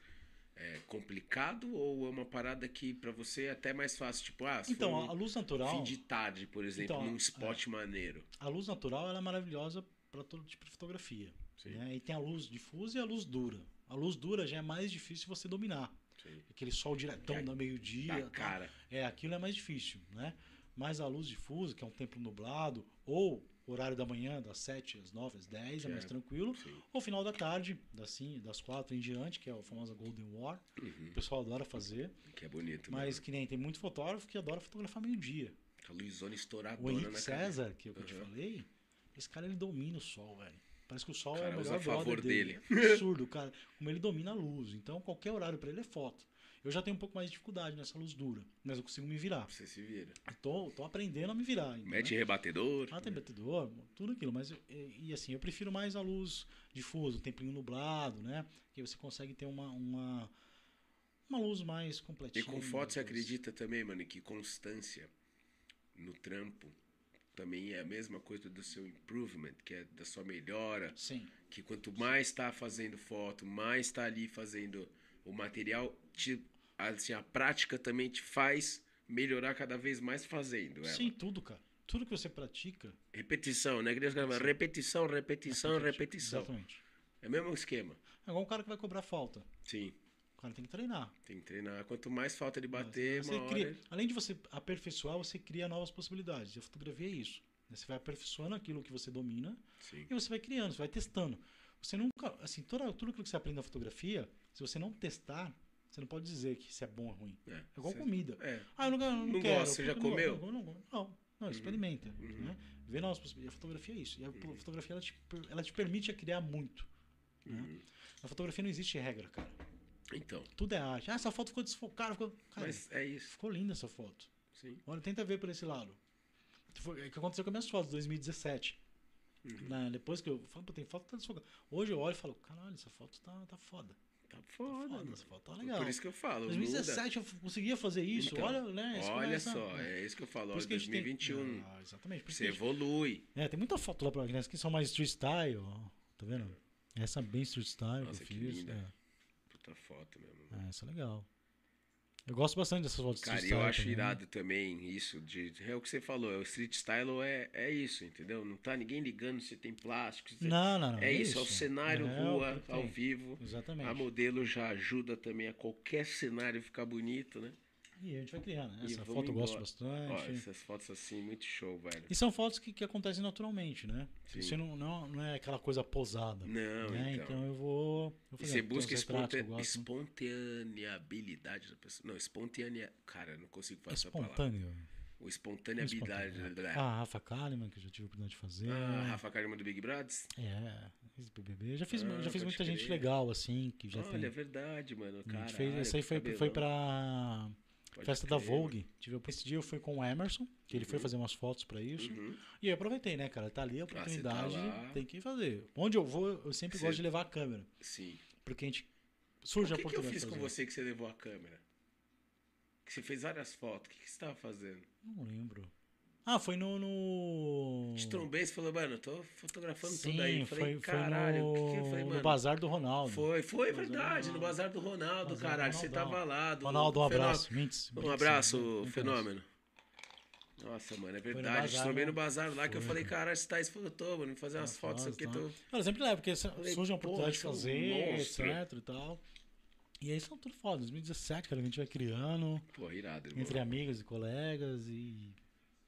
A: é, complicado ou é uma parada que pra você é até mais fácil? Tipo, ah, se
C: Então,
A: for
C: a
A: um
C: luz natural,
A: fim de tarde, por exemplo,
C: Então,
A: num
C: é.
A: spot maneiro.
C: a luz natural ela é maravilhosa para todo tipo de fotografia.
A: Sim.
C: Né? E tem a luz difusa e a luz dura. A luz dura já é mais difícil você dominar.
A: Sim.
C: Aquele sol diretão
A: É,
C: da meio-dia.
A: Da
C: tal.
A: cara.
C: É, aquilo é mais difícil, né? Mas a luz difusa, que é um tempo nublado, ou horário da manhã, das 7 às 9, às 10, é, mais
A: É.
C: tranquilo.
A: Sim.
C: Ou final da tarde, das, cin- das 4 em diante, que é a famosa Golden War. O
A: Uhum.
C: pessoal adora fazer.
A: Que é bonito.
C: Mas
A: Mas...
C: que nem tem muito fotógrafo que adora fotografar meio-dia.
A: A luzona
C: O
A: estouradona na
C: Henrique
A: cabeça.
C: César, que é o que eu te
A: Aham.
C: falei, esse cara ele domina o sol, velho. Parece que o sol é
A: Cara,
C: o
A: usa
C: melhor
A: a favor
C: brother dele. É absurdo, cara. Como ele domina a luz. Então, qualquer horário pra ele é foto. Eu já tenho um pouco mais de dificuldade nessa luz dura, mas eu consigo me virar.
A: Você se vira.
C: Eu Tô, tô aprendendo a me virar. ainda,
F: Mete
C: né?
F: rebatedor.
C: Ah, tem batedor, tudo aquilo, mas eu- e, e assim, eu prefiro mais a luz difusa, o tempinho nublado, né? Que você consegue ter uma uma, uma luz mais
A: E
C: completinha. assim.
A: com foto você
C: uma luz-
A: acredita também, mano, que constância no trampo também é a mesma coisa do seu improvement, que é da sua melhora.
C: Sim.
A: Que quanto mais tá fazendo foto, mais tá ali fazendo o material, te, assim, a prática também te faz melhorar cada vez mais fazendo. ela.
C: Sim, tudo, cara. Tudo que você pratica.
A: Repetição, né? Que nem os caras falam, Repetição, repetição, repetição.
C: Exatamente.
A: É o mesmo esquema.
C: É igual um cara que vai cobrar falta.
A: Sim,
C: O cara tem que treinar.
A: tem que treinar. Quanto mais falta de bater,
C: Você
A: uma hora...
C: cria- além de você aperfeiçoar, você cria novas possibilidades. E a fotografia é isso. né? Você vai aperfeiçoando aquilo que você domina
A: é. Sim,
C: E você vai criando, você vai testando. Você nunca, assim, toda, tudo aquilo que você aprende na fotografia, se você não testar, você não pode dizer que isso é bom ou ruim.
A: é.
C: É igual
A: Cê-
C: comida.
A: É,
C: Ah, eu não, eu não,
A: Não
C: quero.
A: gosta, você já
C: eu não gosto,
A: comeu? Uhum.
C: Não, não, não, não, não, experimenta. Né? Vê novas possibilidades. A fotografia é isso. E a po- fotografia, ela te, per- ela te permite a criar muito. né?
A: Uhum.
C: Na fotografia não existe regra, cara.
A: então.
C: Tudo é arte. Ah, essa foto ficou desfocada. Ficou... Cara,
A: Mas é isso,
C: ficou linda essa foto.
A: sim.
C: Olha, tenta ver por esse lado. Foi o que aconteceu com as minhas fotos, 2017.
A: Uhum.
C: Na- Né, depois que eu falo, pô, tem foto que tá desfocada. Hoje eu olho e falo, caralho, essa foto tá, tá foda.
A: Tá
C: Tá
A: foda,
C: foda,
A: mano.
C: essa foto tá legal.
A: Por isso que eu falo,
C: 2017 eu conseguia fazer
A: muda.
C: isso,
A: Então,
C: olha, né? isso
A: Olha
C: começa-
A: só, é isso que eu falo,
C: Por
A: ó,
C: isso que a gente tem-
A: 2021.
C: Ah, exatamente. Por isso
A: Você
C: que a gente-
A: evolui.
C: É, tem muita foto lá pra né? Essas que são mais street style, ó. Tá vendo? Essa bem street style
A: Nossa,
C: que
A: que
C: eu fiz.
A: linda.
C: é.
A: Puta foto mesmo. mano.
C: É, essa é legal. Eu gosto bastante dessas fotos
A: Cara,
C: street
A: eu
C: style.
A: acho
C: também, né?
A: irado também isso. De, é o que você falou, é o street style é, é isso, entendeu? Não tá ninguém ligando se tem plástico. Se...
C: Não, não, não.
A: é, isso, é o cenário,
C: É, o
A: rua,
C: que
A: ao
C: tem.
A: vivo.
C: Exatamente.
A: A modelo já ajuda também a qualquer cenário ficar bonito, né?
C: E a gente vai criar, né?
A: E
C: Essa
A: vamos
C: foto eu gosto
A: embora.
C: bastante.
A: Ó, essas fotos assim, muito show, velho.
C: E são fotos que, que acontecem naturalmente, né?
A: Sim.
C: Você não, não, não é aquela coisa posada.
A: Não,
C: né?
A: então.
C: então. eu então, vou. eu vou
A: E
C: fazer
A: você
C: aqui
A: busca
C: uns retratos que
A: esponta...
C: é eu gosto.
A: espontaneabilidade da pessoa. Não, espontanea. Cara, eu não consigo falar essa palavra.
C: Espontâneo.
A: O espontaneabilidade. né?
C: Espontâneo. Ah, é. a Rafa Kalimann, que eu já tive a oportunidade de fazer.
A: Ah, Rafa Karima do Big Brothers?
C: É, esse BBB. Já fiz,
A: Ah,
C: já fiz
A: pode
C: muita gente
A: crer.
C: legal, assim, que já
A: Olha,
C: tem.
A: é verdade, mano.
C: a
A: Cara,
C: gente fez, essa aí foi, foi pra festa da Vogue. Tive, a- esse dia eu fui com o Emerson, que ele
A: Uhum.
C: foi fazer umas fotos pra isso. E eu aproveitei, né, cara? Tá ali a
A: tá
C: oportunidade,
A: lá.
C: tem que fazer. Onde eu vou, eu sempre
A: Você-
C: gosto de levar a câmera.
A: Sim.
C: Porque a gente.
A: O
C: Surge a
A: que, que eu
C: oportunidade.
A: fiz
C: de
A: com
C: fazer.
A: você que você levou a câmera? Que você fez várias fotos. O que, que você tava fazendo?
C: Não lembro. Ah, foi no. no...
A: Te trombei, você falou, mano, eu tô fotografando
C: Hum. Sim,
A: tudo aí. Eu falei,
C: foi, foi
A: caralho, o
C: no...
A: que, que eu falei,
C: no
A: mano?
C: Bazar do Ronaldo.
A: Foi, foi
C: Bazar do
A: verdade, no
C: Ronaldo.
A: Bazar do Ronaldo,
C: Bazar do
A: caralho. Você
C: Ronaldão.
A: tava lá. Do
C: Ronaldo, um
A: Fenó-
C: abraço. Mintes,
A: Um
C: Mintes,
A: abraço,
C: né?
A: fenômeno. Nossa, mano, é
C: bazar,
A: verdade. Eu trombei
C: né?
A: no bazar lá que eu
C: Foi,
A: falei, caralho, você tá explotou, mano. Fazer umas fotos,
C: Faz,
A: aqui,
C: tá.
A: tô.
C: Cara, sempre leva, porque se-
A: Falei,
C: surge a
A: porra,
C: oportunidade de
A: você é um
C: fazer,
A: monstro.
C: etc e tal. E aí são tudo foda. 2017, cara, a gente vai criando
A: Pô, irado, irmão.
C: entre amigos e colegas e.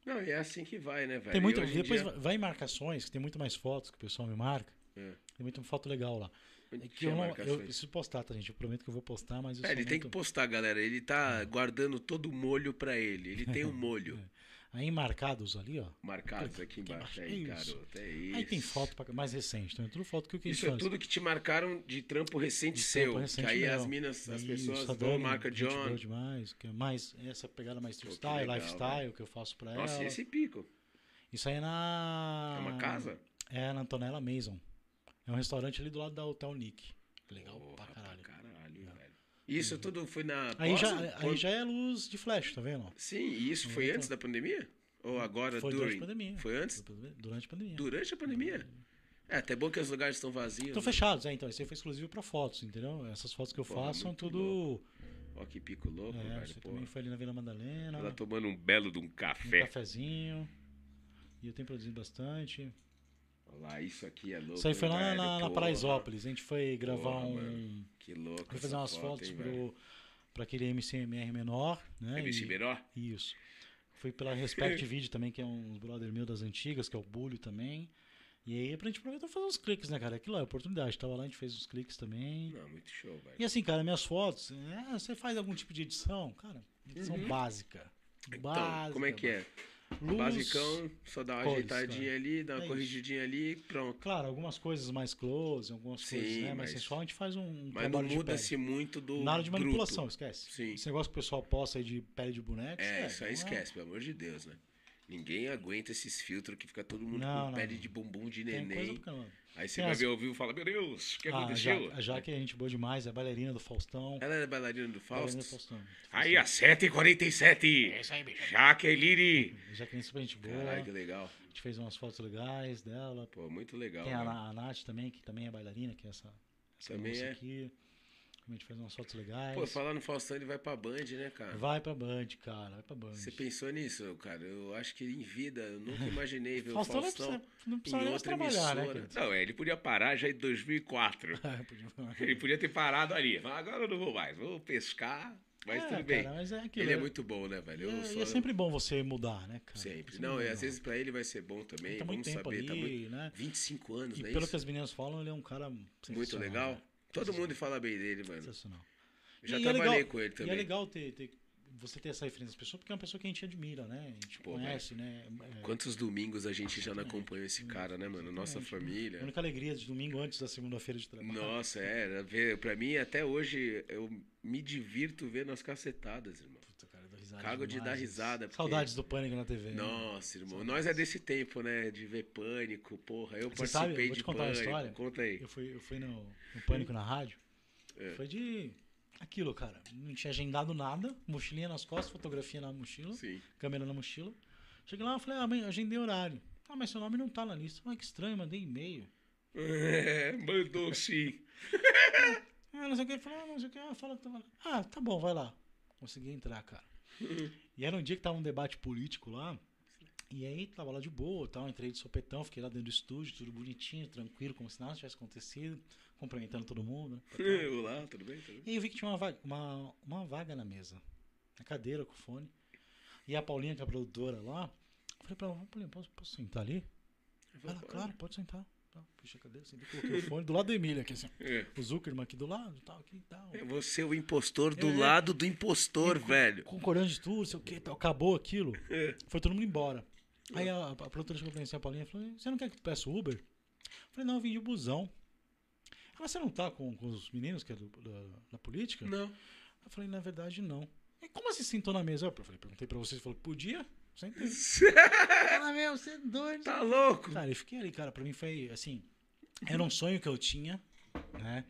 A: Não, e é assim que vai, né, velho?
C: Tem muito,
A: E hoje em
C: depois
A: dia-
C: vai- vai em marcações, que tem muito mais fotos que o pessoal me marca.
A: É.
C: Tem muita foto legal lá. É que
A: Tinha
C: eu, não, eu
A: marcações.
C: preciso postar, tá, gente? Eu prometo que eu vou postar, mas eu
A: É,
C: sou
A: ele tem que
C: muito-
A: postar, galera. Ele
C: Ah.
A: tá guardando todo o molho pra ele. Ele tem
C: (laughs)
A: um molho
C: É. Aí em marcados ali, ó.
A: marcados aqui
C: Aqui
A: embaixo.
C: embaixo,
A: Aí,
C: isso.
A: garoto, é isso.
C: Aí tem foto pra- mais recente, então é tudo foto que eu quis
A: Isso é tudo que te marcaram de trampo recente
C: De
A: seu.
C: trampo recente
A: que aí
C: meu.
A: as minas, as
C: Isso,
A: pessoas
C: adoro,
A: vão, marca
C: gente boa
A: John.
C: demais, que é mais essa pegada mais
A: Pô, que
C: freestyle,
A: legal,
C: lifestyle que eu faço pra
A: Nossa,
C: ela. Ah,
A: e esse pico?
C: Isso aí é na.
A: É uma casa?
C: É, na Antonella Mason. É um restaurante ali do lado da Hotel Nick. Legal
A: Porra,
C: é
A: tá
C: pra caralho. É. Uhum.
A: caralho, velho. Isso tudo foi na.
C: Aí já,
A: pós-
C: aí já é luz de flash, tá vendo?
A: Sim, e isso foi antes da pandemia? Ou agora,
C: Foi durante
A: during?
C: a pandemia.
A: Foi antes?
C: Durante a pandemia.
A: Durante a pandemia? É, até bom que os lugares estão vazios.
C: Estão
A: Né?
C: fechados, é, então. Isso aí foi exclusivo pra fotos, entendeu? Essas fotos que eu
A: Pô,
C: faço são
A: muito
C: tudo.
A: Ó, que pico louco,
C: É,
A: velho.
C: você
A: Pô.
C: também foi ali na Vila Madalena.
G: Ela tomando um belo de um
C: um
G: café.
C: cafezinho. E eu tenho produzido bastante.
A: Olha lá, isso aqui é louco.
C: Isso aí foi lá
A: hein,
C: na,
A: velho?
C: na
A: Porra,
C: Paraisópolis. A gente foi gravar
A: Porra,
C: um.
A: mano. Que louco.
C: Foi
A: essa
C: fazer umas
A: foto,
C: fotos
A: hein, velho?
C: pro, pra aquele MCMR menor, né?
G: MC
C: E-
G: Menor?
C: Isso. Fui pela
A: (laughs)
C: Respect Video também, que é um brother meu das antigas, que é o Bulho também. E aí pra gente aproveitar e fazer uns cliques, né, cara? Aquilo é oportunidade. Tava lá, a gente fez uns cliques também.
A: Não, muito show, velho.
C: E assim, cara, minhas fotos, é, você faz algum tipo de edição? Cara, edição básica.
A: Uhum. Então, como é que é?
C: Luz,
A: Basicão, só dá uma
C: cores,
A: ajeitadinha
C: cara.
A: ali, dá
C: É
A: uma
C: isso.
A: corrigidinha ali, pronto.
C: Claro, algumas coisas mais close, algumas
A: Sim,
C: coisas né,
A: mas-
C: mais sensual, a gente faz um
A: Mas não
C: trabalho de pele.
A: muda-se muito do.
C: Nada de
A: bruto.
C: manipulação, esquece.
A: Sim.
C: Esse negócio que o pessoal posta aí de pele de boneco,
A: É, isso aí
C: não
A: esquece, pelo amor de Deus, né? Ninguém aguenta esses filtros que fica todo mundo
C: Não,
A: com
C: não,
A: pele
C: não.
A: de bumbum de
C: Tem coisa
A: neném.
C: pra caramba.
G: Aí você
C: Tem
G: vai
C: as-
G: ver ao vivo e fala: Meu Deus, o que
C: Ah, a
G: aconteceu?
C: Jaque, a Jaque é gente boa demais, é bailarina do Faustão.
A: Ela era bailarina do
C: Bailarina do
A: Fausto?
C: Faustão.
G: Aí, às 7h47.
C: isso aí, bicho.
G: Jaqueline.
C: A Jaque é super gente boa.
A: Caralho, que legal.
C: A gente fez umas fotos legais dela.
A: Pô, muito legal.
C: Tem a,
A: né?
C: Na- a Nath também, que também é bailarina, que é essa, essa
A: Também
C: moça
A: é.
C: aqui. A gente fez umas fotos legais.
A: Pô, falar no Faustão, ele vai pra Band, né, cara?
C: Vai pra Band, cara, vai pra Band.
A: Você pensou nisso, cara? Eu acho que em vida, eu
C: (laughs)
A: nunca imaginei ver o
C: Faustão
A: Faustão.
C: não precisa- não precisa
A: em
C: nem mais
A: outra
C: trabalhar, né,
A: emissora.
G: Não, é, ele podia parar já em
A: (laughs)
G: 2004.
C: (laughs) Ah, podia falar.
G: Ele podia ter parado ali. Fala, agora eu não vou mais, vou pescar, mas
C: É,
G: tudo bem.
C: Cara, mas é aquilo,
A: Ele é
C: né?
A: muito bom, né,
C: E
A: velho? Eu
C: é,
A: sou-
C: e é sempre bom você mudar, né, cara?
A: Sempre.
C: Isso é
A: Não,
C: muito
A: e às
C: legal.
A: vezes pra ele vai ser bom também.
C: Tá muito
A: Vamos
C: tempo
A: saber, tá muito.
C: ali, né?
A: 25 anos,
C: E
A: né?
C: pelo
A: isso?
C: que as meninas falam, ele é um cara
A: Muito
C: sensacional,
A: legal.
C: né?
A: Todo mundo fala bem dele, mano.
C: Sensacional.
A: Eu já
C: E é
A: trabalhei
C: legal-
A: com ele
C: E é
A: também.
C: legal ter, ter- você ter essa referência das pessoas, porque é uma pessoa que a gente admira, né? A gente
A: Pô,
C: conhece, né? É,
A: Quantos domingos a gente já não acompanhou esse cara, né, mano? Nossa
C: Exatamente. É, a
A: família.
C: única alegria de domingo antes da segunda-feira de trabalho.
A: Nossa, é. ver- Pra mim, até hoje, eu me divirto vendo as cacetadas, irmão.
C: Puta, cara, eu dou risada
A: Cago de
C: demais.
A: dar risada, porque-
C: Saudades do pânico na TV. né?
A: Nossa, irmão. Nós é desse tempo, né? De ver pânico, porra. Eu
C: Você sabe, eu
A: participei
C: vou te
A: de
C: contar uma
A: pânico.
C: história.
A: Conta aí.
C: Eu fui, eu fui no, no pânico na rádio.
A: É.
C: Foi de. Aquilo, cara. Não tinha agendado nada. Mochilinha nas costas, fotografia na mochila.
A: Sim. (laughs)
C: câmera na mochila. Cheguei lá e falei, ah, mãe, agendei horário. Ah, mas seu nome não tá na lista. Ah, que estranho, mandei e-mail.
G: É, mandou sim.
C: Ah, não sei o que. Falei, ah, não sei o que. Ah, fala que tava... Ah, tá bom, vai lá. Consegui entrar, cara. e era um dia que tava um debate político lá. E aí tava lá de boa, tal, entrei de sopetão, fiquei lá dentro do estúdio, tudo bonitinho, tranquilo, como se nada tivesse acontecido, cumprimentando todo mundo. né?
A: (laughs) Olá, tudo bem? Tudo bem?
C: E aí eu vi que tinha uma vaga, uma, uma vaga na mesa. Na cadeira com o fone. E a Paulinha, que é a produtora lá, eu falei pra ela, Paulinha, posso, posso sentar ali? Ela, claro, pode sentar. Tá, puxa a cadeira, sentei, coloquei o fone do lado do Emílio aqui, assim.
G: É.
C: O Zuckerman aqui do lado, tal, aqui e tal.
A: É Você é o impostor do
C: Então. É.
A: lado do impostor, velho.
C: Concordando de tudo, sei o que, tal. Acabou aquilo. Foi todo mundo embora. Aí a, a produtora chegou pra mim, assim, a Paulinha, falou, você não quer que eu peça o Uber? Eu falei, não, eu vim de busão. Ela, você não tá com, com os meninos que é do- da, da política?
A: Não.
C: Eu falei, na verdade, não. E como assim sentou na mesa? Eu falei, perguntei pra vocês, falou, podia? Sentei. Ela, meu, você é doido.
A: Tá louco?
C: Cara, eu fiquei ali, cara, pra mim foi assim. Era um sonho que eu tinha, né?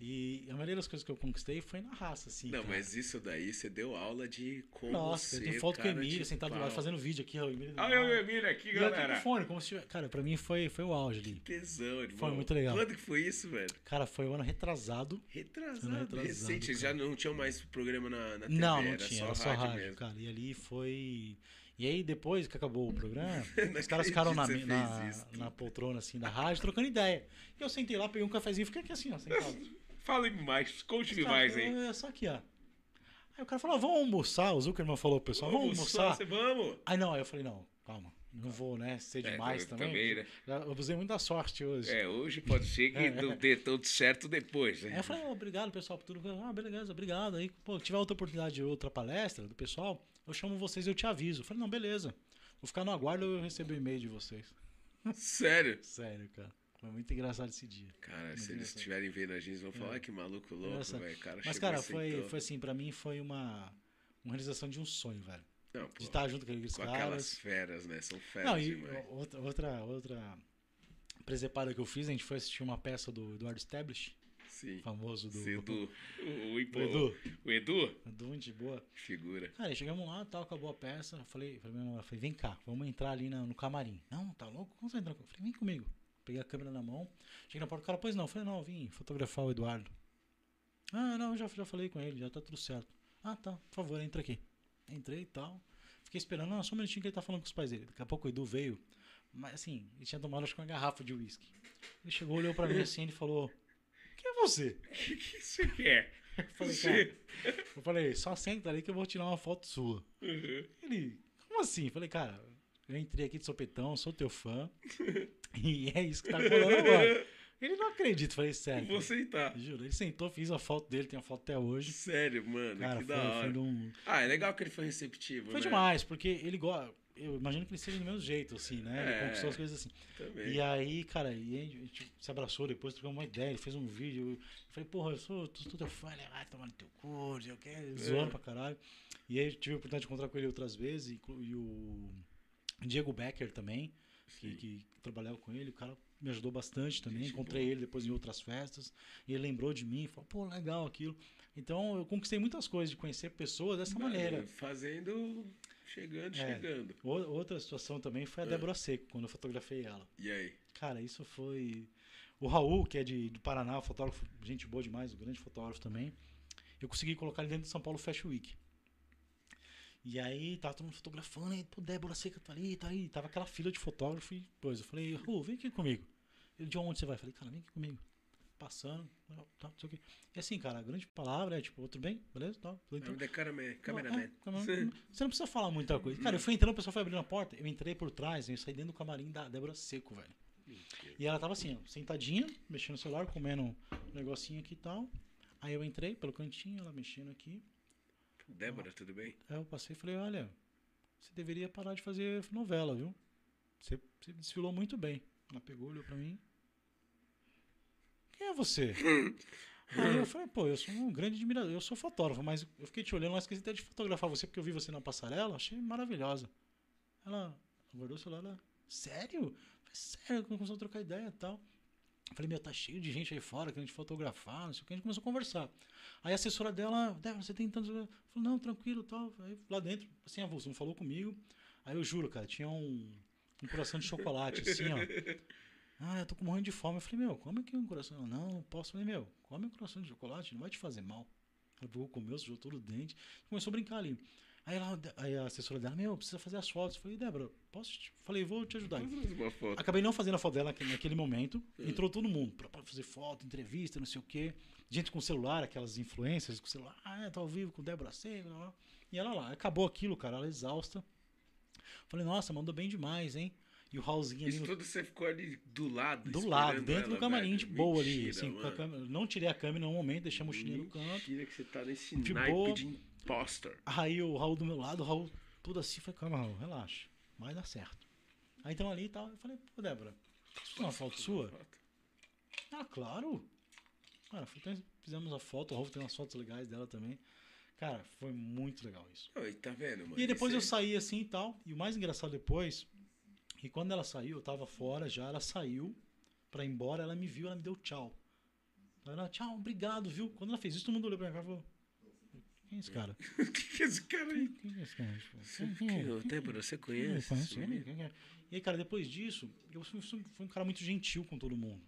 C: E a maioria das coisas que eu conquistei foi na raça, assim.
A: Não,
C: cara.
A: mas isso daí você deu aula de como
C: Nossa,
A: ser
C: tem foto com o
A: cara
C: Emílio
A: de
C: sentado do
A: pau.
C: lado fazendo vídeo aqui, ó. o Emílio do
G: Olha
C: lado.
G: o Emílio aqui,
C: E eu aqui com o
G: galera.
C: fone, como se tivesse- Cara, pra mim foi, foi o auge ali.
A: Tesão, irmão.
C: Foi muito legal.
A: Quando que foi isso, velho?
C: Cara, foi um ano retrasado.
A: Retrasado,
C: Ano retrasado,
A: recente.
C: cara.
A: Já não tinham mais programa na, na TV.
C: não, não
A: era
C: tinha,
A: só
C: era só
A: rádio,
C: rádio,
A: mesmo.
C: cara. E ali foi. E aí, depois que acabou
A: (laughs)
C: o programa, os
A: acredito
C: caras ficaram na,
A: que você
C: na-
A: fez isso.
C: na poltrona, assim, da rádio, trocando ideia. E eu sentei lá, peguei um cafezinho e fiquei aqui assim, ó, sentado.
A: (laughs)
G: Fale-me mais, conte-me
C: Cara,
G: mais, hein?
C: é Só aqui, ó. Aí o cara falou, "Ah, vamos almoçar. O Zuckerman falou, pro pessoal, vamos almoçar.
G: Vamos.
C: Aí não, aí eu falei, não, calma, calma. Não vou, né? Ser
G: É,
C: demais também.
G: também, né?
C: Já abusei muito da sorte hoje.
G: É, hoje pode ser que não dê tanto certo depois,
C: Aí
G: né?
C: É, eu falei, "Ô, obrigado, pessoal, por tudo. Ah, beleza, obrigado. Aí, pô, tiver outra oportunidade de outra palestra do pessoal, eu chamo vocês e eu te aviso. Eu falei, não, beleza. Vou ficar no aguardo eu receber o e-mail de vocês.
A: (laughs) Sério.
C: Sério, cara. Foi muito engraçado esse dia.
A: Cara,
C: Muito
A: se eles
C: engraçado. É.
A: estiverem vendo a gente, eles vão falar, "Ai, que maluco louco,
C: Engraçado.
A: velho. Cara,
C: Mas,
A: chegou
C: cara,
A: e
C: foi,
A: sentou."
C: foi assim, pra mim foi uma, uma realização de um sonho, velho.
A: Não, pô,
C: De estar junto com aqueles
A: com
C: caras.
A: aquelas feras, né? São feras
C: Não, e
A: demais.
C: outra, outra, outra presepada que eu fiz, a gente foi assistir uma peça do Eduardo Stablish,
A: Sim.
C: famoso do,
G: Se
C: do,
G: do- o, o, impo-
C: Edu.
G: o Edu,
C: do Muito de Boa.
G: figura.
C: Cara, e chegamos lá, tal, acabou a peça. Eu falei, falei, pra minha namorada, falei, vem cá, vamos entrar ali na- no camarim. Não, tá louco? Como você entrar? Eu falei, vem comigo. Peguei a câmera na mão, cheguei na porta, o cara, pois não. Eu falei, não, eu vim fotografar o Eduardo. Ah, não, já, já falei com ele, já tá tudo certo. Ah, tá, por favor, entra aqui. Entrei e tal. Fiquei esperando, ah, só um minutinho que ele tá falando com os pais dele. Daqui a pouco o Edu veio, mas assim, ele tinha tomado acho que uma garrafa de uísque. Ele chegou, olhou pra mim assim, ele falou, quem é você?
G: O que você
A: é?
G: quer?
C: Eu falei, cara, eu falei, só senta ali que eu vou tirar uma foto sua.
A: Uhum.
C: Ele, como assim? Eu falei, cara, eu entrei aqui de sopetão, sou teu fã. (laughs) e é isso que tá rolando agora. Ele não acredita, eu
A: (laughs)
C: falei, sério.
A: Vou aceitar.
C: cara. Juro, ele sentou, fiz a foto dele, tem a foto até hoje.
A: tá Sério, mano,
C: Cara,
A: que
C: foi,
A: da
C: foi,
A: hora.
C: de um-
A: Ah, é legal que ele foi receptivo,
C: foi
A: né?
C: demais, porque ele gosta. Eu imagino que ele seja do mesmo jeito, assim, né? Ele
A: É.
C: conquistou as coisas assim.
A: Também.
C: E aí, cara, e aí a gente se abraçou depois, trocamos uma ideia, ele fez um vídeo. Eu falei, porra, eu sou tu, tu teu fã, ele é, vai tomar no teu cu, não sei o quê, zoando pra caralho. E aí eu tive a oportunidade de encontrar com ele outras vezes, inclu- e o Diego Becker também, que, que trabalhava com ele, o cara me ajudou bastante também.
A: Gente
C: Encontrei ele depois em outras festas, e ele lembrou de mim, falou, pô, legal aquilo. Então eu conquistei muitas coisas de conhecer pessoas dessa
A: Mano,
C: maneira.
A: Fazendo, chegando,
C: É.
A: chegando.
C: O- Outra situação também foi a Débora Seco, quando eu fotografei ela.
A: E aí?
C: Cara, isso foi. O Raul, que é de, do Paraná, fotógrafo, gente boa demais, um grande fotógrafo também. Eu consegui colocar ele dentro do São Paulo Fashion Week. E aí, tava todo mundo fotografando, e, pô, Débora Seca tá ali, tá aí. Tava aquela fila de fotógrafo e coisa. Eu falei, Raul, vem aqui comigo. Ele, de onde você vai? Eu falei, cara, vem aqui comigo. Passando, tá, não sei o quê. E assim, cara, a grande palavra é tipo, tudo bem? Beleza? Tá, tudo
A: Nome
C: então.
A: da cameraman.
C: É,
A: cameraman.
C: cameraman. Você não precisa falar muita coisa. Cara, eu fui entrando, o pessoal foi abrindo a porta. Eu entrei por trás, eu saí dentro do camarim da Débora Seco, velho. E ela tava assim, ó, sentadinha, mexendo no celular, comendo um negocinho aqui e tal. Aí eu entrei pelo cantinho, ela mexendo aqui. Tá
A: Débora, tudo bem?
C: Aí eu passei e falei, olha, você deveria parar de fazer novela, viu? Você, você desfilou muito bem. Ela pegou, olhou pra mim. Quem é você? Aí eu falei, pô, eu sou um grande admirador, eu sou fotógrafo, mas eu fiquei te olhando, lá esqueci até de fotografar você, porque eu vi você na passarela, achei maravilhosa. Ela guardou o celular, ela, sério? Eu falei, sério, começou a trocar ideia e tal. Eu falei, meu, tá cheio de gente aí fora querendo te fotografar, não sei o que. A gente começou a conversar. Aí a assessora dela, Débora, você tem tantos. Eu falei, não, tranquilo tal. Aí lá dentro, assim, avulso, não falou comigo. Aí eu juro, cara, tinha um, um coração de chocolate, assim, ó. Ah, eu tô com- morrendo de fome. Eu falei, meu, come aqui um coração. Ela, não, não posso. Eu falei, meu, come um coração de chocolate, não vai te fazer mal. Ela pegou, comeu, sujou todo o dente. Começou a brincar ali. Aí, ela, aí a assessora dela, meu, precisa fazer as fotos. Eu falei, Débora, posso? Te... Falei, vou te ajudar.
A: Faz uma foto.
C: Acabei não fazendo a foto dela naque- naquele momento. Entrou todo mundo pra, pra fazer foto, entrevista, não sei o quê. Gente com celular, aquelas influências com celular. Ah, tá ao vivo com Débora Seco. blá, blá. E ela lá. Acabou aquilo, cara. Ela é exausta. Falei, nossa, mandou bem demais, hein? E o Raulzinho ali
A: Isso
C: no,
A: tudo você ficou ali do lado.
C: do lado,
A: esperando
C: dentro
A: ela,
C: do camarim,
A: velho.
C: de boa ali.
A: Mentira,
C: Assim, com a
A: mano.
C: câmera. Não tirei a câmera em nenhum momento, deixei a mochilinha no canto.
A: Mentira que você tá nesse
C: De
A: naipe
C: boa.
A: de imposter.
C: Aí o Raul do meu lado, o Raul tudo assim, falei, calma, Raul, relaxa. Vai dar certo. Aí então ali e tal, eu falei, pô, Débora, posso fazer uma foto sua? Ah, claro. Cara, foi- então fizemos a foto, o Rolf tem umas fotos legais dela também. Cara, foi muito legal isso.
A: Oi, tá vendo, mano?
C: E depois eu
A: Isso
C: saí assim e tal. E o mais engraçado depois, que quando ela saiu, eu tava fora já, ela saiu pra ir embora, ela me viu, ela me deu tchau. Ela, tchau, obrigado, viu? Quando ela fez isso, todo mundo olhou pra mim e falou, quem é esse cara?
A: aí- O (laughs) que que é esse cara aí?
C: (laughs) Quem é esse cara? (laughs) Tipo, quem- quem é?
A: Que, ô, Débora, você
C: Eu
A: conhece?
C: conheço
A: esse
C: ele,
A: menino?
C: quem é? E aí, cara, depois disso, eu fui, fui- fui um cara muito gentil com todo mundo,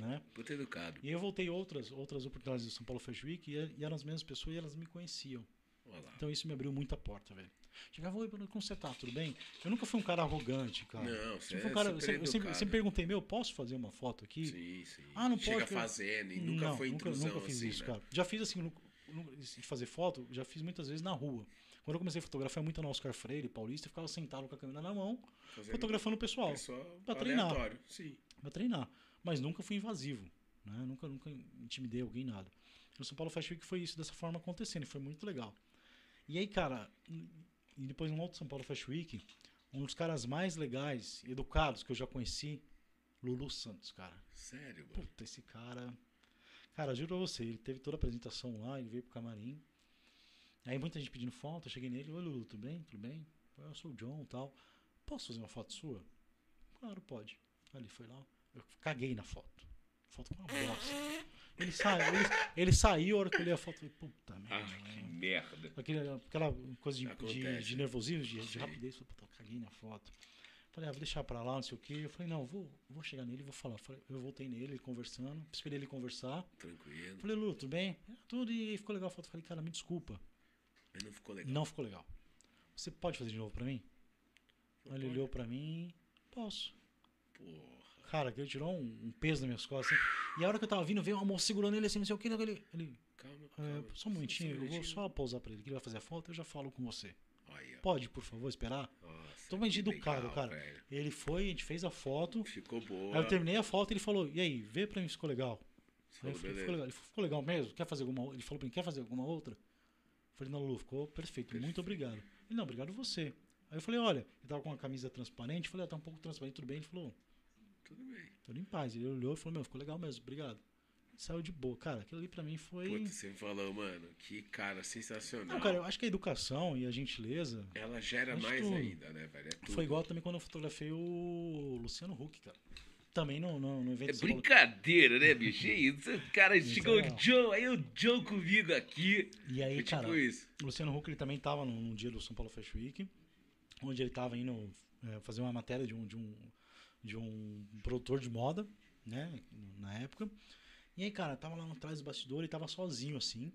C: né?
A: Puta educado.
C: E aí eu voltei outras outras oportunidades do São Paulo Fashion Week e, e eram as mesmas pessoas e elas me conheciam.
A: Olha lá.
C: Então isso me abriu muita porta, velho. Chegava, oi, Bruno, como você tá? Tudo bem? Eu nunca fui um cara arrogante, cara.
A: Não, você
C: Sempre fui
A: é
C: um cara-
A: super
C: eu sempre- eu sempre,
A: educado.
C: sempre perguntei, meu, posso fazer uma foto aqui?
A: Sim, sim.
C: Ah, não
A: Chega
C: pode, eu-
A: fazendo e nunca
C: Não,
A: foi intrusão
C: nunca fiz
A: assim,
C: isso,
A: né?
C: cara. Já fiz assim, nu- nu- de fazer foto, já fiz muitas vezes na rua. Quando eu comecei a fotografar muito no Oscar Freire, Paulista, eu ficava sentado com a câmera na mão,
A: Fazendo
C: fotografando o pessoal,
A: pessoal
C: pra treinar.
A: aleatório. Sim.
C: pra treinar. Mas nunca fui invasivo, né? Nunca, nunca intimidei alguém, nada. No São Paulo Fashion Week foi isso, dessa forma acontecendo, e foi muito legal. E aí, cara, e depois num outro São Paulo Fashion Week, um dos caras mais legais, educados, que eu já conheci, Lulu Santos, cara.
A: Sério, mano.
C: Puta, esse cara. Cara, juro pra você, ele teve toda a apresentação lá, ele veio pro camarim. Aí muita gente pedindo foto, eu cheguei nele, oi Lulu, tudo bem? Tudo bem? Pô, Eu sou o John e tal. Posso fazer uma foto sua? Claro, pode. Ali foi lá, eu caguei na foto. Foto com uma bosta. Ele saiu, ele, ele saiu, a hora que eu olhei a foto, eu falei, puta merda. né?"
G: Ah, que merda.
C: Aquele- aquela coisa de, de,
A: Acontece.
C: de nervosismo, de, de
A: Sim.
C: rapidez. Falei, puta, eu caguei na foto. Falei, ah, vou deixar pra lá, não sei o quê. Eu falei, não, vou, vou chegar nele e vou falar. Falei, eu voltei nele, ele conversando, esperei ele conversar.
A: Tranquilo.
C: Falei, Lu, tudo bem? "Ah, Tudo, e aí ficou legal a foto. Falei, cara, me desculpa,
A: Mas não ficou legal.
C: não ficou legal. Você pode fazer de novo pra mim? Aí ele olhou pra mim, posso.
A: Porra.
C: Cara, que ele tirou um, um peso nas minhas costas. Assim. E a hora que eu tava vindo, veio uma moça segurando ele assim, não sei o quê. Ele, ele
A: Calma,
C: "É,
A: calma.
C: só um momentinho, eu vou
A: minutinho.
C: só pausar pra ele, que ele vai fazer a foto, eu já falo com você.
A: Aí, ó.
C: Pode, por favor, esperar?
A: Nossa,
C: Totalmente
A: que
C: educado,
A: legal,
C: cara.
A: velho.
C: Ele foi, a gente fez a foto.
A: Ficou boa.
C: Aí eu terminei a foto e ele falou: E aí, vê pra mim se ficou legal. Aí
A: Falou,
C: eu falei,
A: beleza.
C: ficou legal. Ele falou, ficou legal mesmo? Quer fazer alguma outra? Ele falou pra mim: Quer fazer alguma outra? Eu falei: Não, Lu, ficou perfeito. Muito obrigado. Ele: Não, obrigado você. Aí eu falei: Olha, ele tava com uma camisa transparente. Eu falei: ah, Tá um pouco transparente, tudo bem. Ele falou:
A: Tudo bem.
C: Tudo em paz. Ele olhou e falou: Meu, ficou legal mesmo, obrigado. Saiu de boa. Cara, aquilo ali pra mim foi.
A: Puta, você falou, mano, que cara sensacional.
C: Não, cara, eu acho que a educação e a gentileza
A: Ela gera
C: Mas
A: mais
C: tudo.
A: ainda, né, velho? É tudo.
C: foi igual também quando eu fotografei o Luciano Huck, cara. Também no, no, no evento
G: É
C: de São Paulo.
G: brincadeira, né, bicho? É Isso, o cara
C: Isso
G: chegou
C: é
G: o
C: real.
G: John, aí o John comigo aqui.
C: E aí,
G: Foi
C: cara,
G: tipo isso.
C: o Luciano Huck ele também estava num, num dia do São Paulo Fashion Week, onde ele estava indo eh, fazer uma matéria de um, de um, de um produtor de moda, né, na época. E aí, cara, tava lá atrás do bastidor e tava sozinho, assim,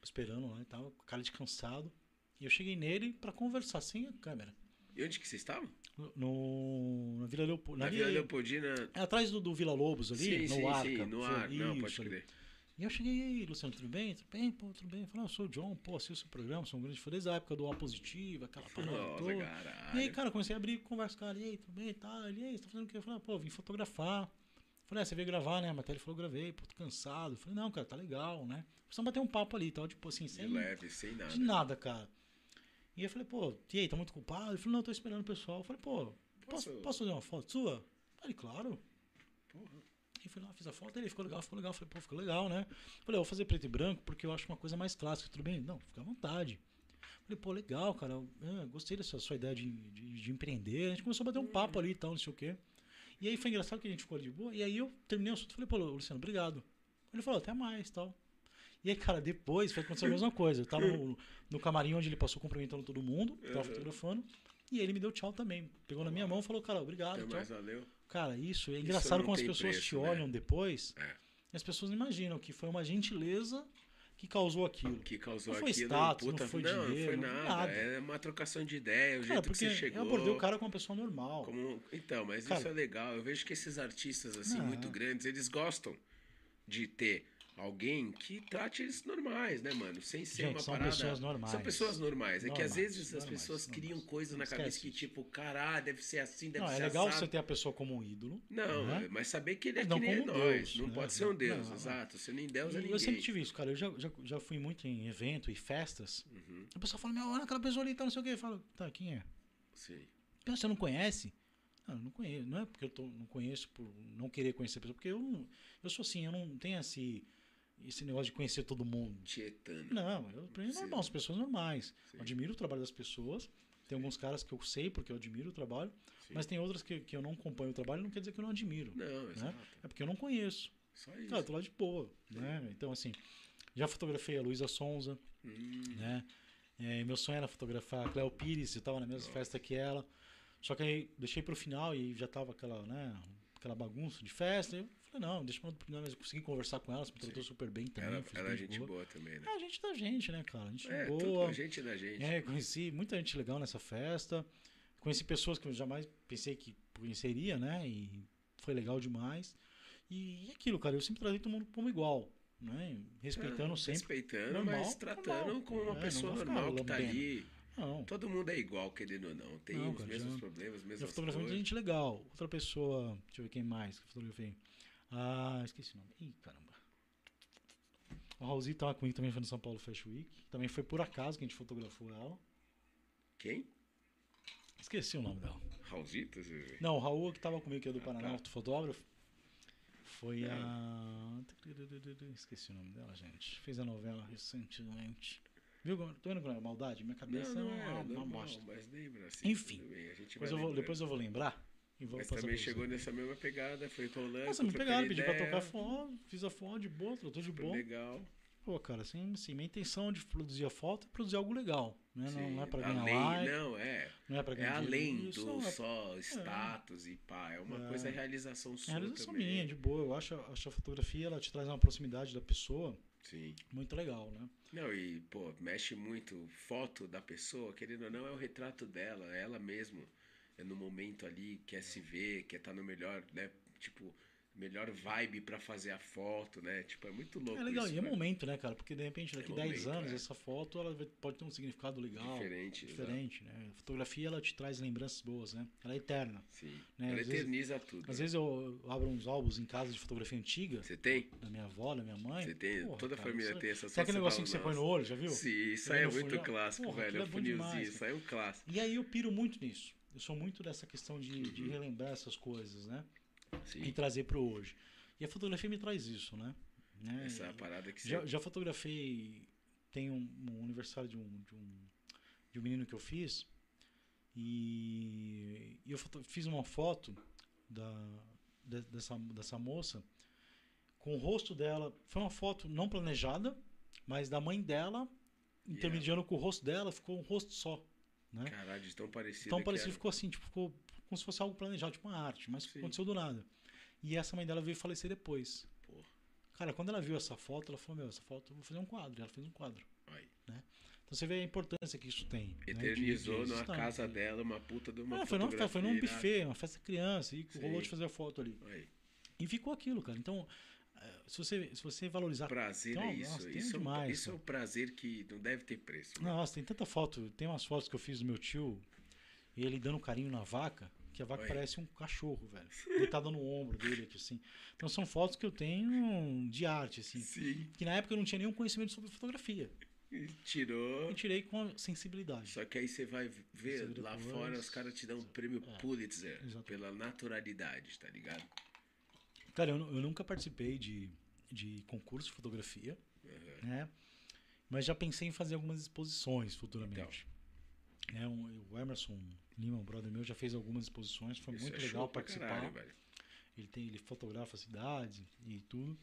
C: esperando lá e tava com cara de cansado. E eu cheguei nele pra conversar sem a câmera.
A: E onde que vocês estavam?
C: No, na Vila Leopoldo.
A: Na Vila Leopoldina.
C: É atrás do, do Vila Lobos ali,
A: sim,
C: no
A: sim,
C: Arca.
A: sim, no ar. Não, pode
C: Isso, ali.
A: crer.
C: E eu cheguei, e aí, Luciano, tudo bem? Tudo bem? Pô, tudo bem? Eu falei, ah, eu sou o John, pô, assisto o seu programa, sou um grande fã desde a época do A Positiva, aquela parada
A: Nossa,
C: toda.
A: caralho.
C: E aí, cara, eu comecei a abrir conversa com o cara, e aí, tudo bem? Tá, ele, e aí, você tá fazendo o quê? Eu falei, ah, pô, vim fotografar. Eu falei, ah, você veio gravar, né? A matéria falou, gravei, pô, tô cansado. Eu falei, não, cara, tá legal, né? Precisamos bater um papo ali e tal, tipo assim, sem,
A: de leve, sem nada.
C: de nada, cara. E aí eu falei, pô, e aí, tá muito culpado? Ele falou, não, tô esperando o pessoal. Eu falei, pô, posso,
A: Posso-
C: posso fazer uma foto sua? Eu falei, claro.
A: Porra.
C: E fui lá, fiz a foto, ele ficou legal, ficou legal. Eu Falei, pô, ficou legal, né? Eu Falei, eu vou fazer preto e branco porque eu acho uma coisa mais clássica, tudo bem? Não, fica à vontade. Eu Falei, pô, legal, cara. eu- ah, gostei dessa sua ideia de, de, de empreender. A gente começou a bater um papo ali e tal, não sei o quê. E aí foi engraçado que a gente ficou ali de boa. E aí eu terminei o assunto e falei, pô, Luciano, obrigado. Ele falou, até mais tal. E aí, cara, depois foi acontecer a mesma coisa. Eu tava no, no camarim onde ele passou cumprimentando todo mundo, tava
A: Uhum.
C: fotografando. E ele me deu tchau também. Pegou na minha mão e falou, cara, obrigado.
A: Até
C: tchau.
A: mais, Então, valeu.
C: Cara, isso é engraçado
A: não
C: como as
A: tem
C: pessoas
A: preço,
C: te
A: né?
C: olham depois
A: É.
C: e as pessoas não imaginam que foi uma gentileza que causou aquilo.
A: Que causou
C: Não foi
A: aquilo.
C: status, não
A: puta,
C: foi
A: não,
C: dinheiro,
A: não
C: não
A: foi
C: foi
A: nada.
C: nada.
A: É uma trocação de ideia, o
C: Cara,
A: jeito que
C: porque
A: você chegou.
C: eu abordei o cara como uma pessoa normal.
A: Como- Então, mas
C: Cara-
A: isso é legal. Eu vejo que esses artistas, assim,
C: Não.
A: muito grandes, eles gostam de ter alguém que trate eles normais, né, mano? Sem ser
C: Gente,
A: uma
C: são
A: parada.
C: pessoas normais.
A: São pessoas normais. É que às
C: Normais,
A: vezes as
C: normais,
A: pessoas
C: normais.
A: criam coisas na
C: Esquece
A: cabeça que,
C: isso.
A: tipo, caralho, deve ser assim, deve
C: Não,
A: ser
C: é legal
A: assado.
C: você ter a pessoa como um ídolo.
A: Não,
C: né?
A: é, mas saber que ele é
C: Mas não
A: que nem
C: como
A: nós.
C: Deus,
A: Não
C: né?
A: pode ser um Deus,
C: Não.
A: exato. Ser nem Deus é
C: E
A: ninguém.
C: eu sempre tive isso, cara. Eu já, já, já fui muito em evento e festas.
A: Uhum.
C: A pessoa fala, meu, olha aquela pessoa ali, tá, não sei o quê. Eu falo, tá, quem é?
A: Sim.
C: "Mas Você não conhece? Não, eu não conheço. Não é porque eu tô- não conheço por não querer conhecer a pessoa. Porque eu, não- eu sou assim, eu não tenho esse, esse negócio de conhecer todo mundo.
A: Tietano. é
C: Não, eu pra mim é
A: Sim.
C: normal, são pessoas normais.
A: Sim.
C: Eu admiro o trabalho das pessoas. Tem alguns caras que eu sei porque eu admiro o trabalho,
A: Sim.
C: mas tem outras que, que eu não acompanho o trabalho, não quer dizer que eu não admiro.
A: Não, exato.
C: É porque eu não conheço.
A: Só isso.
C: Cara, eu tô lá de boa, né? Então, assim, já fotografei a Luísa Sonza,
A: Hum,
C: né? É, meu sonho era fotografar a Cleo Pires, eu tava na mesma festa que ela. Só que aí deixei pro final e já tava aquela, né, aquela bagunça de festa. Eu falei, não, deixa pra outro final, mas eu consegui conversar com ela, ela me tratou super bem também.
A: ela
C: fez
A: ela
C: bem
A: é
C: de
A: gente
C: boa.
A: boa também, né?
C: É a gente da gente, né, cara? A gente
A: É,
C: boa.
A: tudo gente da gente.
C: É, conheci muita gente legal nessa festa. Conheci pessoas que eu jamais pensei que conheceria, né? E foi legal demais. E, e aquilo, cara, eu sempre tratei todo mundo como igual, né? Respeitando
A: Ah,
C: sempre.
A: Respeitando,
C: Normal,
A: mas tratando
C: normal.
A: como
C: É,
A: uma
C: não
A: pessoa
C: vou ficar
A: normal que tá
C: lambendo.
A: ali.
C: Não.
A: Todo mundo é igual, querendo ou não. Tem
C: Não,
A: os
C: cara,
A: mesmos
C: já-
A: problemas,
C: Já
A: mesmas
C: fotografei muita
A: coisas.
C: gente legal. Outra pessoa. Deixa eu ver quem mais que eu fotografei. Ah, esqueci o nome. Ih, caramba. O Raulzinho tava comigo também, foi no São Paulo Fashion Week. Também foi por acaso que a gente fotografou ela.
A: Quem?
C: Esqueci o nome dela.
A: Raulzito? você-
C: Não, o Raul que tava comigo, que é do Paraná,
A: tá.
C: outro fotógrafo. Foi a. Esqueci o nome dela, gente. Fez a novela recentemente. Viu? como- Tô vendo como é maldade? Minha
A: Não,
C: cabeça
A: não
C: é
A: é,
C: uma, uma
A: normal,
C: bosta.
A: mas lembra assim.
C: Enfim.
A: tudo bem, a gente vai
C: Depois eu, vou,
A: lembrar.
C: depois eu vou lembrar e vou
A: Mas
C: passar
A: também
C: pra
A: chegou
C: você.
A: nessa mesma pegada, foi rolando.
C: Nossa, me pegaram, pedi pra
A: É, ideia,
C: tocar foto, fiz a foto de boa, tô de
A: foi
C: boa.
A: Legal.
C: Pô, cara, assim, assim, minha intenção de produzir a foto é produzir algo legal, né? Não,
A: Sim,
C: não é pra ganhar
A: além,
C: like, não,
A: Não, é.
C: é pra
A: É
C: ganhar
A: além
C: dinheiro, isso não
A: do
C: é
A: só status e pá. É uma
C: É.
A: coisa é realização
C: É
A: sua
C: realização
A: também. né?
C: minha, de boa. Eu acho, acho a fotografia, ela te traz uma proximidade da pessoa
A: Sim.
C: muito legal, né?
A: Não, e, pô, mexe muito. Foto da pessoa, querendo ou não, é o retrato dela, é ela mesma. É no momento ali, quer se ver, quer estar no melhor, né? Tipo, melhor vibe pra fazer a foto, né? Tipo, é muito louco.
C: É legal,
A: isso,
C: e é
A: né?
C: momento, né, cara? Porque de repente,
A: É
C: daqui 10
A: momento,
C: anos,
A: é.
C: essa foto, ela vai- pode ter um significado legal,
A: Diferente. exato.
C: diferente, né? A fotografia, ela te traz lembranças boas, né? Ela é eterna.
A: Sim.
C: Né,
A: Ela
C: às vezes-
A: eterniza tudo.
C: Às vezes eu abro uns álbuns em casa de fotografia antiga,
A: Você tem?
C: da minha avó, da minha mãe.
A: Você tem?
C: Porra,
A: Toda a
C: cara,
A: família
C: isso- é
A: tem essa né?
C: Sabe aquele negocinho que você põe no olho, já viu?
A: Sim, isso
C: Você
A: aí é
C: vê no
A: muito
C: funil?
A: clástico,
C: Porra,
A: velho.
C: aquilo
A: O
C: é bom demais,
A: funilzinho, isso
C: cara.
A: aí é um clássico.
C: E aí eu piro muito nisso. Eu sou muito dessa questão de, de relembrar essas coisas, né? E
A: Uhum. Sim.
C: trazer pro hoje. E a fotografia me traz isso, né? Né?
A: Essa é
C: E-
A: parada que você.
C: já, já fotografei. Tem um, um aniversário de um, de, um, de um menino que eu fiz. E, e eu foto- fiz uma foto da, de- dessa, dessa moça com o rosto dela. Foi uma foto não planejada, mas da mãe dela, intermediando com o rosto dela, ficou um rosto só. Né?
A: Caralho, de tão parecido.
C: Então
A: que
C: parecido
A: era.
C: ficou assim, tipo, ficou como se fosse algo planejado, tipo uma arte, mas
A: Sim.
C: aconteceu do nada. E essa mãe dela veio falecer depois.
A: Porra.
C: Cara, quando ela viu essa foto, ela falou, meu, essa foto eu vou fazer um quadro. E ela fez um quadro.
A: Aí.
C: Então você vê a importância que isso tem. né, de-
A: Eternizou
C: de
A: na
C: existência.
A: casa dela uma puta de uma
C: Ah, foi, num,
A: fotografia
C: foi num
A: irada.
C: buffet, uma festa criança, e
A: Sim.
C: rolou de fazer a foto ali.
A: Aí.
C: E ficou aquilo, cara. Então, eh, se você, se você valorizar.
A: Prazer
C: Então,
A: é isso.
C: nossa, tem
A: isso, é um-
C: demais,
A: isso é um
C: cara.
A: prazer que não deve ter preço. né?
C: Nossa, tem tanta foto. Tem umas fotos que eu fiz do meu tio, e ele dando carinho na vaca, que a vaca
A: Oi.
C: parece um
A: (laughs)
C: cachorro, velho. Deitada no ombro dele aqui, assim. Então são fotos que eu tenho de arte, assim.
A: Sim.
C: Que na época eu não tinha nenhum conhecimento sobre fotografia.
A: E
C: Eu
A: Tirou.
C: tirei com a sensibilidade.
A: Só que aí você vai ver
C: Você
A: lá
C: depois-
A: fora, os caras te dão um prêmio
C: É,
A: Pulitzer
C: exatamente.
A: pela naturalidade, tá ligado?
C: Cara, eu, nu- eu nunca participei de, de concurso de fotografia,
A: É.
C: né? Mas já pensei em fazer algumas exposições futuramente. Né, um- o Emerson Lima, um brother meu, já fez algumas exposições, foi
A: Isso
C: muito
A: é
C: legal
A: show pra
C: participar.
A: caralho, velho.
C: ele tem, ele fotografa a cidade e tudo.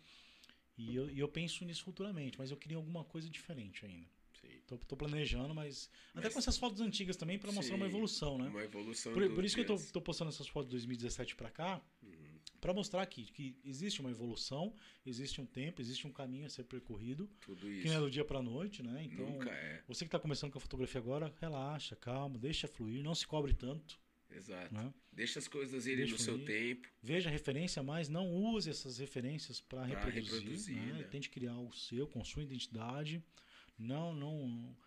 C: E eu, e eu penso nisso futuramente, mas eu queria alguma coisa diferente ainda.
A: Sim.
C: Tô, tô planejando, mas, até
A: Mas-
C: com essas fotos antigas também pra mostrar uma
A: Sim,
C: evolução, né?
A: Uma evolução
C: Por,
A: do
C: por isso que eu tô,
A: trans.
C: tô postando essas fotos de 2017 pra cá,
A: Uhum.
C: pra mostrar que, que existe uma evolução, existe um tempo, existe um caminho a ser percorrido,
A: Tudo
C: que não é
A: isso.
C: do dia pra noite, né? Então,
A: Nunca é.
C: você que tá começando com a fotografia agora, relaxa, calma, deixa fluir, não se cobre tanto,
A: Exato.
C: né?
A: Deixa as coisas irem
C: Deixa
A: no seu
C: fluir.
A: tempo.
C: Veja a referência, mas não use essas referências para
A: Pra
C: reproduzir.
A: reproduzir,
C: né?
A: né?
C: Tente criar algo seu, com sua identidade. Não, não,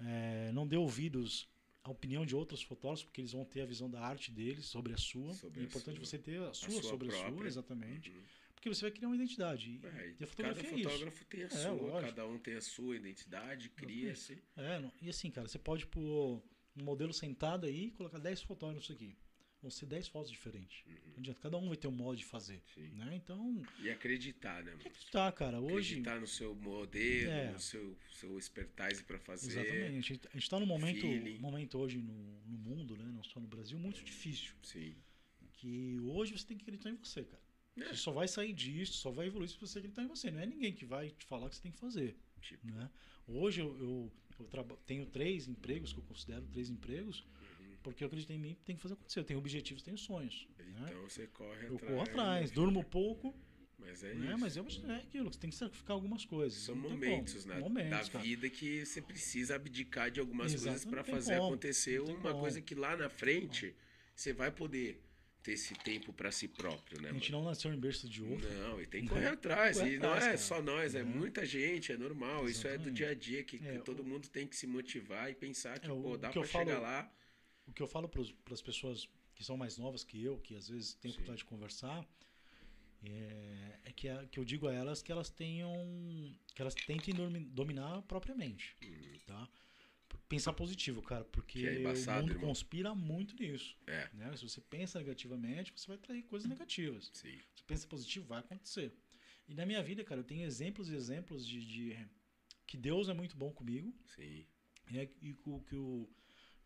C: é, não dê ouvidos à opinião de outros fotógrafos, porque eles vão ter a visão da arte deles sobre a sua.
A: Sobre
C: é
A: a
C: importante
A: sua.
C: você ter a sua,
A: sua
C: sobre a sua,
A: própria.
C: exatamente.
A: Uhum.
C: Porque você vai criar uma identidade. E,
A: É, e
C: e a
A: cada
C: fotografia é isso.
A: fotógrafo tem a
C: É,
A: sua,
C: lógico.
A: cada um tem a sua identidade, cria-se.
C: É, não- e assim, cara, você pode pôr um modelo sentado aí e colocar 10 fotógrafos aqui. Vão ser 10 fotos diferentes.
A: Uhum.
C: Não adianta, cada um vai ter um modo de fazer.
A: Sim.
C: Né? Então,
A: E acreditar, né, mano?
C: é que tá, cara. Hoje.
A: Acreditar no seu modelo,
C: É.
A: no seu, seu expertise pra fazer.
C: Exatamente. A gente está num momento,
A: feeling.
C: momento hoje no, no mundo, né? não só no Brasil, muito difícil.
A: Sim.
C: Que hoje você tem que acreditar em você, cara.
A: É.
C: Você só vai sair disso, só vai evoluir se você acreditar em você. Não é ninguém que vai te falar o que você tem que fazer.
A: Tipo,
C: Né? Hoje eu, eu, eu traba- tenho três empregos, que eu considero três empregos,
A: Uhum.
C: porque eu acreditei em mim tem que fazer acontecer. Eu tenho objetivos, tenho sonhos. né?
A: então você corre
C: Eu
A: atrás. né?
C: corro atrás, durmo pouco,
A: Mas é
C: né?
A: isso.
C: mas eu acho que é aquilo, que você tem que sacrificar algumas coisas.
A: São
C: não tem
A: momentos,
C: como.
A: né,
C: Momentos,
A: da
C: cara.
A: vida que você precisa abdicar de algumas
C: Exato,
A: coisas
C: não
A: pra
C: tem
A: fazer
C: como,
A: acontecer
C: não tem
A: uma
C: como.
A: coisa que lá na frente você vai poder ter esse tempo pra si próprio, né,
C: A gente
A: mano?
C: não nasceu em berço de ouro.
A: Não, e tem que correr atrás.
C: Né? Correr
A: E não
C: atrás,
A: é
C: cara. Né?
A: só nós, é muita gente, é normal. Isso é do
C: Exatamente.
A: dia a dia, que, que
C: É,
A: todo mundo tem que se motivar e pensar que,
C: É, o-
A: pô, dá
C: o que eu
A: pra chegar
C: falo-
A: lá.
C: O que eu falo para as pessoas que são mais novas que eu, que às vezes têm
A: Sim.
C: vontade de conversar, é, é que, a- que eu digo a elas que elas tenham. que elas tentem dormi- dominar a própria mente. Tá? Pensar positivo, cara, porque
A: Uhum. Que é embaçado,
C: o mundo
A: irmão.
C: conspira muito nisso.
A: É.
C: né? Se você pensa negativamente, você vai trair coisas negativas.
A: Sim.
C: Você pensa positivo, vai acontecer. E na minha vida, cara, eu tenho exemplos e exemplos de, de que Deus é muito bom comigo
A: Sim,
C: né, e co- que o,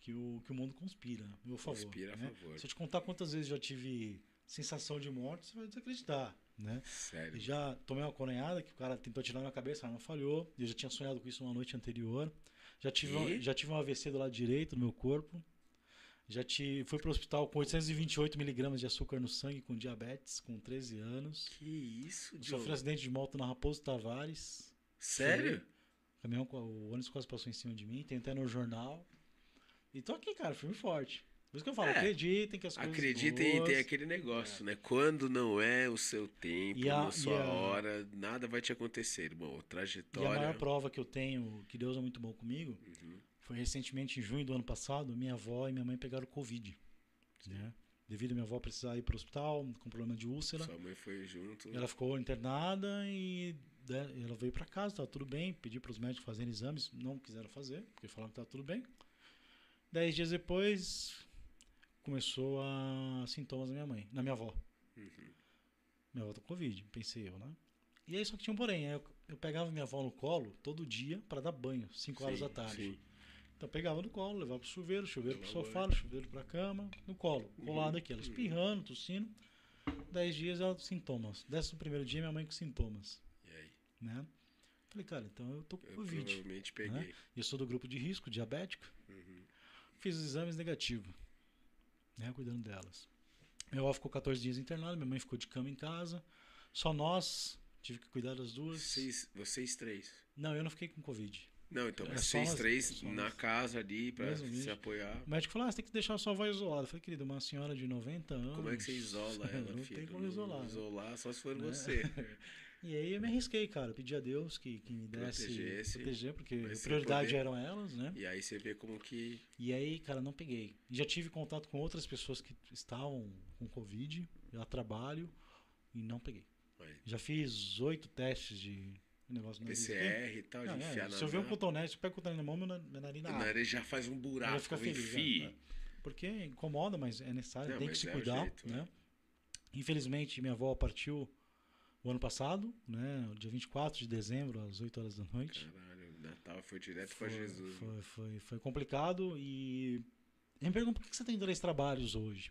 C: que o, que o mundo conspira, a meu favor.
A: Conspira a
C: né?
A: favor.
C: Se eu te contar quantas vezes eu já tive sensação de morte, você vai desacreditar, né?
A: sério.
C: Eu já tomei uma coronhada que o cara tentou tirar na minha cabeça, mas não falhou. Eu já tinha sonhado com isso uma noite anterior. Já tive,
A: E?
C: um- já tive um AVC do lado direito do meu corpo. Já tive, fui pro hospital com 828 miligramas de açúcar no sangue com diabetes, com 13 anos.
A: Que isso,
C: Eu
A: Joe?
C: Sofri um acidente de moto na Raposo Tavares.
A: Sério?
C: O caminhão, com- o ônibus quase passou em cima de mim, tem até no jornal. E tô aqui, cara, firme e forte. Por isso que eu falo,
A: É.
C: acreditem que as coisas
A: Acreditem,
C: boas...
A: tem aquele negócio, né? Quando não é o seu tempo,
C: E a-
A: na sua
C: e a-
A: hora, nada vai te acontecer, irmão.
C: E a maior
A: Trajetória.
C: prova que eu tenho que Deus é muito bom comigo
A: Uhum.
C: foi recentemente, em junho do ano passado, minha avó e minha mãe pegaram Covid. Né? Devido a minha avó precisar ir para o hospital com problema de úlcera.
A: Sua mãe foi junto.
C: né? Ela ficou internada e né, ela veio para casa, tava tudo bem. Pedi para os médicos fazerem exames, não quiseram fazer, porque falaram que tava tudo bem. Dez dias depois, começou a sintomas na minha mãe, na minha avó.
A: Uhum.
C: Minha avó tá com Covid, pensei eu, né? E aí só que tinha um porém, aí eu, eu pegava minha avó no colo todo dia para dar banho, 5 horas
A: Sim,
C: da tarde.
A: sim.
C: Então eu pegava no colo, levava pro chuveiro, chuveiro pro
A: Tomava
C: sofá, chuveiro pra cama, no colo, colado aqui, ela espirrando, tossindo. Dez dias ela com sintomas. Décimo primeiro dia minha mãe com sintomas,
A: E aí?
C: né? Falei, cara, então eu tô com
A: Eu
C: Covid.
A: provavelmente peguei.
C: E eu sou do grupo de risco, diabético. Fiz os exames negativo, né? Cuidando delas. Meu avó ficou 14 dias internado, minha mãe ficou de cama em casa. Só nós, tive que cuidar das duas.
A: Vocês, vocês três.
C: Não, eu não fiquei com Covid.
A: Não, então,
C: É
A: mas
C: só
A: vocês
C: nós-
A: três
C: só
A: na
C: nós.
A: casa ali pra
C: Mesmo
A: se
C: vídeo.
A: apoiar.
C: O médico falou, ah, você tem que deixar a sua avó isolada. Eu falei, querido, uma senhora de 90 anos.
A: Como é que você
C: (laughs)
A: isola ela,
C: Não
A: filho?
C: tem como isolar. né?
A: Isolar só se for
C: Né? (laughs)
A: você.
C: E aí eu me arrisquei, cara. Eu Pedi a Deus que, que me desse
A: Protegesse.
C: proteger, porque
A: Mas
C: a
A: sem
C: prioridade
A: poder.
C: eram elas, né?
A: E aí você vê como que.
C: E aí, cara, não peguei. Já tive contato com outras pessoas que estavam com Covid, já trabalho, e não peguei.
A: Aí,
C: Já fiz oito testes de um negócio no nariz.
A: PCR e tal,
C: Não,
A: de
C: é,
A: enfiar na
C: Se eu ver um
A: na-
C: cotonete, se eu pego o cotonete na mão, meu na- minha narina
A: na
C: abre.
A: areia já faz um
C: Eu ia
A: buraco,
C: ficar feliz, né?
A: enfia.
C: Porque incomoda, mas é necessário,
A: Não,
C: tem que
A: mas
C: se
A: é o
C: cuidar,
A: jeito,
C: né? Infelizmente, minha avó partiu o ano passado, né? Dia 24 de dezembro, às 8 horas da noite.
A: Caralho, Natal foi direto
C: foi,
A: pra Jesus. né?
C: Foi, foi, foi complicado e. Eu me pergunto por que você tem dois trabalhos hoje?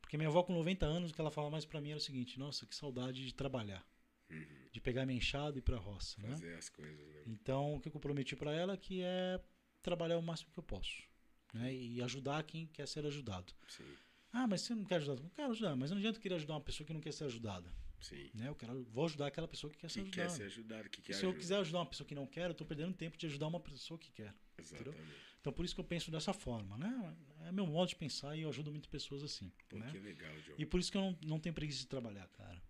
C: Porque minha avó com 90 anos, o que ela falava mais pra mim era o seguinte: nossa, que saudade de trabalhar.
A: Uhum.
C: De pegar minha enxada e ir pra roça, né?
A: Fazer as coisas, né?
C: Então, o que eu prometi pra ela que é trabalhar o máximo que eu posso. Né? E ajudar quem quer ser ajudado.
A: Sim,
C: Ah, mas você não quer ajudar? Eu quero ajudar, mas não adianta eu querer ajudar uma pessoa que não quer ser ajudada.
A: sim.
C: Né? Eu quero, vou ajudar aquela pessoa que quer ser
A: Que quer
C: ajudada.
A: ser ajudado, que quer
C: Se eu
A: ajuda.
C: quiser ajudar uma pessoa que não quer, eu tô perdendo tempo de ajudar uma pessoa que quer. entendeu?
A: Exatamente.
C: Então por isso que eu penso dessa forma, né? É meu modo de pensar e eu ajudo muitas pessoas assim,
A: Pô,
C: né?
A: que legal, John.
C: E por isso que eu não, não tenho preguiça de trabalhar, cara.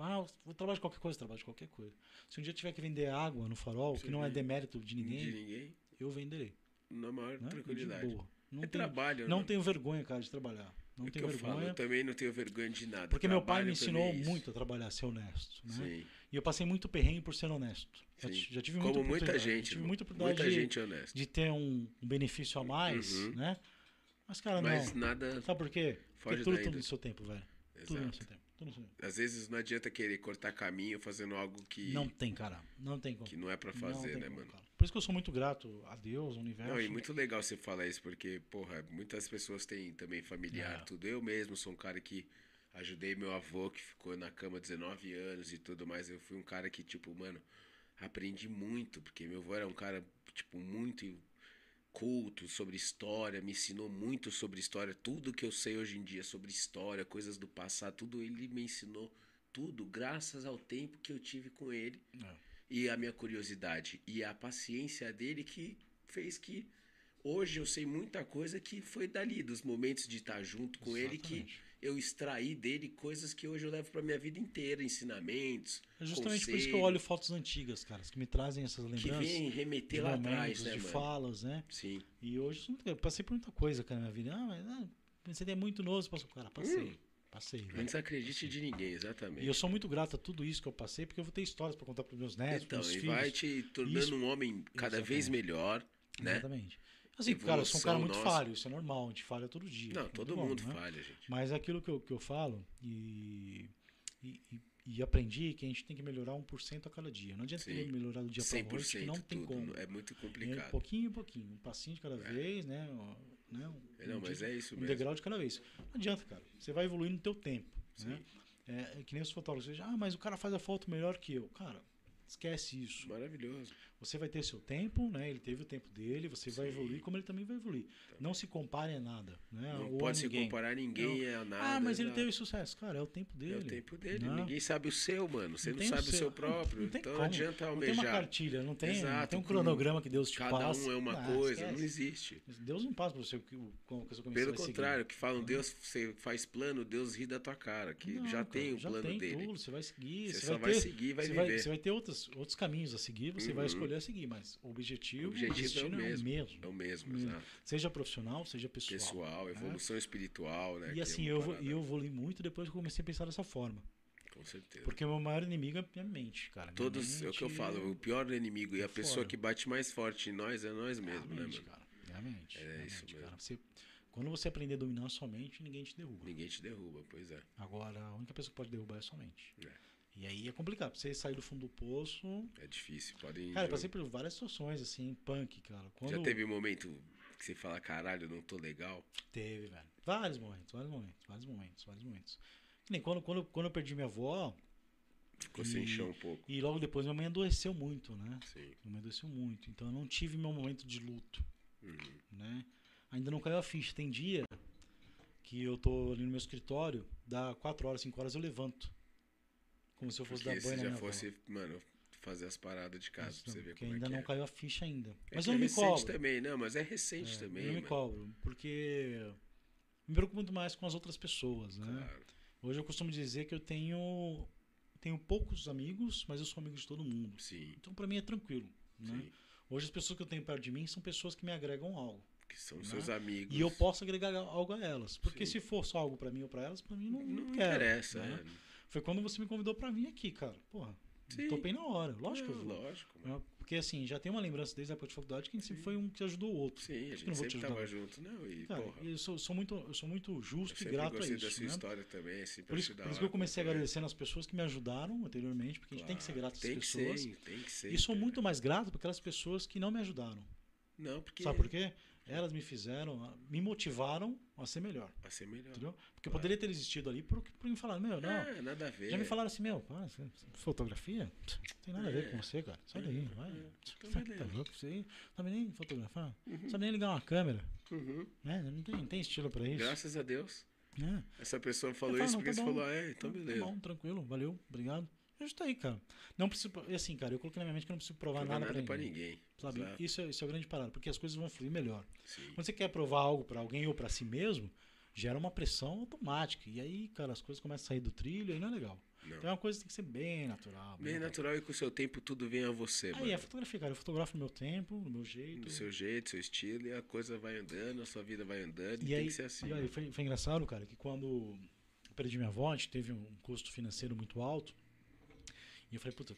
C: Ah, eu trabalho de qualquer coisa, eu trabalho de qualquer coisa. Se um dia eu tiver que vender água no farol, que não é
A: Sim.
C: demérito de
A: De
C: ninguém,
A: ninguém,
C: eu venderei.
A: na maior
C: Né?
A: tranquilidade.
C: De boa. Não,
A: é
C: tenho,
A: trabalho, né,
C: não
A: mano?
C: tenho vergonha, cara, de trabalhar. Não
A: É o que
C: tenho
A: eu falo,
C: vergonha.
A: eu também não tenho vergonha de nada.
C: Porque meu pai
A: Trabalho
C: me
A: pra mim é
C: ensinou
A: isso.
C: muito a trabalhar, a ser honesto. Né?
A: Sim.
C: E eu passei muito perrengue por ser honesto. Já,
A: Sim.
C: ti- já tive
A: Como
C: muita
A: muita
C: oportunidade.
A: gente,
C: tive
A: irmão.
C: muita oportunidade
A: Muita
C: de,
A: gente honesta.
C: de ter um, um benefício a mais,
A: Uhum.
C: né? Mas, cara,
A: Mas
C: não.
A: nada.
C: Sabe por quê?
A: Foge
C: Porque tudo,
A: daí,
C: tudo
A: né?
C: no seu tempo, velho. Tudo no seu
A: Exato.
C: tempo. Tudo no seu tempo.
A: Às vezes não adianta querer cortar caminho fazendo algo que
C: Não tem, cara. Não tem como.
A: que não é pra
C: Não
A: fazer,
C: tem
A: né,
C: como,
A: mano?
C: cara. Por isso que eu sou muito grato a Deus, ao universo.
A: Não, e muito legal você falar isso, porque, porra, muitas pessoas têm também familiar,
C: É.
A: tudo. Eu mesmo sou um cara que ajudei meu avô, que ficou na cama 19 anos e tudo mais. Eu fui um cara que, tipo, mano, aprendi muito, porque meu avô era um cara, tipo, muito culto sobre história, me ensinou muito sobre história, tudo que eu sei hoje em dia sobre história, coisas do passado, tudo ele me ensinou tudo graças ao tempo que eu tive com ele
C: É.
A: e a minha curiosidade e a paciência dele que fez que hoje eu sei muita coisa que foi dali dos momentos de estar junto com ele que
C: Exatamente.
A: eu extraí dele coisas que hoje eu levo pra minha vida inteira, ensinamentos.
C: É justamente por isso que eu olho fotos antigas, cara, que me trazem essas
A: conselhos, que
C: lembranças.
A: vem
C: de
A: remeter lá atrás,
C: momentos,
A: né,
C: de
A: mano?
C: falas, né?
A: Sim.
C: E hoje isso não tem- eu passei por muita coisa, cara, na minha vida. Ah, mas ah, você é muito novo, você passou. Cara, passei.
A: Hum.
C: Passei. velho.
A: Não desacredite de ninguém,
C: E
A: exatamente.
C: eu sou muito grato a tudo isso que eu passei, porque eu vou ter histórias pra contar pros meus netos,
A: Então,
C: pros meus
A: e
C: filhos.
A: vai te tornando
C: Isso.
A: um homem cada vez
C: Exatamente.
A: melhor, né?
C: Exatamente. Assim, cara, eu sou um cara
A: Evolução
C: muito
A: nossa.
C: falho, isso é normal, a gente falha todo dia.
A: Não,
C: muito
A: todo
C: bom,
A: mundo
C: né?
A: falha, gente.
C: Mas aquilo que eu, que eu falo e, e, e- e aprendi que a gente tem que melhorar 1% a cada dia. Não adianta
A: Sim.
C: querer melhorar do dia para noite, que
A: 100%
C: não tem
A: tudo.
C: como.
A: É muito
C: É,
A: complicado. É.
C: pouquinho em pouquinho, um passinho de cada vez, né? ó, né, um-
A: Não,
C: um
A: mas
C: dia-
A: é isso
C: um
A: mesmo.
C: degrau de cada vez. Não adianta, cara. Você vai evoluindo no teu tempo. Né? É, é que nem os fotógrafos. Você diz, ah, mas o cara faz a foto melhor que eu. Cara, esquece isso.
A: é Maravilhoso.
C: Você vai ter seu tempo, né? Ele teve o tempo dele, você vai evoluir como ele também vai evoluir. Não se compare a nada. Né?
A: Não
C: Ou a
A: pode se
C: ninguém.
A: comparar ninguém a nada.
C: ah, mas ele
A: exato.
C: teve sucesso. Cara, é o tempo dele.
A: É o tempo dele.
C: Não.
A: Ninguém sabe o seu, mano. Você não,
C: tem
A: sabe o seu próprio.
C: Não tem
A: então
C: como.
A: não adianta
C: Não tem
A: almejar.
C: uma cartilha, não tem, não
A: Exato,
C: tem um
A: com-
C: cronograma que Deus te
A: Cada
C: passa.
A: um é uma
C: Ah,
A: coisa. Não
C: esquece.
A: existe.
C: Deus não passa para você o que o como que você começou
A: Pelo
C: a seguir.
A: contrário, que falam, Deus, você faz plano, Deus ri da tua cara. Que
C: Não,
A: já
C: cara,
A: tem o
C: já
A: plano
C: tem
A: dele.
C: Tudo, você vai seguir,
A: Você
C: você,
A: só
C: vai
A: vai
C: ter,
A: seguir e vai
C: você
A: viver.
C: você vai um ter outros, outros caminhos a seguir, você vai
A: Uhum.
C: escolher a seguir, mas o objetivo,
A: O
C: o
A: objetivo é o
C: destino é o mesmo.
A: mesmo. É o mesmo,
C: Mesmo.
A: exato.
C: Seja profissional, seja pessoal.
A: Pessoal,
C: né?
A: evolução espiritual, né? que
C: E
A: é
C: assim,
A: uma
C: eu, vou-
A: parada-
C: e eu evolui muito depois que eu comecei a pensar dessa forma.
A: Com certeza.
C: Porque o meu maior inimigo é a minha mente, cara. Minha
A: Todos, é o que eu
C: mente-
A: falo, o pior inimigo e a pessoa
C: fora.
A: que bate mais forte em nós é nós mesmos, né,
C: é Realmente,
A: mano?
C: cara. Realmente.
A: É
C: realmente,
A: isso mesmo.
C: cara. Você- quando você aprender a dominar a sua mente, ninguém te derruba.
A: Ninguém te derruba, pois é.
C: Agora, a única pessoa que pode derrubar é a sua mente.
A: É.
C: E aí é complicado. Pra você sair do fundo do poço.
A: É difícil. Podem.
C: Cara, eu passei por várias situações, assim, punk, cara. Quando
A: Já teve um momento que você fala, caralho, não tô legal?
C: Teve, velho. Vários momentos, vários momentos, vários momentos, vários momentos. Que nem quando, quando, quando eu perdi minha avó,
A: Ficou sem
C: E-
A: chão um pouco.
C: e logo depois minha mãe adoeceu muito, né?
A: Sim.
C: Minha mãe adoeceu muito. Então eu não tive meu momento de luto,
A: Uhum.
C: né? Ainda não caiu a ficha. Tem dia que eu tô ali no meu escritório, dá 4 horas, 5 horas eu levanto. Como se eu fosse
A: Porque
C: dar
A: se
C: banho na
A: já
C: minha
A: fosse,
C: avó.
A: mano, fazer as paradas de casa,
C: Isso,
A: pra você ver
C: porque
A: como é
C: ainda
A: que
C: não
A: é.
C: caiu a ficha ainda.
A: É
C: Mas
A: que
C: eu não
A: é
C: me
A: recente
C: cobro.
A: também, não, mas é recente também,
C: eu não me
A: mano.
C: cobro, porque eu me preocupo muito mais com as outras pessoas, né?
A: Claro.
C: Hoje eu costumo dizer que eu tenho tenho poucos amigos, mas eu sou amigo de todo mundo.
A: Sim,
C: Então pra mim é tranquilo, né?
A: sim.
C: Hoje as pessoas que eu tenho perto de mim são pessoas que me agregam algo
A: Que são
C: Né?
A: seus amigos.
C: e eu posso agregar algo a elas, porque
A: Sim.
C: se for só algo pra mim ou pra elas, pra mim não,
A: Não,
C: não quero,
A: interessa,
C: né?
A: é.
C: Foi quando você me convidou pra vir aqui, cara. Porra,
A: Sim.
C: topei na hora, lógico que
A: Não,
C: eu vou.
A: Lógico, mano.
C: né? Porque assim, já tem uma lembrança desde a época de faculdade que a gente sempre foi um que ajudou o outro.
A: Sim, a
C: Por que eu não
A: gente
C: vou te
A: sempre
C: ajudar?
A: tava junto, não, e
C: Cara,
A: porra.
C: eu sou, sou muito, eu sou muito
A: Eu
C: justo e
A: sempre
C: grato a
A: gostei da
C: isso,
A: sua
C: né?
A: história também, assim, sempre
C: Por isso,
A: achei
C: por
A: da
C: isso que eu
A: hora,
C: comecei
A: acompanhei.
C: agradecendo as pessoas que me ajudaram anteriormente, porque a gente tem que ser grato às
A: Ah, tem
C: pessoas.
A: Que ser, tem que ser.
C: e é sou
A: cara.
C: muito mais grato por aquelas pessoas que não me ajudaram.
A: Não, porque.
C: Sabe por quê? Elas me fizeram, ah, me motivaram a ser melhor.
A: Vai ser melhor.
C: Entendeu? Porque eu poderia ter existido ali por, por me falar, meu, não.
A: Ah, nada a ver.
C: Já me falaram assim, meu, ah, você- fotografia? Tch, Não tem nada a
A: É.
C: ver com você, cara. Sai daí, vai. Tch,
A: Então
C: Tá
A: beleza.
C: tá louco isso aí? Sabe nem fotografar? Sabe nem ligar uma câmera?
A: Uhum.
C: né? Não tem, não tem estilo pra isso.
A: Graças a Deus.
C: né?
A: Essa pessoa falou
C: falo,
A: isso
C: não,
A: porque
C: tá
A: você
C: bom.
A: falou, ah, é, então
C: Tá-
A: beleza.
C: Tá bom, tranquilo, valeu, obrigado. É Justo aí, cara. Não preciso. pro- e Assim, cara, eu coloquei na minha mente que eu não preciso provar
A: Não
C: nada,
A: nada
C: pra
A: pra
C: ninguém.
A: ninguém.
C: Sabe?
A: Exato.
C: Isso, é, isso é a grande parada, porque as coisas vão fluir melhor.
A: Sim.
C: Quando você quer provar algo pra alguém ou pra si mesmo, gera uma pressão automática. E aí, cara, as coisas começam a sair do trilho e não é legal.
A: Não.
C: Então é uma coisa que tem que ser bem natural.
A: Bem natural e com o seu tempo tudo vem a você,
C: Aí
A: mano.
C: é a fotografia, cara. Eu fotografo no meu tempo, no meu jeito.
A: Do seu jeito, seu estilo, e a coisa vai andando, a sua vida vai andando, e,
C: E
A: tem
C: aí,
A: que ser assim.
C: e aí foi, foi engraçado, cara, que quando eu perdi minha avó, a gente teve um custo financeiro muito alto. E eu falei, puta,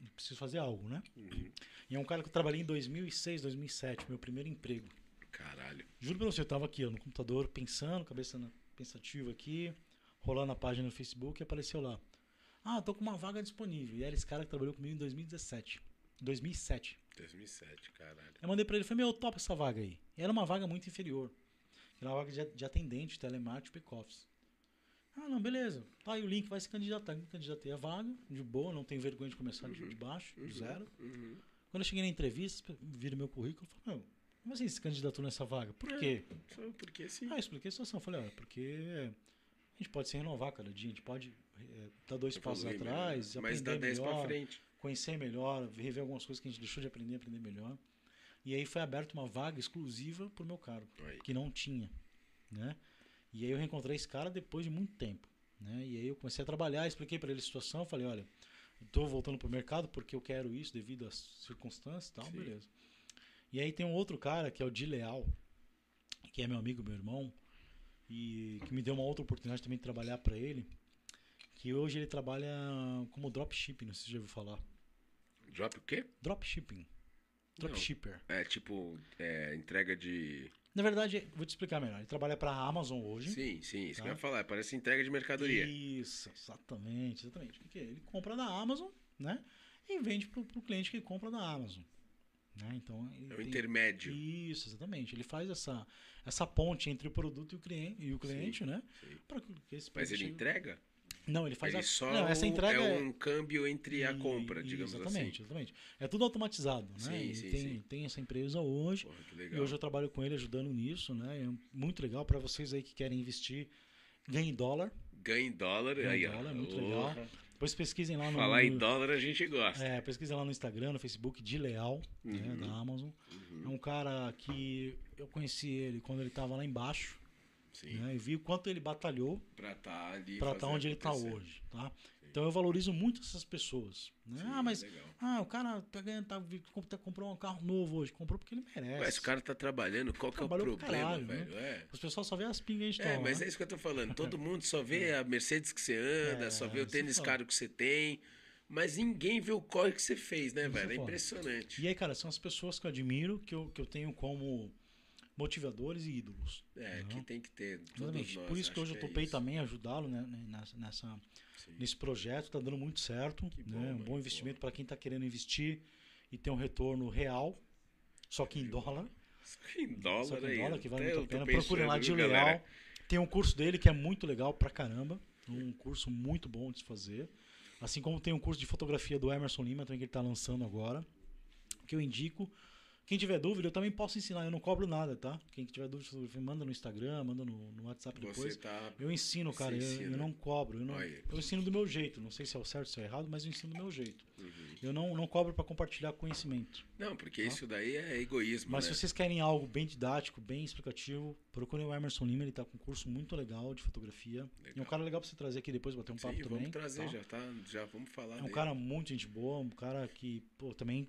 C: eu preciso fazer algo, né?
A: Uhum.
C: E é um cara que eu trabalhei em 2006, 2007, meu primeiro emprego.
A: Caralho.
C: Juro pra você, eu tava aqui ó, no computador, pensando, cabeça na- pensativa aqui, rolando a página no Facebook e apareceu lá. Ah, tô com uma vaga disponível. E era esse cara que trabalhou comigo em 2017. 2007.
A: 2007, caralho.
C: Eu mandei pra ele, falei, meu, topa essa vaga aí. E era uma vaga muito inferior. Era uma vaga de, de atendente, telemarketing, back-office. Ah, não, beleza. Tá aí o link, vai se candidatar. Eu Me candidatei a vaga, de boa, não tenho vergonha de começar de, de baixo, do zero.
A: Uhum.
C: Quando eu cheguei na entrevista, viram meu currículo, eu falei, meu, como assim se candidatou nessa vaga? Por quê?
A: Só porque assim.
C: Ah, eu expliquei a situação. Eu Falei, olha, porque a gente pode se renovar cada dia, a gente pode eh, dar dois passos
A: evolui melhor.
C: atrás,
A: Mas dá
C: aprender
A: 10
C: melhor
A: pra frente.
C: conhecer melhor, rever algumas coisas que a gente deixou de aprender, aprender melhor. E aí foi aberta uma vaga exclusiva para o meu cargo,
A: Aí.
C: que não tinha, né? E aí eu reencontrei esse cara depois de muito tempo. Né? E aí eu comecei a trabalhar, expliquei para ele a situação, falei, olha, estou voltando pro mercado porque eu quero isso devido às circunstâncias e tal,
A: Sim.
C: beleza. E aí tem um outro cara que é o Di Leal, que é meu amigo, meu irmão, e que me deu uma outra oportunidade também de trabalhar para ele, que hoje ele trabalha como dropshipping, não sei se você já ouviu falar.
A: Drop o quê?
C: Dropshipping. Dropshipper.
A: É tipo, é, entrega de.
C: Na verdade, vou te explicar melhor. Ele trabalha para a Amazon hoje.
A: Sim, é sim, isso
C: Tá.
A: que eu ia falar. Parece entrega de mercadoria.
C: Isso, exatamente, exatamente. O que que é? Ele compra da Amazon, né? E vende pro, pro cliente que compra da Amazon. Né? Então, ele
A: É o
C: tem-
A: intermédio.
C: Isso, exatamente. Ele faz essa, essa ponte entre o produto e o cliente, e o cliente né?
A: sim.
C: Pra que que esse
A: Mas
C: produto
A: ele
C: chegue-
A: entrega?
C: Não, ele faz
A: ele
C: a...
A: só
C: não, essa
A: o-
C: entrega
A: é
C: é-
A: um câmbio entre a
C: E-
A: compra, digamos assim.
C: exatamente, Exatamente, É tudo automatizado, né?
A: Sim,
C: Ele
A: sim,
C: tem,
A: sim.
C: tem essa empresa hoje.
A: assim. Porra, que
C: E
A: legal.
C: hoje eu trabalho com ele ajudando nisso, né? É muito legal para vocês aí que querem investir, ganhem dólar.
A: Ganha em dólar.
C: Ganha
A: aí,
C: em
A: ó.
C: dólar, é muito
A: Porra.
C: legal. Depois pesquisem lá no.
A: Falar em
C: no-
A: dólar a gente gosta.
C: É, pesquisem lá no Instagram, no Facebook, de Leal, né,
A: Uhum.
C: da Amazon. É um cara que eu conheci ele quando ele tava lá embaixo,
A: Sim.
C: né? E vi o quanto ele batalhou
A: Pra tá ali.
C: para
A: fazer
C: estar onde ele tá
A: acontecer.
C: hoje, tá? Então eu valorizo muito essas pessoas. né?
A: Sim,
C: ah, mas
A: é legal.
C: ah, o cara tá ganhando, tá, vi- comp- tá- comprou um carro novo hoje, comprou porque ele merece.
A: Ué, se o cara tá trabalhando, qual que é o
C: Trabalhou pra
A: problema,
C: caralho, né?
A: velho? É.
C: Os pessoal só vê as pingas de
A: É, mas é isso que eu tô falando. Todo mundo só
C: (laughs)
A: vê a Mercedes que você anda,
C: É,
A: só vê o
C: isso
A: tênis
C: é foda.
A: caro que você tem, mas ninguém vê o corre que você fez, né,
C: Isso é
A: velho? É
C: foda.
A: impressionante.
C: E aí, cara, são as pessoas que eu admiro, que eu, que eu tenho como motivadores e ídolos.
A: É,
C: Não.
A: que tem que ter. todos
C: Exatamente.
A: nós,
C: Por isso que
A: acho
C: hoje eu
A: é
C: topei
A: isso.
C: também ajudá-lo né, né, nessa, nessa-
A: Sim.
C: nesse projeto, tá dando muito certo.
A: Que
C: né,
A: bom,
C: um
A: mano,
C: bom investimento para quem tá querendo investir e ter um retorno real, só que em dólar.
A: Em
C: só
A: dólar
C: que
A: aí.
C: em dólar, que vale
A: até
C: muito
A: eu
C: a
A: tô
C: pena. Procurem lá
A: pensando,
C: de
A: viu, galera?
C: Leal. Tem um curso dele que é muito legal pra caramba. Um curso muito bom de se fazer. Assim como tem um curso de fotografia do Emerson Lima também que ele tá lançando agora. Que eu indico. Quem tiver dúvida, eu também posso ensinar. Eu não cobro nada, tá? Quem tiver dúvida de fotografia, manda no Instagram, manda no, no WhatsApp depois.
A: Você tá.
C: Eu ensino, cara.
A: Você
C: eu- Eu,
A: ensina.
C: não cobro. Eu, não-
A: Olha aí.
C: eu ensino do meu jeito. Não sei se é o certo, se é errado, mas eu ensino do meu jeito. Eu não, não cobro pra compartilhar conhecimento.
A: uhum. Não, porque
C: Tá.
A: isso daí é egoísmo.
C: Mas
A: né?
C: se vocês querem algo bem didático, bem explicativo, procurem o Emerson Lima, ele tá com um curso muito legal de fotografia. E é um cara legal pra você trazer aqui depois, bater um papo
A: Sim,
C: também.
A: vamos trazer,
C: tá?
A: já tá. Já vamos falar.
C: É um
A: dele.
C: cara muito gente boa, um cara que, pô, também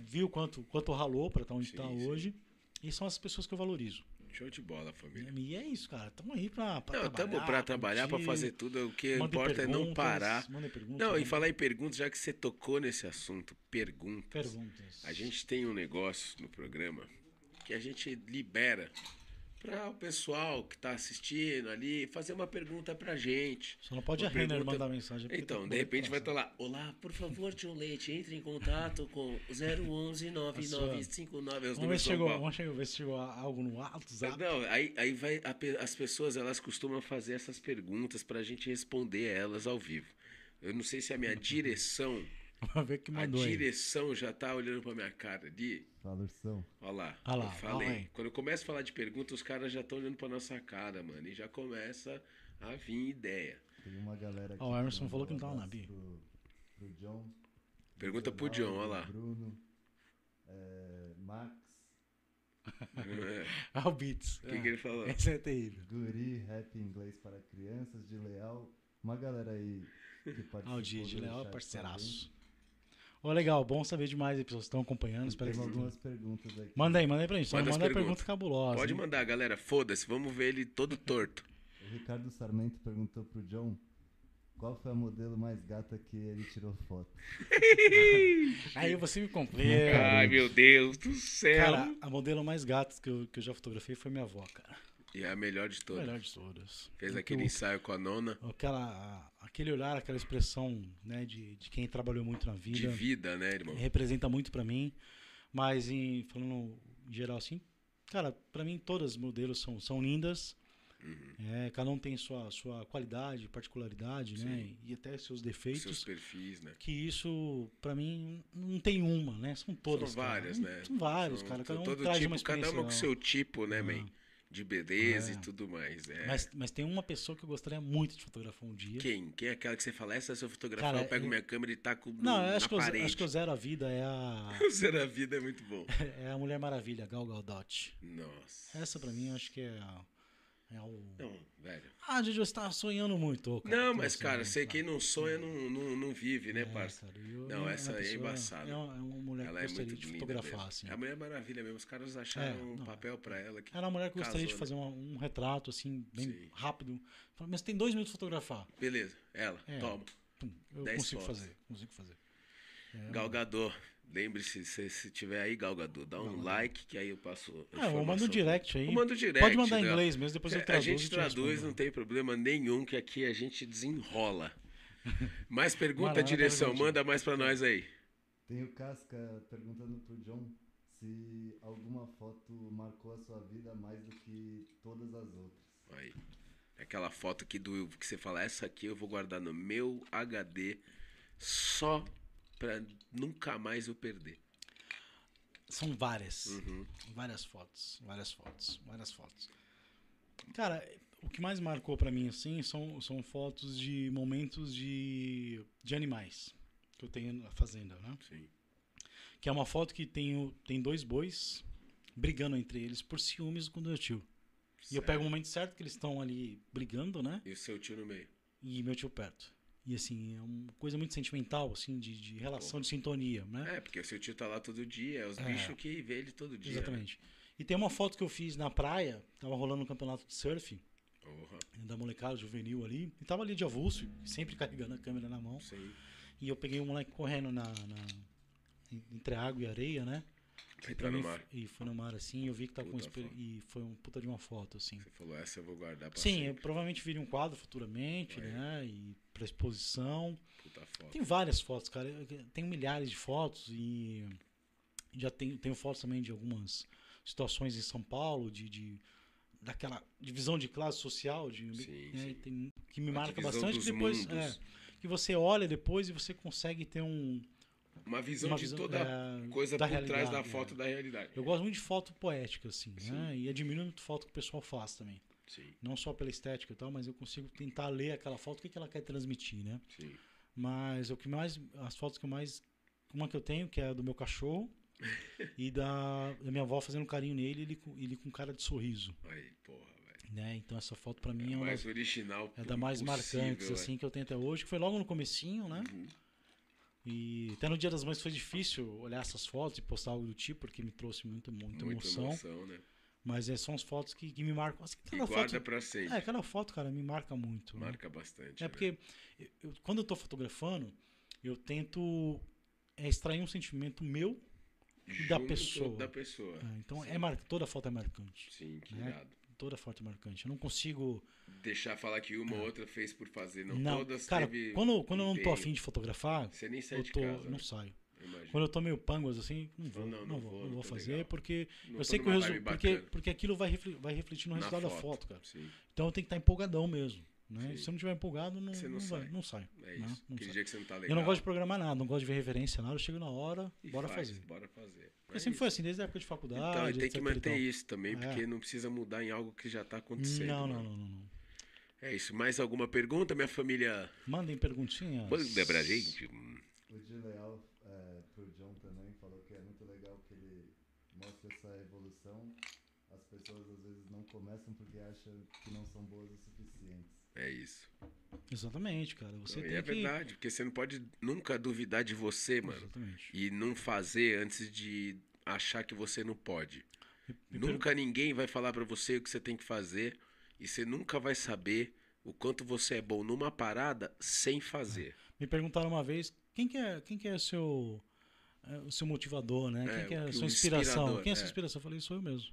C: viu quanto, quanto ralou pra estar onde
A: Sim,
C: tá
A: sim.
C: hoje. E são as pessoas que eu valorizo.
A: Show de bola, família.
C: E é isso, cara. Tamo aí pra, É, pra
A: Não,
C: trabalhar.
A: tamo pra trabalhar, pra
C: curtir.
A: fazer tudo. O que
C: Mandem
A: importa é não
C: perguntas,
A: parar.
C: Mandem perguntas.
A: Não, e
C: mandem
A: falar em perguntas, já que você tocou nesse assunto, perguntas.
C: Perguntas.
A: A gente tem um negócio no programa que a gente libera para o pessoal que tá assistindo ali fazer uma pergunta pra gente.
C: Só não pode
A: Uma
C: a Renner
A: pergunta-
C: mandar mensagem. porque tá
A: Então,
C: com
A: de repente
C: boleto
A: vai estar
C: atrasado.
A: lá, olá, por favor, Tio Leite, entre em contato com 011 9959. é Os
C: Vamos ver
A: números
C: se
A: tá- são
C: chegou,
A: bons.
C: vamos ver se chegou algo no WhatsApp.
A: Não, aí, aí vai, a pe- as pessoas elas costumam fazer essas perguntas pra gente responder elas ao vivo. Eu não sei se a minha
C: Uhum.
A: direção,
C: (laughs) Vamos ver que
A: a
C: mandou aí.
A: direção já tá olhando pra minha cara ali.
B: Valorção.
A: Olha lá,
C: Olha lá,
A: eu falei.
C: olha aí.
A: Quando eu começo a falar de pergunta, os caras já estão olhando pra nossa cara, mano, e já começa a vir
C: (laughs)
A: ideia.
B: Tem uma galera aqui.
C: Ó, o Emerson
B: que
C: falou que não
B: mandou
C: tava na
B: abraço
C: bio.
B: Pro, pro John.
A: Pergunta pro John, olha lá.
B: Bruno. é, Max.
A: O
C: Ah, o Beats.
A: que, que ele falou?
C: Esse é terrível.
B: Guri, rap em inglês para crianças, de leal. Uma galera aí
C: (laughs)
B: que participou.
C: Ah, o Dia de
B: do
A: né?
C: Leal é
B: chat
C: parceiraço. Ô, legal, bom saber demais aí, pessoal. Estão acompanhando, espero
B: também.
C: que
B: Tem
C: vocês
B: algumas perguntas aqui.
C: Manda aí, manda aí pra gente. Só
A: Manda
C: não
A: as
C: manda pergunta.
A: perguntas.
C: cabulosa.
A: Pode
C: hein?
A: mandar, galera. Foda-se, vamos ver ele todo torto.
B: O Ricardo Sarmento perguntou pro John qual foi a modelo mais gata que ele tirou foto.
C: Aí você me complica.
A: Ai, meu Deus do céu.
C: Cara, a modelo mais gata que eu, que eu já fotografei foi minha avó, cara.
A: E é a melhor de todas.
C: Melhor de todas.
A: Fez
C: Porque
A: aquele ensaio com a nona.
C: o- aquela, aquele olhar, aquela expressão, né, de, de quem trabalhou muito na
A: De
C: vida.
A: vida, né, irmão?
C: representa muito pra mim. Mas em falando em geral assim, cara, pra mim todas as modelos são, são lindas.
A: Uhum.
C: É, cada um tem sua sua qualidade, particularidade, né? E até seus defeitos.
A: Seus perfis, né?
C: Que isso pra mim não tem uma, né? São todas.
A: São
C: cara. Hum,
A: várias, né?
C: São várias,
A: São
C: cara. Cada um
A: todo
C: traz
A: tipo,
C: uma
A: Cada
C: experiência.
A: uma com
C: legal.
A: seu tipo, né, man? De beleza
C: É.
A: e tudo mais. É.
C: mas, mas tem uma pessoa que eu gostaria muito de fotografar um dia.
A: Quem? Quem é aquela que você fala, essa é a sua fotografia,
C: Cara,
A: eu pego
C: eu-
A: minha câmera e taco no-
C: Não, eu
A: na
C: acho que, eu,
A: parede. (laughs)
C: acho que eu zero a vida é a, (laughs)
A: O Zero a Vida é muito bom.
C: é a Mulher Maravilha, Gal Gadot.
A: Nossa.
C: Essa pra mim eu acho que é a, É o.
A: Não, velho.
C: Ah, Jojo, você tá sonhando muito. ô, cara.
A: Não,
C: Tô
A: mas, cara,
C: sonhando,
A: sei quem não sonha não, não, não vive, né,
C: né, tá. Hum. É,
A: parça?
C: cara, eu-
A: Não,
C: uma
A: essa aí é
C: pessoa-
A: embaçada.
C: É uma, é uma mulher
A: Ela
C: que
A: é
C: eu gostaria
A: muito
C: de
A: linda.
C: fotografar,
A: mesmo.
C: assim.
A: É a Mulher Maravilha mesmo. Os caras acharam
C: É,
A: um
C: não, É.
A: papel pra ela que
C: Era uma mulher que eu gostaria de
A: Casou,
C: fazer uma- um retrato, assim, bem
A: Sim.
C: rápido. Falei, mas tem dois minutos pra fotografar.
A: Beleza, ela,
C: É.
A: toma.
C: Pum, eu
A: Dez
C: consigo
A: fotos.
C: fazer, consigo fazer. é.
A: Galgador. Lembre-se, se, se tiver aí, Galgador, dá um like que aí eu passo. a
C: Ah, eu mando
A: informação.
C: um direct aí.
A: Eu mando direct.
C: Pode mandar em
A: né?
C: inglês mesmo, depois eu traduzo.
A: A
C: e
A: gente
C: te
A: traduz, um
C: respondo.
A: não tem problema nenhum, que aqui a gente desenrola. (laughs) Mais pergunta,
C: Vai lá,
A: direção,
C: vai lá,
A: manda mais pra nós aí.
B: Tem o Casca perguntando pro John se alguma foto marcou a sua vida mais do que todas as outras.
A: Aí. Aquela foto que do que você fala, essa aqui eu vou guardar no meu HD só pra nunca mais eu perder.
C: São várias.
A: Uhum.
C: Várias fotos, várias fotos, várias fotos. Cara, o que mais marcou pra mim, assim, são, são fotos de momentos de, de animais que eu tenho na fazenda, né?
A: Sim.
C: Que é uma foto que tem, o- tem dois bois brigando entre eles por ciúmes com o meu tio. E eu
A: Certo.
C: pego o momento certo que eles estão ali brigando, né?
A: E o seu tio no meio.
C: E meu tio perto. E assim, é uma coisa muito sentimental, assim, de, de relação, de sintonia, né?
A: É, porque o seu tio tá lá todo dia, é os
C: É.
A: bichos que vê ele todo dia. né?
C: Exatamente. E tem uma foto que eu fiz na praia, tava rolando um campeonato de surf,
A: Porra,
C: da molecada juvenil ali, e tava ali de avulso, sempre carregando a câmera na mão.
A: sim.
C: E eu peguei um moleque correndo na, na- en- entre água e areia, né?
A: Você
C: E
A: tá
C: pra
A: no
C: mim-
A: mar.
C: E foi no mar assim, eu vi que tava com
A: Puta
C: espe-
A: foto.
C: e foi um puta de uma foto assim.
A: Você falou, essa eu vou guardar pra
C: Sim, eu
A: sempre.
C: provavelmente viria um quadro futuramente,
A: tá Vai.
C: né? E pra exposição.
A: Puta foto.
C: Tem várias fotos, cara. Eu tenho milhares de fotos e já tenho, tenho fotos também de algumas situações em São Paulo, de, de- daquela divisão de classe social, de,
A: Sim,
C: né,
A: sim.
C: tem- que me
A: A
C: marca
A: divisão
C: bastante.
A: dos
C: que Depois,
A: mundos.
C: é, que você olha depois e você consegue ter um,
A: Uma visão
C: uma
A: de
C: visão
A: toda
C: é,
A: coisa
C: da
A: por trás da
C: realidade,
A: foto
C: é.
A: da realidade.
C: Eu gosto muito de foto poética, assim, né? E admiro muito foto que o pessoal faz também.
A: Sim,
C: Não só pela estética e tal, mas eu consigo tentar ler aquela foto, o que que ela quer transmitir, né?
A: sim.
C: Mas o que mais. As fotos que eu mais. Uma que eu tenho, que é a do meu cachorro. e da, da minha avó fazendo carinho nele, ele, com- ele com cara de sorriso.
A: Aí, porra, velho.
C: Né? Então essa foto pra mim é,
A: É
C: uma,
A: mais original.
C: é da mais
A: possível,
C: marcantes,
A: é.
C: assim, que eu tenho até hoje, que foi logo no comecinho, né?
A: Uhum.
C: E até no Dia das Mães foi difícil olhar essas fotos e postar algo do tipo, porque me trouxe muito, muita,
A: é. Muita
C: emoção.
A: emoção, né?
C: Mas é, são as fotos que, que me marcam. Assim,
A: E
C: cada
A: guarda
C: foto,
A: pra sempre.
C: é, cada foto, cara, me marca muito. né?
A: Marca bastante.
C: É
A: né?
C: porque eu- eu- quando eu tô fotografando, eu tento é, extrair um sentimento meu. da
A: Junto
C: pessoa.
A: Da pessoa.
C: né? Então
A: Sim.
C: é mar... toda foto é marcante.
A: Sim, que
C: né?
A: irado.
C: Toda foto é marcante. Eu não consigo.
A: Deixar falar que uma ou outra fez por fazer, não,
C: É. Não,
A: todas
C: cara,
A: teve.
C: quando, quando eu não tô
A: empenho.
C: afim de fotografar,
A: Você nem sai
C: eu
A: de
C: tô,
A: casa.
C: não
A: né?
C: saio.
A: Eu imagino.
C: Quando eu tô meio panguas assim, não vou,
A: Fala,
C: não, vou, não vou
A: tô
C: fazer,
A: legal.
C: porque
A: Não
C: eu
A: tô
C: sei que o
A: numa
C: resu-
A: vibe
C: porque,
A: bacana.
C: porque aquilo vai, refle- vai refletir no
A: Na
C: resultado da foto, cara.
A: Sim, é
C: Então eu tenho que estar empolgadão mesmo. Né?
A: Sim.
C: Se eu não estiver empolgado, não,
A: Você
C: não,
A: não
C: vai,
A: sai.
C: não saio.
A: é
C: né?
A: isso.
C: Não
A: Aquele
C: saio.
A: dia que você não tá legal.
C: Eu não gosto de programar nada, não gosto de ver referência, nada. Eu chego na hora,
A: e
C: bora
A: faz,
C: fazer.
A: Bora fazer. É
C: Porque sempre
A: isso.
C: foi assim, desde a época de faculdade.
A: Então, e tem que
C: etc e
A: manter
C: tal.
A: isso também,
C: É.
A: porque não precisa mudar em algo que já tá acontecendo.
C: Não,
A: né?
C: não, não, não, não.
A: É isso. Mais alguma pergunta, minha família?
C: Mandem perguntinhas.
A: Manda pra gente. hum,
B: O Di Leal é, pro John também falou que é muito legal que ele mostra essa evolução. As pessoas às vezes não começam porque acham que não são boas o suficiente.
A: É isso.
C: Exatamente, cara. Você
A: Não, e
C: tem
A: é
C: que.
A: verdade, porque você não pode nunca duvidar de você, mano.
C: Exatamente.
A: E não fazer antes de achar que você não pode.
C: Me
A: Nunca ninguém vai falar pra você o que você tem que fazer e você nunca vai saber o quanto você é bom numa parada sem fazer.
C: Me perguntaram uma vez quem que é, quem que é o seu, é, o seu motivador, né?
A: É,
C: quem que é
A: o
C: a
A: que-
C: sua
A: o
C: inspiração?
A: inspirador,
C: Quem é a sua
A: é.
C: inspiração? Eu falei, sou eu mesmo.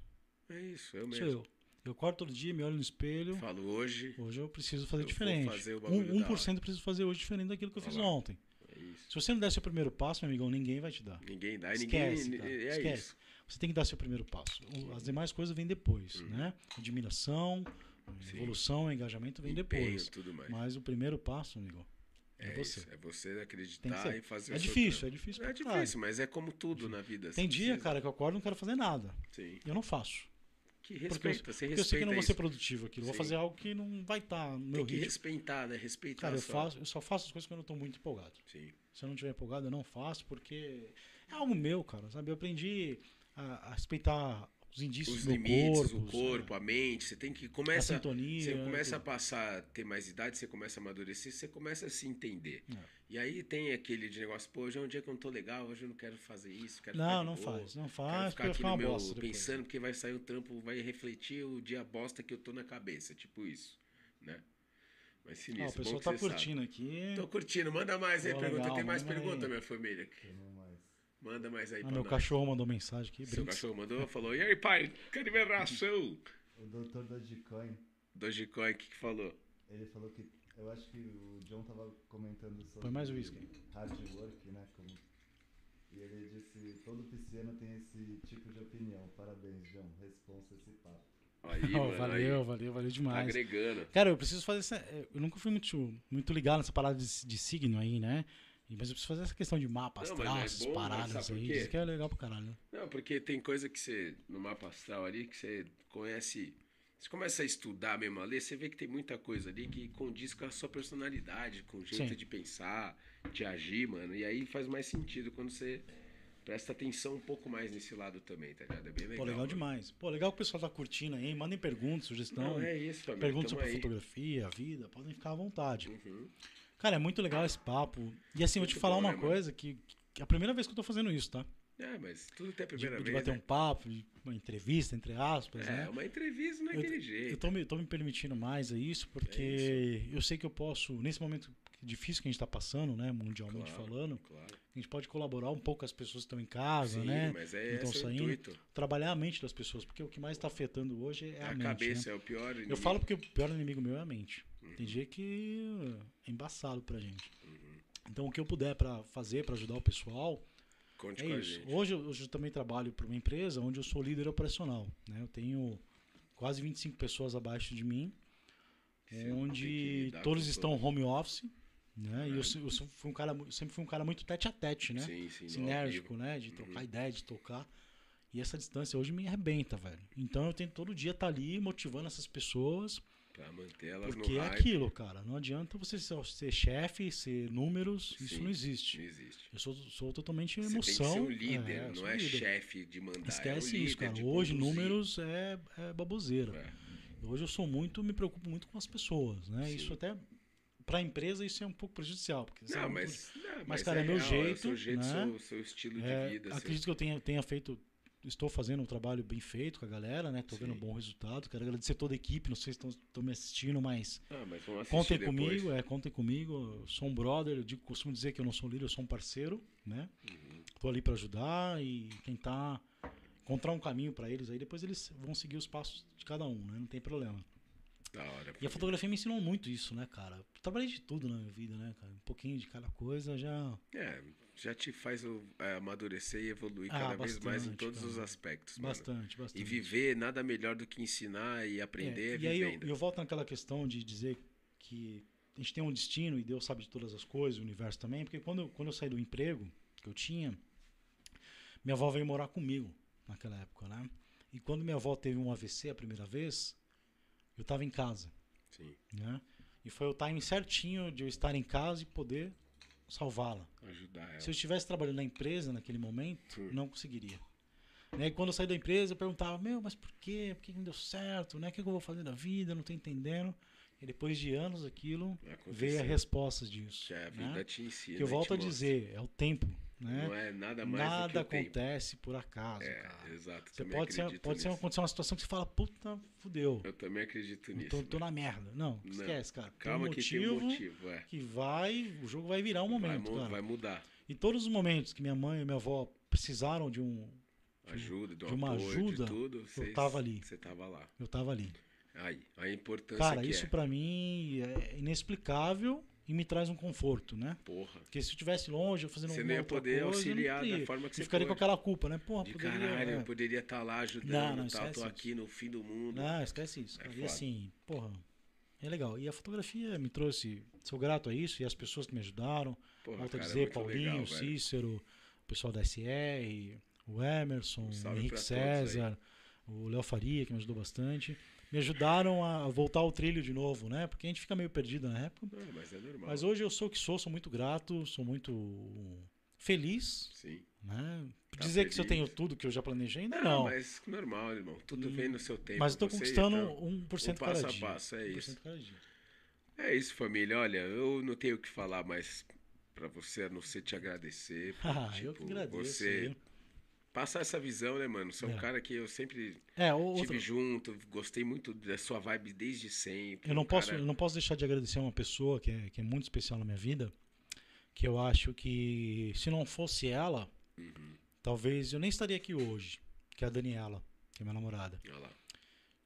A: É isso, eu
C: Sou
A: mesmo.
C: eu. Eu corto todo dia, me olho no espelho.
A: Falo hoje,
C: Hoje eu preciso fazer
A: Eu vou
C: diferente.
A: fazer o bagulho da
C: um, 1% preciso fazer hoje diferente daquilo que eu
A: Olha
C: fiz
A: lá.
C: ontem.
A: é isso.
C: Se você não der seu primeiro passo, meu amigão, ninguém vai te dar.
A: Ninguém dá e ninguém.
C: Esquece, cara,
A: é
C: esquece.
A: isso.
C: Você tem que dar seu primeiro passo. O- As demais coisas vêm depois, né? Admiração,
A: Uhum. Sim.
C: evolução, engajamento vem
A: Empenho,
C: depois.
A: tudo mais.
C: Mas o primeiro passo, amigo, é,
A: é
C: você.
A: isso. É você
C: Tem que
A: acreditar
C: ser.
A: e fazer
C: é
A: o seu
C: difícil, é
A: trampo.
C: difícil.
A: É
C: pra caralho.
A: difícil, mas é como tudo na vida.
C: Tem
A: você
C: dia,
A: precisa-
C: cara, que eu acordo e não quero fazer nada.
A: Sim.
C: Eu não faço.
A: Que
C: Porque eu,
A: respeita, você
C: porque eu sei que eu
A: respeita
C: não vou
A: isso.
C: ser produtivo aqui. Eu vou
A: Sim.
C: fazer algo que não vai estar no meu
A: Tem que
C: ritmo.
A: respeitar, né? Respeitar
C: Cara,
A: a
C: eu,
A: sua-
C: faço, eu só faço as coisas quando eu tô muito empolgado.
A: Sim.
C: Se eu não tiver empolgado, eu não faço, porque é algo meu, cara. Sabe? Eu aprendi a, a respeitar os indícios
A: os
C: do
A: limites,
C: corpo,
A: o corpo, a mente. Você tem que
C: a
A: começa
C: sintonia.
A: Você
C: né,
A: começa a
C: tudo.
A: passar, ter mais idade, você começa a amadurecer, você começa a se entender.
C: É.
A: E aí tem aquele de negócio, pô, hoje é um dia que eu não tô legal, hoje eu não quero fazer isso, quero ficar
C: Não,
A: de
C: não
A: boa,
C: faz, não
A: Quero
C: faz,
A: ficar
C: porque vai
A: aqui
C: ficar
A: no
C: uma
A: meu
C: bosta depois.
A: pensando, porque vai sair o trampo, vai refletir o dia bosta que eu tô na cabeça, tipo isso, né? Mas
C: Ah,
A: sinistro,
C: o
A: bom
C: pessoal
A: que
C: tá
A: você sabe. Então,
C: curtindo aqui.
A: Tô curtindo, manda mais aí,
C: Pô,
A: pergunta,
C: legal,
A: tem mais
C: manda
A: pergunta,
C: aí.
A: minha família?
B: Tem um mais.
A: Manda mais aí
C: Ah,
A: pra
C: meu
A: nós.
C: cachorro mandou mensagem aqui,
A: Seu
C: Brinks.
A: cachorro mandou, falou, e aí pai, cadê
C: (laughs)
A: minha ração?
B: O doutor Dogecoin,
A: Dogecoin, o que que falou?
B: ele falou que. Eu acho que o John tava comentando sobre.
C: Põe mais whisky.
B: Hard work, né? Como... E ele disse: todo pisciano tem esse tipo de opinião. Parabéns, John. Responsa esse papo.
A: Aí,
C: Ó,
A: mano,
C: valeu,
A: aí,
C: valeu, valeu
A: tá
C: demais.
A: agregando.
C: Cara, eu preciso fazer essa. é, Eu nunca fui muito, muito ligado nessa parada de, de signo aí, né? Mas eu preciso fazer essa questão de mapas,
A: Não, mas é
C: traços,
A: bom, mas sabe
C: paradas
A: por
C: aí.
A: quê?
C: Isso que é legal pra caralho. né?
A: Não, porque tem coisa que você, no mapa astral ali, que você conhece. Você começa a estudar mesmo a ler, você vê que tem muita coisa ali que condiz com a sua personalidade, com o jeito
C: Sim.
A: de pensar, de agir, mano. E aí faz mais sentido quando você presta atenção um pouco mais nesse lado também, tá ligado? É bem legal.
C: Pô, legal
A: mano.
C: demais. Pô, legal que o pessoal tá curtindo aí. Mandem perguntas, sugestão.
A: Não, é isso, família.
C: perguntas
A: Tamo
C: sobre
A: aí.
C: fotografia, vida. Podem ficar à vontade.
A: Uhum.
C: Cara, é muito legal esse papo. E assim, eu vou te
A: Muito
C: falar
A: bom,
C: uma
A: né, mano?
C: coisa que, que é a primeira vez que eu tô fazendo isso, tá?
A: É, mas tudo tem a
C: De,
A: primeira
C: de
A: vez.
C: bater um
A: né?
C: papo, de uma entrevista, entre aspas, né?
A: É, uma entrevista não é
C: Eu-
A: aquele
C: Eu
A: jeito.
C: tô me, tô me permitindo mais a isso, porque
A: É
C: eu sei que eu posso, nesse momento difícil que a gente tá passando, né, mundialmente
A: Claro.
C: falando,
A: Claro.
C: a gente pode colaborar um pouco com as pessoas que estão em casa,
A: Sim,
C: né?
A: mas é
C: Então,
A: esse é o
C: saindo,
A: intuito.
C: Trabalhar a mente das pessoas, porque o que mais tá afetando hoje é
A: É
C: a,
A: a,
C: mente,
A: cabeça,
C: né?
A: é o pior.
C: Eu
A: inimigo. Uhum.
C: falo porque o pior inimigo meu é a mente. Tem dia que é embaçado pra gente.
A: Uhum.
C: Então, o que eu puder pra fazer, pra ajudar o pessoal,
A: Conte
C: é
A: com a
C: isso.
A: gente.
C: Hoje, eu- hoje eu também trabalho para uma empresa onde eu sou líder operacional. Né? Eu tenho quase 25 pessoas abaixo de mim, É
A: Você tem que
C: onde
A: lidar
C: todos
A: com
C: estão home office. Né? E eu,
A: Caralho.
C: se- eu sempre fui um cara, mu- sempre fui um cara muito tete a tete, né?
A: É. Sim, sim. no ao vivo. Uhum.
C: Sinérgico, né? De trocar ideia, de tocar. E essa distância hoje me arrebenta, velho. Então eu tento todo dia estar ali motivando essas pessoas,
A: Pra manter elas
C: porque
A: no
C: é
A: hype.
C: aquilo, cara. Não adianta você só ser chefe, ser números, isso
A: Sim.
C: não existe.
A: Não existe.
C: Eu sou, sou totalmente
A: Você tem que
C: é emoção.
A: ser um líder,
C: eu sou
A: não é
C: líder.
A: chefe de mandar. é um
C: Esquece
A: líder
C: isso, cara.
A: de
C: Hoje
A: conduzir.
C: números é, é baboseira.
A: É.
C: Hoje eu sou muito, me preocupo muito com as pessoas, né?
A: Sim.
C: Isso até pra empresa isso é um pouco prejudicial, porque você
A: Não,
C: é muito-
A: mas, não, mas,
C: cara, é meu
A: real, É o
C: jeito,
A: seu jeito,
C: né?
A: seu, seu estilo
C: é,
A: de vida. assim. seu-
C: acredito que eu tenha, tenha feito, estou fazendo um trabalho bem feito com a galera, né? Tô vendo um
A: Sim.
C: bom resultado. Quero agradecer toda a equipe, não sei se estão- estão me assistindo, mas
A: Ah, mas vamos assistir
C: contem
A: depois.
C: comigo, é, contem comigo. Eu sou um brother, eu digo, costumo dizer que eu não sou um líder, eu sou um parceiro, né?
A: Uhum.
C: Tô ali pra ajudar e tentar encontrar um caminho pra eles aí, depois eles vão seguir os passos de cada um, né? Não tem problema.
A: Da hora.
C: E a fotografia me ensinou muito isso, né, cara? Eu trabalhei de tudo na minha vida, né, cara? Um pouquinho de cada coisa já.
A: É, já te faz o- é, amadurecer e evoluir
C: Ah,
A: cada vez mais em
C: bastante,
A: todos
C: cara.
A: os aspectos. mano.
C: Bastante, bastante.
A: E viver, nada melhor do que ensinar e aprender
C: É,
A: é
C: e aí eu,
A: vivendo.
C: eu volto naquela questão de dizer que a gente tem um destino e Deus sabe de todas as coisas, o universo também, porque quando, eu- quando eu saí do emprego que eu tinha, minha avó veio morar comigo naquela época, né? E quando minha avó teve um AVC a primeira vez, eu tava em casa,
A: Sim,
C: né? E foi o timing certinho de eu estar em casa e poder salvá-la.
A: ajudar
C: Se eu
A: ela.
C: estivesse trabalhando na empresa naquele momento,
A: Hum.
C: não conseguiria. Né? E quando eu saí da empresa, eu perguntava, meu, mas por quê? Por que que não deu certo? Né? O que que eu vou fazer da vida? Eu Não tô entendendo. E depois de anos aquilo, veio a
A: É, Aconteceu.
C: resposta disso.
A: Que a
C: né?
A: vida te ensina.
C: Que eu
A: e
C: volto
A: te
C: a
A: mostra.
C: dizer, é o tempo. Né?
A: Não é nada mais do que
C: Nada
A: o tempo.
C: acontece por acaso,
A: É,
C: cara.
A: exato.
C: Você
A: também
C: pode, ser,
A: acredito
C: pode ser um
A: nisso.
C: acontecer uma situação que você fala, puta, fudeu.
A: Eu também acredito nisso.
C: Tô, tô
A: mano.
C: na merda. Não,
A: Não.
C: esquece, cara. Tem
A: Calma
C: um
A: que tem um
C: motivo
A: motivo, é.
C: que vai, o jogo vai virar um
A: vai,
C: momento,
A: mu-
C: cara.
A: vai mudar.
C: E todos os momentos que minha mãe e minha avó precisaram de um.
A: Ajuda, de, um
C: de uma
A: apoio,
C: ajuda,
A: de tudo. cês-
C: tava ali.
A: Você tava lá.
C: Eu tava ali.
A: Aí, a importância
C: Cara,
A: que
C: isso
A: é.
C: pra mim é inexplicável e me traz um conforto, né?
A: Porra.
C: Porque se eu estivesse longe, eu fazendo
A: Você
C: alguma
A: não ia
C: outra
A: poder
C: coisa, eu não
A: auxiliar da
C: teria.
A: forma que
C: E
A: você
C: ficaria
A: pode.
C: com aquela culpa, né? Porra,
A: De
C: poderia.
A: caralho,
C: é.
A: eu poderia estar lá
C: Não,
A: ajudando,
C: não,
A: tá?
C: esquece
A: Tô
C: isso. Né?
A: aqui no fim do mundo.
C: Não, esquece isso.
A: É
C: cara. e
A: foda.
C: assim, porra, é legal. E a fotografia me trouxe. Sou grato a isso e as pessoas que me ajudaram.
A: Porra,
C: Volto a
A: cara, é
C: dizer,
A: muito
C: Paulinho,
A: legal, velho.
C: Cícero, o pessoal da SR, o Emerson,
A: Um
C: o
A: salve
C: Henrique
A: pra todos
C: César, o Léo Faria, que me ajudou bastante. Me ajudaram a voltar ao trilho de novo, né? Porque a gente fica meio perdido na época.
A: Não, mas é normal.
C: Mas hoje eu sou o que sou, sou muito grato, sou muito feliz,
A: Sim.
C: né?
A: Tá
C: dizer que
A: feliz.
C: se eu tenho tudo que eu já planejei, ainda
A: Não,
C: não. Mas,
A: mas normal, irmão. Tudo vem no seu tempo.
C: eu tô
A: Você,
C: conquistando
A: então,
C: 1%
A: o
C: cada
A: passo a
C: dia.
A: passo, é
C: 1%
A: isso.
C: cada dia. (laughs)
A: É isso, família. Olha, eu não tenho o que falar mais pra você, a não ser te agradecer.
C: (laughs)
A: por,
C: Ah, eu que
A: tipo,
C: agradeço.
A: Você
C: viu?
A: passar essa visão, né, mano? Você é um
C: É.
A: cara que eu sempre
C: É, o- outro,
A: tive junto, gostei muito da sua vibe desde sempre.
C: eu não
A: um
C: posso,
A: cara-
C: eu não posso deixar de agradecer uma pessoa que é, que é muito especial na minha vida, que eu acho que se não fosse ela,
A: Uhum.
C: talvez eu nem estaria aqui hoje, que é a Daniela, que é minha namorada.
A: Olha lá.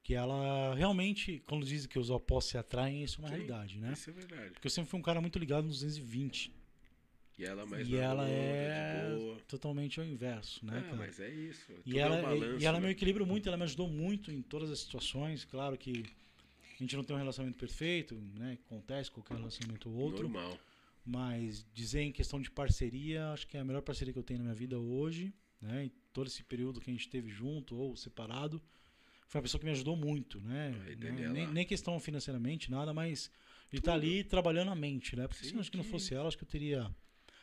C: Que ela realmente, quando dizem que os opostos se atraem, isso é uma
A: Sim.
C: realidade, né?
A: Isso é verdade.
C: Porque eu sempre fui um cara muito ligado nos 220.
A: E ela mais
C: e
A: na
C: ela
A: onda,
C: é
A: de boa.
C: totalmente ao inverso, né,
A: Ah,
C: cara?
A: mas é isso. Tudo
C: E
A: é um
C: ela, e-
A: balanço,
C: e ela
A: né?
C: me equilibra muito, ela me ajudou muito em todas as situações. Claro que a gente não tem um relacionamento perfeito, né? Acontece qualquer relacionamento ou outro.
A: Normal.
C: Mas dizer em questão de parceria, acho que é a melhor parceria que eu tenho na minha vida hoje, né? Em todo esse período que a gente teve junto ou separado, foi uma pessoa que me ajudou muito, né?
A: Aí,
C: Né?
A: Daniela.
C: Nem, nem questão financeiramente, nada, mas de estar ali trabalhando a mente, né? Porque se
A: Sim,
C: acho que não
A: que
C: fosse ela, acho que eu teria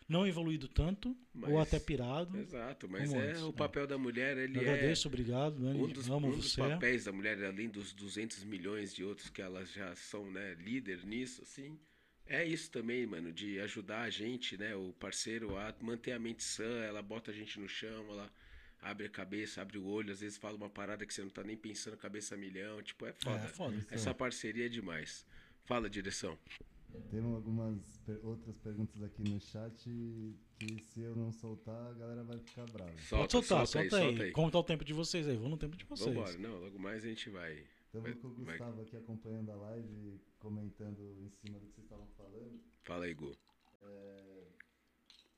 C: não evoluído tanto ou
A: Mas-
C: até pirado.
A: Exato, mas
C: Como
A: é
C: Então, antes,
A: o
C: né?
A: papel da mulher, ele
C: Eu
A: é
C: agradeço, obrigado, Dani.
A: um dos,
C: amo
A: um dos
C: você.
A: papéis da mulher, além dos 200 milhões de outros que elas já são, né, líder nisso, assim. É isso também, mano, de ajudar a gente, né, o parceiro a manter a mente sã, ela bota a gente no chão, ela abre a cabeça, abre o olho, às vezes fala uma parada que você não tá nem pensando, cabeça a milhão, tipo, é
C: É,
A: foda.
C: foda.
A: Essa parceria é demais. Fala, direção.
B: Temos algumas per- outras perguntas aqui no chat que se eu não soltar, a galera vai ficar brava.
A: Solta,
C: Pode soltar,
A: solta aí, solta aí.
C: Como tá o tempo de vocês aí? Vou no tempo de vocês.
A: Vambora, não, logo mais a gente vai.
B: Estamos com Então, o
A: Vai- vai-
B: Gustavo aqui acompanhando a live, comentando em cima do que vocês estavam falando.
A: Fala aí, Gu.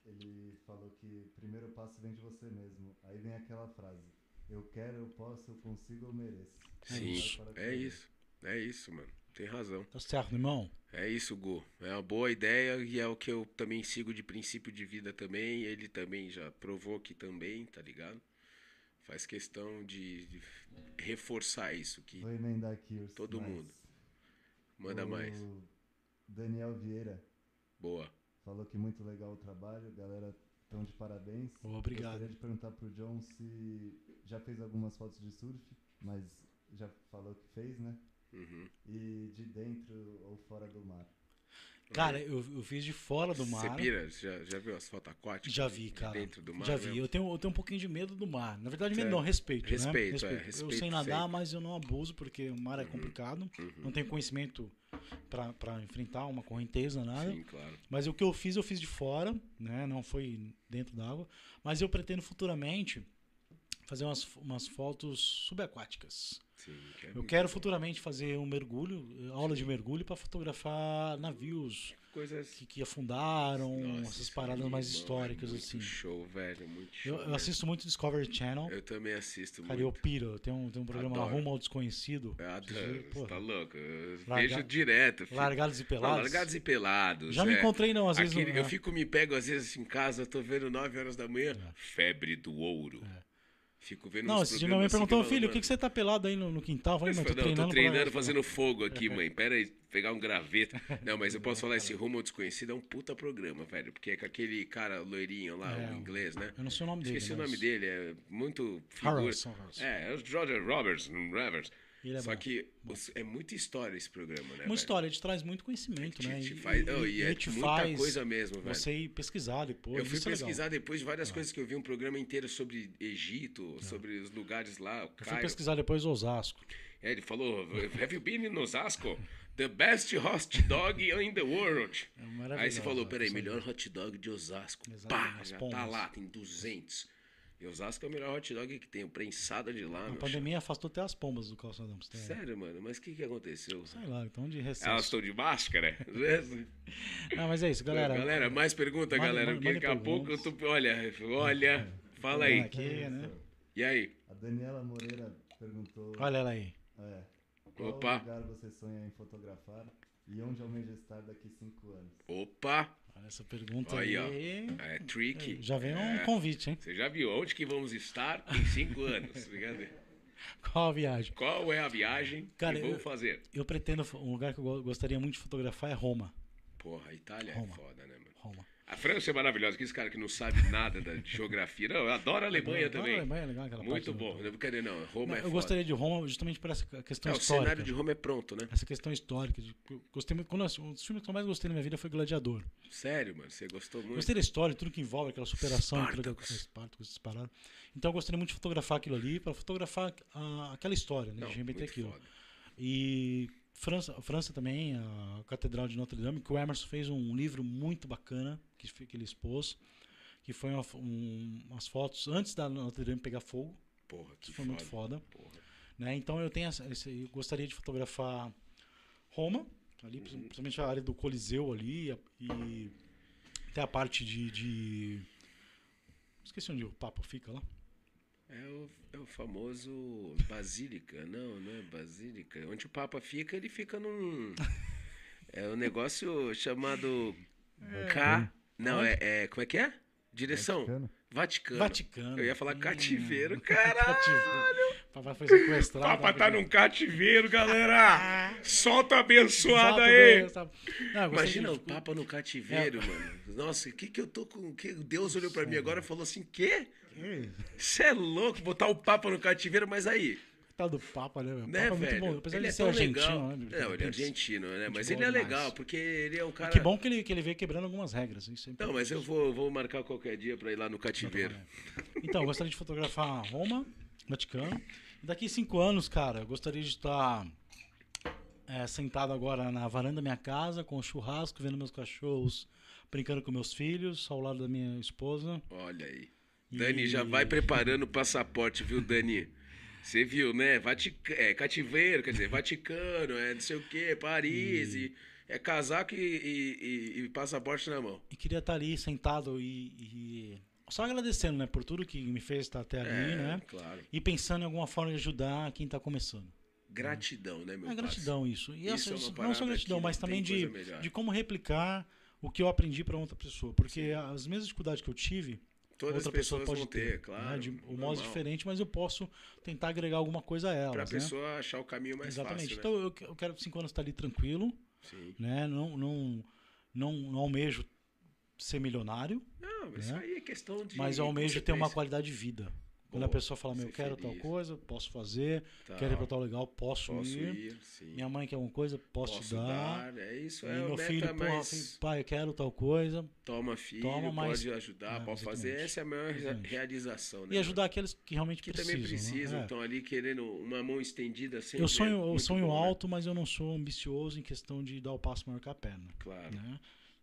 B: Ele falou que o primeiro passo vem de você mesmo. Aí vem aquela frase: Eu quero, eu posso, eu consigo, eu mereço.
C: É
A: Sim,
C: isso.
A: é isso. É isso, mano. Tem razão.
C: Tá certo, irmão?
A: É isso, Gu. É uma boa ideia e é o que eu também sigo de princípio de vida também. Ele também já provou que também, tá ligado? Faz questão de, de reforçar isso, que
B: Vou emendar aqui os
A: Todo
B: mais.
A: mundo. manda
B: O
A: mais.
B: Daniel Vieira
A: Boa.
B: falou que muito legal o trabalho, galera estão de parabéns.
C: Ô, obrigado.
B: Gostaria de perguntar pro John se já fez algumas fotos de surf, mas já falou que fez, né?
A: Uhum.
B: E de dentro ou fora do mar.
C: Cara, eu, eu fiz de fora do mar.
A: Você pira? Já, já viu as fotos aquáticas?
C: Já vi, cara.
A: Dentro do mar? né?
C: Já vi.
A: mesmo?
C: Eu tenho, eu tenho um pouquinho de medo do mar. Na verdade, medo
A: Sério?
C: não, respeito. né?
A: Respeito, é,
C: Eu sei
A: respeito
C: nadar,
A: sempre. Uhum.
C: mas eu não abuso, porque o mar é complicado. Não tenho conhecimento pra, pra enfrentar uma correnteza, nada.
A: Sim, claro.
C: Mas o que eu fiz, eu fiz de fora, né? Não foi dentro d'água. Mas eu pretendo futuramente fazer umas, umas fotos subaquáticas.
A: Sim, que é
C: Eu quero futuramente fazer um mergulho, aula de mergulho, pra fotografar navios
A: coisas.
C: que, que afundaram,
A: Nossa,
C: essas
A: isso
C: paradas
A: aí,
C: mais
A: irmão, é
C: históricas,
A: muito
C: assim.
A: Show, velho. Muito show.
C: Eu, eu
A: velho.
C: assisto muito Discovery Channel.
A: Eu também assisto
C: Cara, eu
A: muito.
C: piro. Tem um, tem um programa lá,
A: Adoro.
C: Rumo ao Desconhecido.
A: Eu
C: Vocês-
A: adoro,
C: pô,
A: você tá louco? Eu
C: Larga-
A: vejo direto. filho.
C: Largados e
A: Não,
C: Pelados.
A: largados e pelados.
C: Já me
A: é.
C: encontrei, não, às vezes.
A: Aquele-
C: não-
A: eu
C: é.
A: fico, me pego às vezes assim, em casa, eu tô vendo 9 horas da manhã, febre do ouro. Fico vendo
C: É. Não,
A: uns
C: esse dia minha mãe
A: programas assim
C: perguntou,
A: que eu falo,
C: filho, o que,
A: mano,
C: que você tá pelado aí no, no quintal? Eu falei, mãe,
A: mas
C: tô
A: não, eu
C: treinando.
A: tô
C: pra-
A: treinando fazendo fogo
C: (laughs)
A: aqui, mãe. Pera aí, pegar um graveto. Não, mas eu posso falar, esse rumo ao desconhecido é um puta programa, velho. Porque é com aquele cara loirinho lá,
C: É,
A: o inglês, né?
C: Eu não sei o nome dele.
A: Esqueci o
C: mas
A: nome dele, é muito figura.
C: Harrelson. Harrelson.
A: É, é o Roger Roberts, não Roberts.
C: Ele é
A: Só
C: bom.
A: que os- é muita história esse programa, né?
C: Uma
A: velho?
C: história, ele te traz muito conhecimento,
A: Te-
C: né?
A: te faz- oh, e é muita
C: faz
A: coisa mesmo, velho.
C: Você ir pesquisar depois.
A: Eu fui
C: isso é legal.
A: pesquisar depois de várias coisas que eu vi um programa inteiro sobre Egito, sobre os lugares lá, o
C: Ah. Eu fui
A: Cairo.
C: pesquisar depois Osasco.
A: É, Ele falou, have you been in Osasco? The best hot dog in the world.
C: É maravilhoso,
A: Aí você falou, peraí,
C: isso é aí.
A: melhor hot dog de Osasco.
C: Exato,
A: Pá,
C: nas
A: já tá
C: pontas.
A: lá, tem 200. E Osasco é o melhor hot dog que tem, o prensado de lá,
C: A
A: meu
C: pandemia é. afastou até as pombas do calçadão. pra você ter
A: chapa.
C: ideia.
A: Sério, mano, mas o que, que aconteceu?
C: Sei lá, então de
A: Elas
C: recesso.
A: estão de
C: (laughs)
A: máscara?
C: Ah, mas é isso, galera.
A: Então, galera, mais pergunta,
C: manda-
A: galera,
C: manda-
A: porque daqui a
C: mandem
A: pouco eu tô... Olha, olha, fala aí.
C: Aqui, né?
A: E aí?
B: A Daniela Moreira perguntou.
C: Olha ela aí.
B: É. Qual
A: Opa.
B: lugar você sonha em fotografar e onde almeja estar daqui cinco anos?
A: Opa!
C: Olha essa pergunta
A: Aí,
C: aí.
A: ó. É tricky.
C: Já vem um
A: É.
C: convite, hein? (laughs)
A: Você já viu onde que vamos estar em cinco anos? Obrigado.
C: Qual a viagem?
A: Qual é a viagem
C: Cara,
A: que vamos
C: eu-
A: fazer?
C: Eu pretendo, um lugar que eu go- gostaria muito de fotografar é Roma.
A: Porra, a Itália
C: Roma.
A: é foda, né, mano?
C: Roma.
A: A França é maravilhosa. Aqueles caras que não sabem nada da geografia. Não, eu adoro a Alemanha
C: Adoro a
A: também.
C: Alemanha, é legal aquela
A: Muito
C: parte do-
A: bom. Não, brincadeira, não. Roma
C: Não,
A: é
C: eu
A: foda.
C: gostaria de Roma justamente por essa questão
A: É, o
C: histórica.
A: cenário de Roma é pronto, né?
C: Essa questão histórica. de- eu gostei muito. Quando eu, um dos filmes que eu mais gostei na minha vida foi Gladiador.
A: Sério, mano. Você gostou muito.
C: Gostei da história, tudo que envolve aquela superação, aquilo que-
A: Espartacus.
C: Espartacus, essas paradas. Então eu gostaria muito de fotografar aquilo ali, para fotografar a- aquela história, né?
A: Não,
C: de remeter
A: muito
C: aquilo.
A: foda.
C: E França, França também, a Catedral de Notre Dame, que o Emerson fez um livro muito bacana que, fi- que ele expôs, que foi uma, fo- um- umas fotos antes da Notre Dame pegar fogo.
A: Porra, que
C: Isso foi muito foda.
A: Porra.
C: Né? Então eu tenho essa, esse- eu gostaria de fotografar Roma, ali, princi-
A: Uhum.
C: principalmente a área do Coliseu ali, a- e até a parte de. de- Esqueci onde o Papa fica lá.
A: É o, é o famoso Basílica. Não, não é Basílica. Onde o Papa fica, ele fica num. É um negócio chamado. K. Não, é, é- Como é que é? Direção.
B: Vaticano?
A: Vaticano.
C: Vaticano.
A: Eu ia falar
C: Ih, (laughs)
A: cativeiro. Caralho!
C: Cativeiro. Papai
A: (laughs)
C: foi sequestrado.
A: Papa tá num cativeiro, galera! Solta a abençoada
C: Exato,
A: aí!
C: né, sabe? Não, eu gostei
A: Imagina
C: de-
A: o Papa no cativeiro, mano. Nossa, o que que eu tô com. Que Deus olhou pra mim agora e falou assim: quê? Você é louco botar o Papa no cativeiro, mas aí.
C: Tá do Papa, né, meu?
A: Né,
C: Papa é muito
A: velho?
C: bom. Apesar
A: ele
C: de
A: é
C: ser
A: tão legal.
C: argentino, né?
A: Não, ele é argentino, né?
C: Gente
A: Mas
C: boa
A: ele é
C: demais.
A: legal, porque ele é um cara.
C: E que bom que ele, que ele veio quebrando algumas regras. Isso é
A: Não, mas eu vou, vou marcar qualquer dia pra ir lá no cativeiro.
C: Então, eu gostaria de fotografar Roma, Vaticano. E daqui cinco anos, cara, eu gostaria de estar é, sentado agora na varanda da minha casa, com churrasco, vendo meus cachorros, brincando com meus filhos, ao lado da minha esposa.
A: Olha aí. Dani, já vai preparando o passaporte, viu, Dani? Você viu, né? Vatic... É cativeiro, quer dizer, Vaticano, é não sei o quê, Paris. e- É casaco e, e- e- e passaporte na mão.
C: E queria estar ali sentado e, e- Só agradecendo, né, por tudo que me fez estar até ali, né?
A: É, Claro.
C: E pensando em alguma forma de ajudar quem tá começando.
A: Gratidão, né, meu
C: É
A: parceiro?
C: gratidão isso. E
A: Isso
C: essa-
A: é uma
C: isso- não
A: parada
C: só gratidão,
A: que
C: mas
A: não
C: também
A: tem
C: de,
A: coisa melhor.
C: de como replicar o que eu aprendi para outra pessoa. Porque as mesmas dificuldades que eu tive,
A: Todas
C: outra
A: as pessoas
C: pessoa pode
A: vão ter, claro.
C: né, de um
A: normal.
C: modo diferente, mas eu posso tentar agregar alguma coisa a elas.
A: Pra
C: né?
A: pessoa achar o caminho mais
C: Exatamente.
A: fácil, né?
C: então eu que- eu quero cinco anos estar ali tranquilo,
A: Sim.
C: né? Não, não, não, não almejo ser milionário,
A: Não, isso
C: né?
A: aí é questão de...
C: mas eu almejo ter uma
A: consequência.
C: qualidade de vida. Quando
A: Boa,
C: a pessoa fala, meu, eu
A: ser
C: quero tal
A: feliz.
C: coisa, posso fazer,
A: Tá,
C: quero ir pra tal legal, posso,
A: Posso
C: ir.
A: ir, sim.
C: Minha mãe quer alguma coisa, posso,
A: Posso
C: dar.
A: dar. É isso,
C: E
A: é o
C: meu
A: meta
C: filho, porra,
A: mais...
C: filho, pai, eu quero tal coisa.
A: Toma, filho,
C: Toma, mas-
A: pode ajudar,
C: Ah,
A: pode fazer.
C: exatamente.
A: Essa é a maior rea-
C: Exatamente.
A: realização, né?
C: E ajudar aqueles que realmente
A: Que
C: precisam.
A: também precisam,
C: né? É.
A: estão ali querendo uma mão estendida sempre.
C: Eu sonho, eu
A: Muito
C: sonho
A: bom, né?
C: alto, mas eu não sou ambicioso em questão de dar o passo maior que a perna.
A: Claro.
C: né?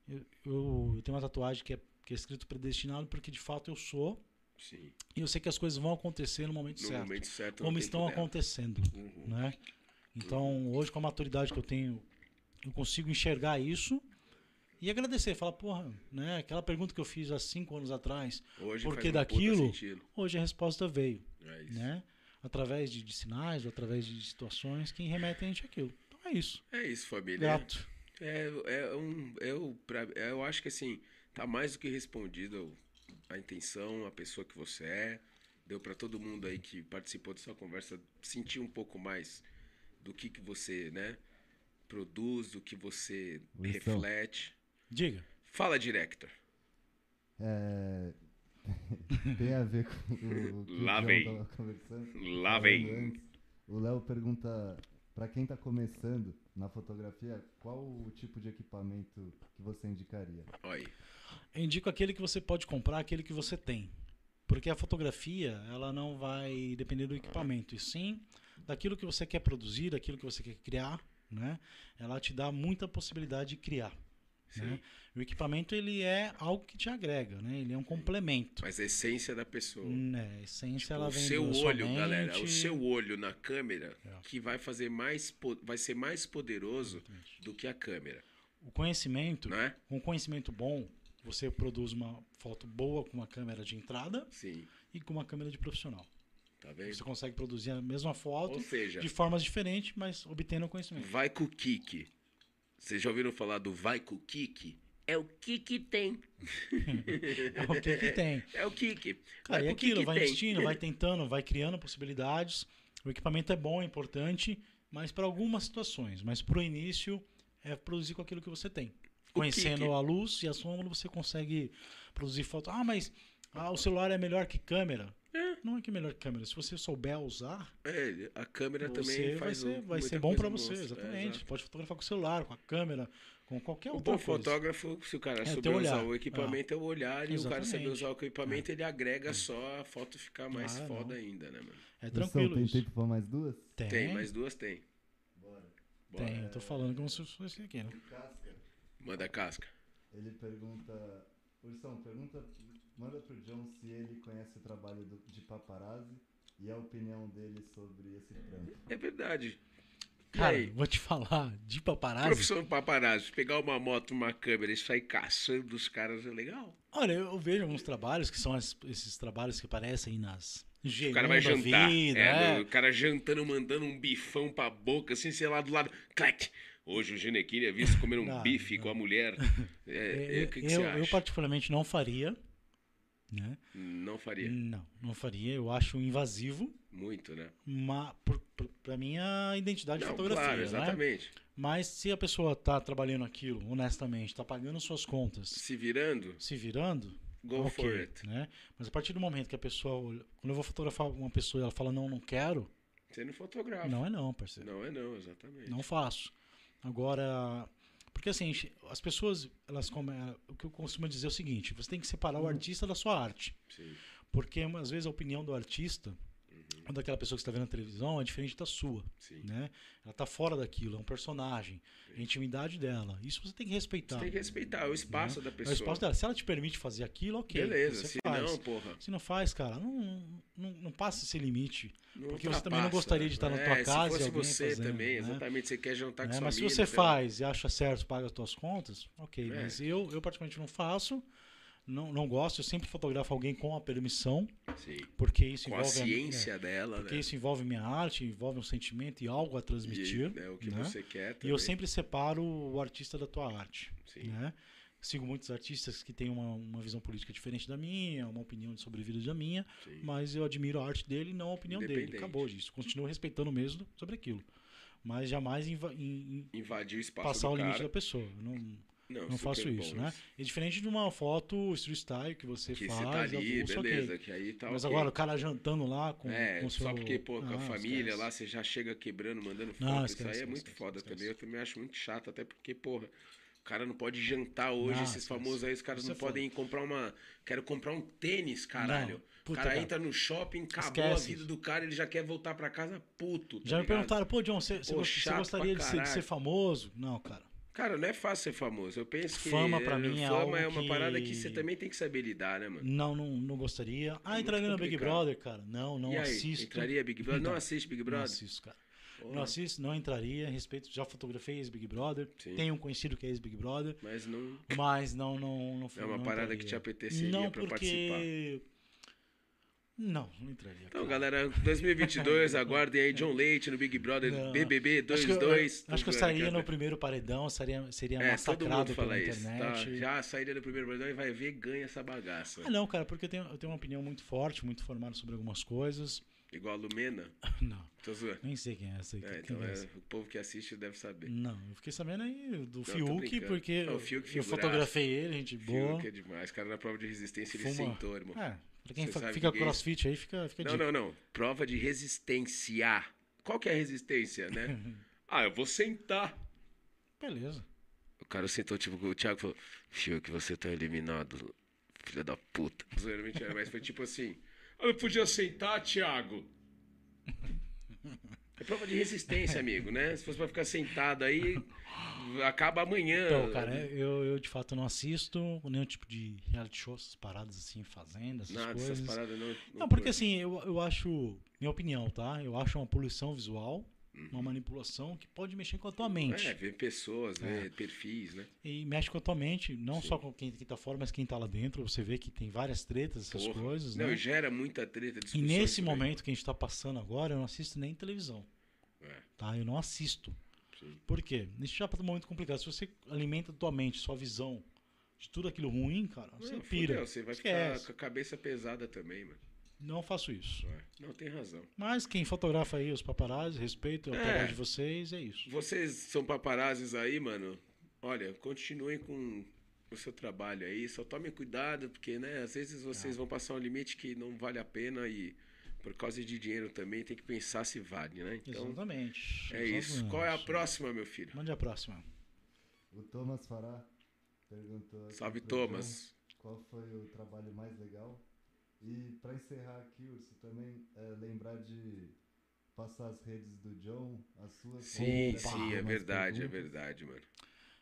C: Eu, eu- eu tenho uma tatuagem que é, que é escrito predestinado porque de fato eu sou
A: Sim.
C: e eu sei que as coisas vão acontecer no momento
A: No
C: certo,
A: momento certo. no
C: como
A: tempo
C: estão
A: dela.
C: acontecendo,
A: Uhum.
C: né? Então hoje com a maturidade que eu tenho, eu consigo enxergar isso e acontecer. Falar, porra, né? Aquela pergunta que eu fiz há cinco anos atrás,
A: Hoje
C: Porque
A: faz um puta
C: daquilo-
A: sentido.
C: hoje a resposta veio.
A: É isso.
C: né? Através de, de sinais, ou através de situações que remetem a gente àquilo. Então é isso.
A: É isso, família.
C: Grato.
A: É, é um, eu, pra, eu acho que assim, tá mais do que respondido a intenção, a pessoa que você é. Deu para todo mundo aí que participou dessa conversa sentir um pouco mais do que, que você, né, produz, do que você
C: Então.
B: Wilson.
A: reflete.
C: Diga.
A: Fala, director.
B: É, tem a ver
A: (laughs)
B: com o que
A: Lá
B: o John
A: vem.
B: tava conversando.
A: Lá
B: Falando antes, O Léo pergunta pra quem tá começando na fotografia, qual o tipo de equipamento que você indicaria?
A: Olha aí.
C: Eu indico aquele que você pode comprar, aquele que você tem. Porque a fotografia, ela não vai depender do equipamento, e sim daquilo que você quer produzir, daquilo que você quer criar, né? Ela te dá muita possibilidade de criar. né? O equipamento, ele é algo que te agrega, né? Ele é um complemento.
A: Mas a essência da pessoa.
C: Né? A essência, ela
A: o
C: vem
A: seu
C: da sua
A: olho, galera, o
C: mente.
A: seu olho na câmera
C: É.
A: que vai fazer mais po- vai ser mais poderoso
C: Exatamente.
A: do que a câmera,
C: O conhecimento,
A: né?
C: Com um conhecimento bom, você produz uma foto boa com uma câmera de entrada
A: Sim,
C: e com uma câmera de profissional.
A: tá vendo?
C: Você consegue produzir a mesma
A: Ou
C: foto
A: seja,
C: de formas diferentes, mas obtendo
A: (laughs)
C: o conhecimento.
A: vai com o kick. Vocês já ouviram falar do vai com o kick? É o que que tem.
C: (laughs) É o que, que tem.
A: É o kick.
C: Cara, e
A: com o
C: aquilo,
A: que
C: vai
A: tem.
C: investindo, vai tentando, vai criando possibilidades. O equipamento é bom, é importante, mas para algumas situações. Mas para o início, é produzir com aquilo que você tem. conhecendo a luz e a sombra, você consegue produzir foto. Ah, mas ah, o celular é melhor que câmera. Não é que é melhor que câmera. Se você souber usar,
A: É, a câmera
C: você
A: também
C: vai
A: faz
C: ser,
A: um-
C: vai
A: muita
C: ser bom
A: coisa
C: pra
A: no
C: você,
A: nosso- é,
C: exatamente.
A: exato.
C: Pode fotografar com o celular, com a câmera, com qualquer
A: O
C: outra
A: bom
C: coisa.
A: fotógrafo, se o cara
C: É,
A: souber
C: tem o
A: usar
C: olhar.
A: o equipamento, é o olhar, e o cara saber
C: Exatamente. É.
A: usar o equipamento, ele agrega só a foto ficar mais
C: Ah, não.
A: foda ainda, né, mano?
C: É
B: Lução,
C: tranquilo
B: tem
C: isso.
B: tempo pra mais duas?
C: Tem,
A: Tem, mais duas tem.
B: Bora.
A: Bora.
C: tem. Eu tô falando como se fosse aqui, né?
B: O Casca,
A: Manda casca.
B: ele pergunta... Ursão, pergunta... Manda pro John se ele conhece o trabalho do- de paparazzi e a opinião dele sobre esse trampo.
A: É verdade. E
C: Cara,
A: aí?
C: vou te falar, de paparazzi.
A: Profissão paparazzi, pegar uma moto, uma câmera e sair caçando os caras é legal.
C: Olha, eu vejo alguns trabalhos que são as- esses trabalhos que aparecem nas G1
A: O cara vai
C: da
A: jantar.
C: vida,
A: é,
C: é.
A: O cara jantando, mandando um bifão pra boca, assim, sei lá, do lado. Clac! Hoje o Genequini é visto comer um
C: Não,
A: bife com a
C: (laughs)
A: mulher. É, é,
C: Eu,
A: o que, que
C: eu,
A: você
C: eu
A: acha?
C: particularmente não faria, né?
A: Não faria.
C: Não, não faria. Eu acho invasivo,
A: Muito, né?
C: ma- por- por- pra minha identidade Tá de
A: Não,
C: fotografia,
A: claro,
C: né?
A: exatamente.
C: Mas se a pessoa tá trabalhando aquilo, honestamente, tá pagando suas contas,
A: Se virando,
C: se virando,
A: go
C: ok,
A: for it.
C: né? Mas a partir do momento que a pessoa, olha- quando eu vou fotografar uma pessoa e ela fala não, não quero,
A: Você não fotografa.
C: não é não, parceiro.
A: Não é não, exatamente.
C: Não faço. Agora, porque assim, enche- as pessoas, elas come- o que eu costumo dizer é o seguinte, você tem que separar
A: Uhum.
C: o artista da sua arte.
A: Sim.
C: Porque às vezes a opinião do artista,
A: Uhum.
C: ou daquela pessoa que está vendo na televisão, é diferente da sua,
A: Sim.
C: né? Ela tá fora daquilo, é um personagem, é a intimidade dela. Isso você tem que respeitar.
A: Você tem que respeitar o espaço da
C: É o
A: pessoa.
C: espaço dela. Se ela te permite fazer aquilo, ok. é
A: Beleza,
C: você
A: se
C: faz.
A: não, porra.
C: Se não faz, cara, não, não, não passa esse limite.
A: não
C: Porque você também não
A: ultrapassa,
C: gostaria
A: né?
C: de estar na
A: É,
C: tua casa e
A: Se fosse
C: alguém
A: você
C: fazendo,
A: também,
C: né?
A: exatamente. Você quer jantar Tá com
C: né?
A: sua
C: Mas se
A: mina,
C: você
A: sei lá.
C: faz e acha certo, paga as tuas contas, ok.
A: É.
C: Mas eu, eu particularmente não faço, não, não gosto. Eu sempre fotografo alguém com a permissão,
A: Sim.
C: porque isso
A: Com a
C: envolve a-
A: ciência
C: é,
A: dela,
C: porque
A: né?
C: isso envolve minha arte, envolve um sentimento e algo a transmitir.
A: E, é o que
C: né?
A: você quer
C: E
A: também.
C: eu sempre separo o artista da tua arte.
A: Sim.
C: né? Sigo muitos artistas que têm uma, uma visão política diferente da minha, uma opinião sobre vida da minha,
A: Sim.
C: mas eu admiro a arte dele e não a opinião dele.
A: Independente.
C: Acabou disso. Continuo respeitando mesmo sobre aquilo. Mas jamais inva- in- in-
A: Invadir o espaço
C: passar
A: do
C: o limite
A: cara.
C: da pessoa. Eu não,
A: Não,
C: não
A: super
C: faço
A: bom
C: isso, né? É diferente de uma foto street style que você
A: Que
C: faz,
A: você tá ali,
C: avulsa, ok.
A: beleza. Que aí tá
C: Mas
A: ok.
C: agora o cara jantando lá com,
A: É,
C: com
A: só
C: seu-
A: porque, pô, com a
C: Ah,
A: família
C: esquece.
A: lá, você já chega quebrando, mandando foto.
C: Não,
A: isso aí
C: esquece,
A: é muito
C: esquece,
A: foda
C: esquece.
A: também. Eu também acho muito chato, até porque, porra, o cara não pode jantar hoje.
C: Não,
A: esses
C: Ah, esquece.
A: famosos aí, os caras
C: Isso
A: não
C: é foda.
A: podem ir comprar uma. Quero comprar um tênis, caralho.
C: Não, puta,
A: o cara, tá
C: cara.
A: entra no shopping, acabou
C: Esquece.
A: a vida do cara, ele já quer voltar pra casa puto. tá
C: Já me
A: ligado?
C: perguntaram, pô, John, você, você
A: Pô,
C: gost- você
A: chato pra
C: gostaria de ser, de ser
A: caralho.
C: famoso? Não, cara.
A: Cara, não é fácil ser famoso. Eu penso que.
C: Fama,
A: eh,
C: pra mim, é algo
A: Fama é uma parada que
C: que-
A: você também tem que saber lidar, né, mano?
C: Não, não, não gostaria. Ah,
A: muito
C: entraria no Big
A: complicado.
C: Brother, cara. Não, não
A: e aí,
C: assisto.
A: entraria Big Brother?
C: Então,
A: não assiste Big
C: Não
A: Brother?
C: assisto, cara.
A: Porra,
C: Não assisto, não entraria. Respeito, já fotografei ex-Big Brother.
A: Sim.
C: Tenho um conhecido que é ex-Big Brother.
A: Mas não.
C: Mas não, não, não
A: É uma
C: não
A: parada
C: entraria.
A: que te apeteceria
C: não,
A: pra
C: porque... Não, não entraria.
A: Então,
C: cara.
A: galera, 2022, aguardem aí John Leite no Big Brother
C: Não.
A: BBB 22.
C: Acho que eu- Acho, que eu estaria no
A: no
C: primeiro paredão, seria, seria
A: É, todo mundo
C: massacrado
A: fala
C: pela
A: isso. Tá?
C: internet.
A: Já sairia no primeiro paredão e vai ver, ganha essa bagaça.
C: Ah, não, cara, porque eu tenho, eu tenho uma opinião muito forte, muito formada sobre algumas coisas. (laughs)
A: Igual a Lumena.
C: Não,
A: Tô zoando.
C: nem sei quem é essa.
A: É,
C: quem
A: então,
C: é
A: é,
C: essa.
A: o povo que assiste deve saber.
C: Não, eu fiquei sabendo aí do
A: tô
C: Fiuk,
A: brincando.
C: porque
A: Não, o Fiuk
C: eu
A: figuraça.
C: fotografei ele, gente boa.
A: que é demais. O cara na prova de resistência, ele
C: Fuma.
A: sentou, irmão.
C: É, pra quem
A: Você
C: fa-
A: sabe
C: fica
A: que que é
C: crossfit aí, fica, fica
A: Não,
C: dica.
A: não, não. Prova de resistência. Qual que é a resistência,
C: (laughs)
A: né? ah, eu vou sentar.
C: Beleza.
A: O cara sentou, tipo, o Thiago falou: Fiuk, você tá eliminado, filha da puta. Zoeira, mentira, mas foi tipo assim: "Ah, Eu podia sentar, Thiago. É prova de resistência, amigo, né? Se fosse pra ficar sentado aí, acaba amanhã.
C: Então, cara, eu, eu de fato não assisto nenhum tipo de reality show, essas paradas assim, fazenda, essas
A: Nada,
C: coisas.
A: essas paradas não.
C: Não, porque assim, eu, eu acho, minha opinião, tá? Eu acho uma poluição visual, uma manipulação que pode mexer com a tua mente.
A: Uhum. É, ver pessoas,
C: É.
A: ver perfis, né?
C: E mexe com a tua mente, não
A: Sim.
C: só com quem, quem tá fora, mas quem tá lá dentro. Você vê que tem várias tretas, essas
A: Porra.
C: coisas,
A: Não,
C: né?
A: e gera muita treta,
C: E
A: discussão.
C: nesse
A: isso daí.
C: momento que a gente tá passando agora, eu não assisto nem televisão,
A: É,
C: tá? Eu não assisto.
A: sim.
C: Por quê? Isso já é um momento complicado. Se você alimenta a tua mente, sua visão de tudo aquilo ruim, cara, você
A: Não,
C: pira.
A: fudeu, É, você vai
C: Esquece.
A: ficar com a cabeça pesada também, mano.
C: Não faço isso.
A: É. Não, tem razão.
C: Mas quem fotografa aí os paparazzi, respeito o
A: É.
C: trabalho de vocês, é isso.
A: Vocês são paparazzis aí, mano. Olha, continuem com o seu trabalho aí, só tomem cuidado, porque, né, às vezes vocês
C: É.
A: vão passar um limite que não vale a pena e por causa de dinheiro também tem que pensar se vale, né? Então,
C: Exatamente.
A: é isso.
C: Exatamente.
A: Qual é a próxima, meu filho?
C: Mande a próxima.
B: O Thomas Fará perguntou. aqui
A: Salve,
B: pro John
A: Thomas.
B: Qual foi o trabalho mais legal? E para encerrar aqui, Urso, também é, lembrar de passar as redes do John, as suas.
A: Sim,
B: pra
A: sim,
B: fazer
A: é
B: umas
A: verdade, é
B: perguntas.
A: verdade, mano.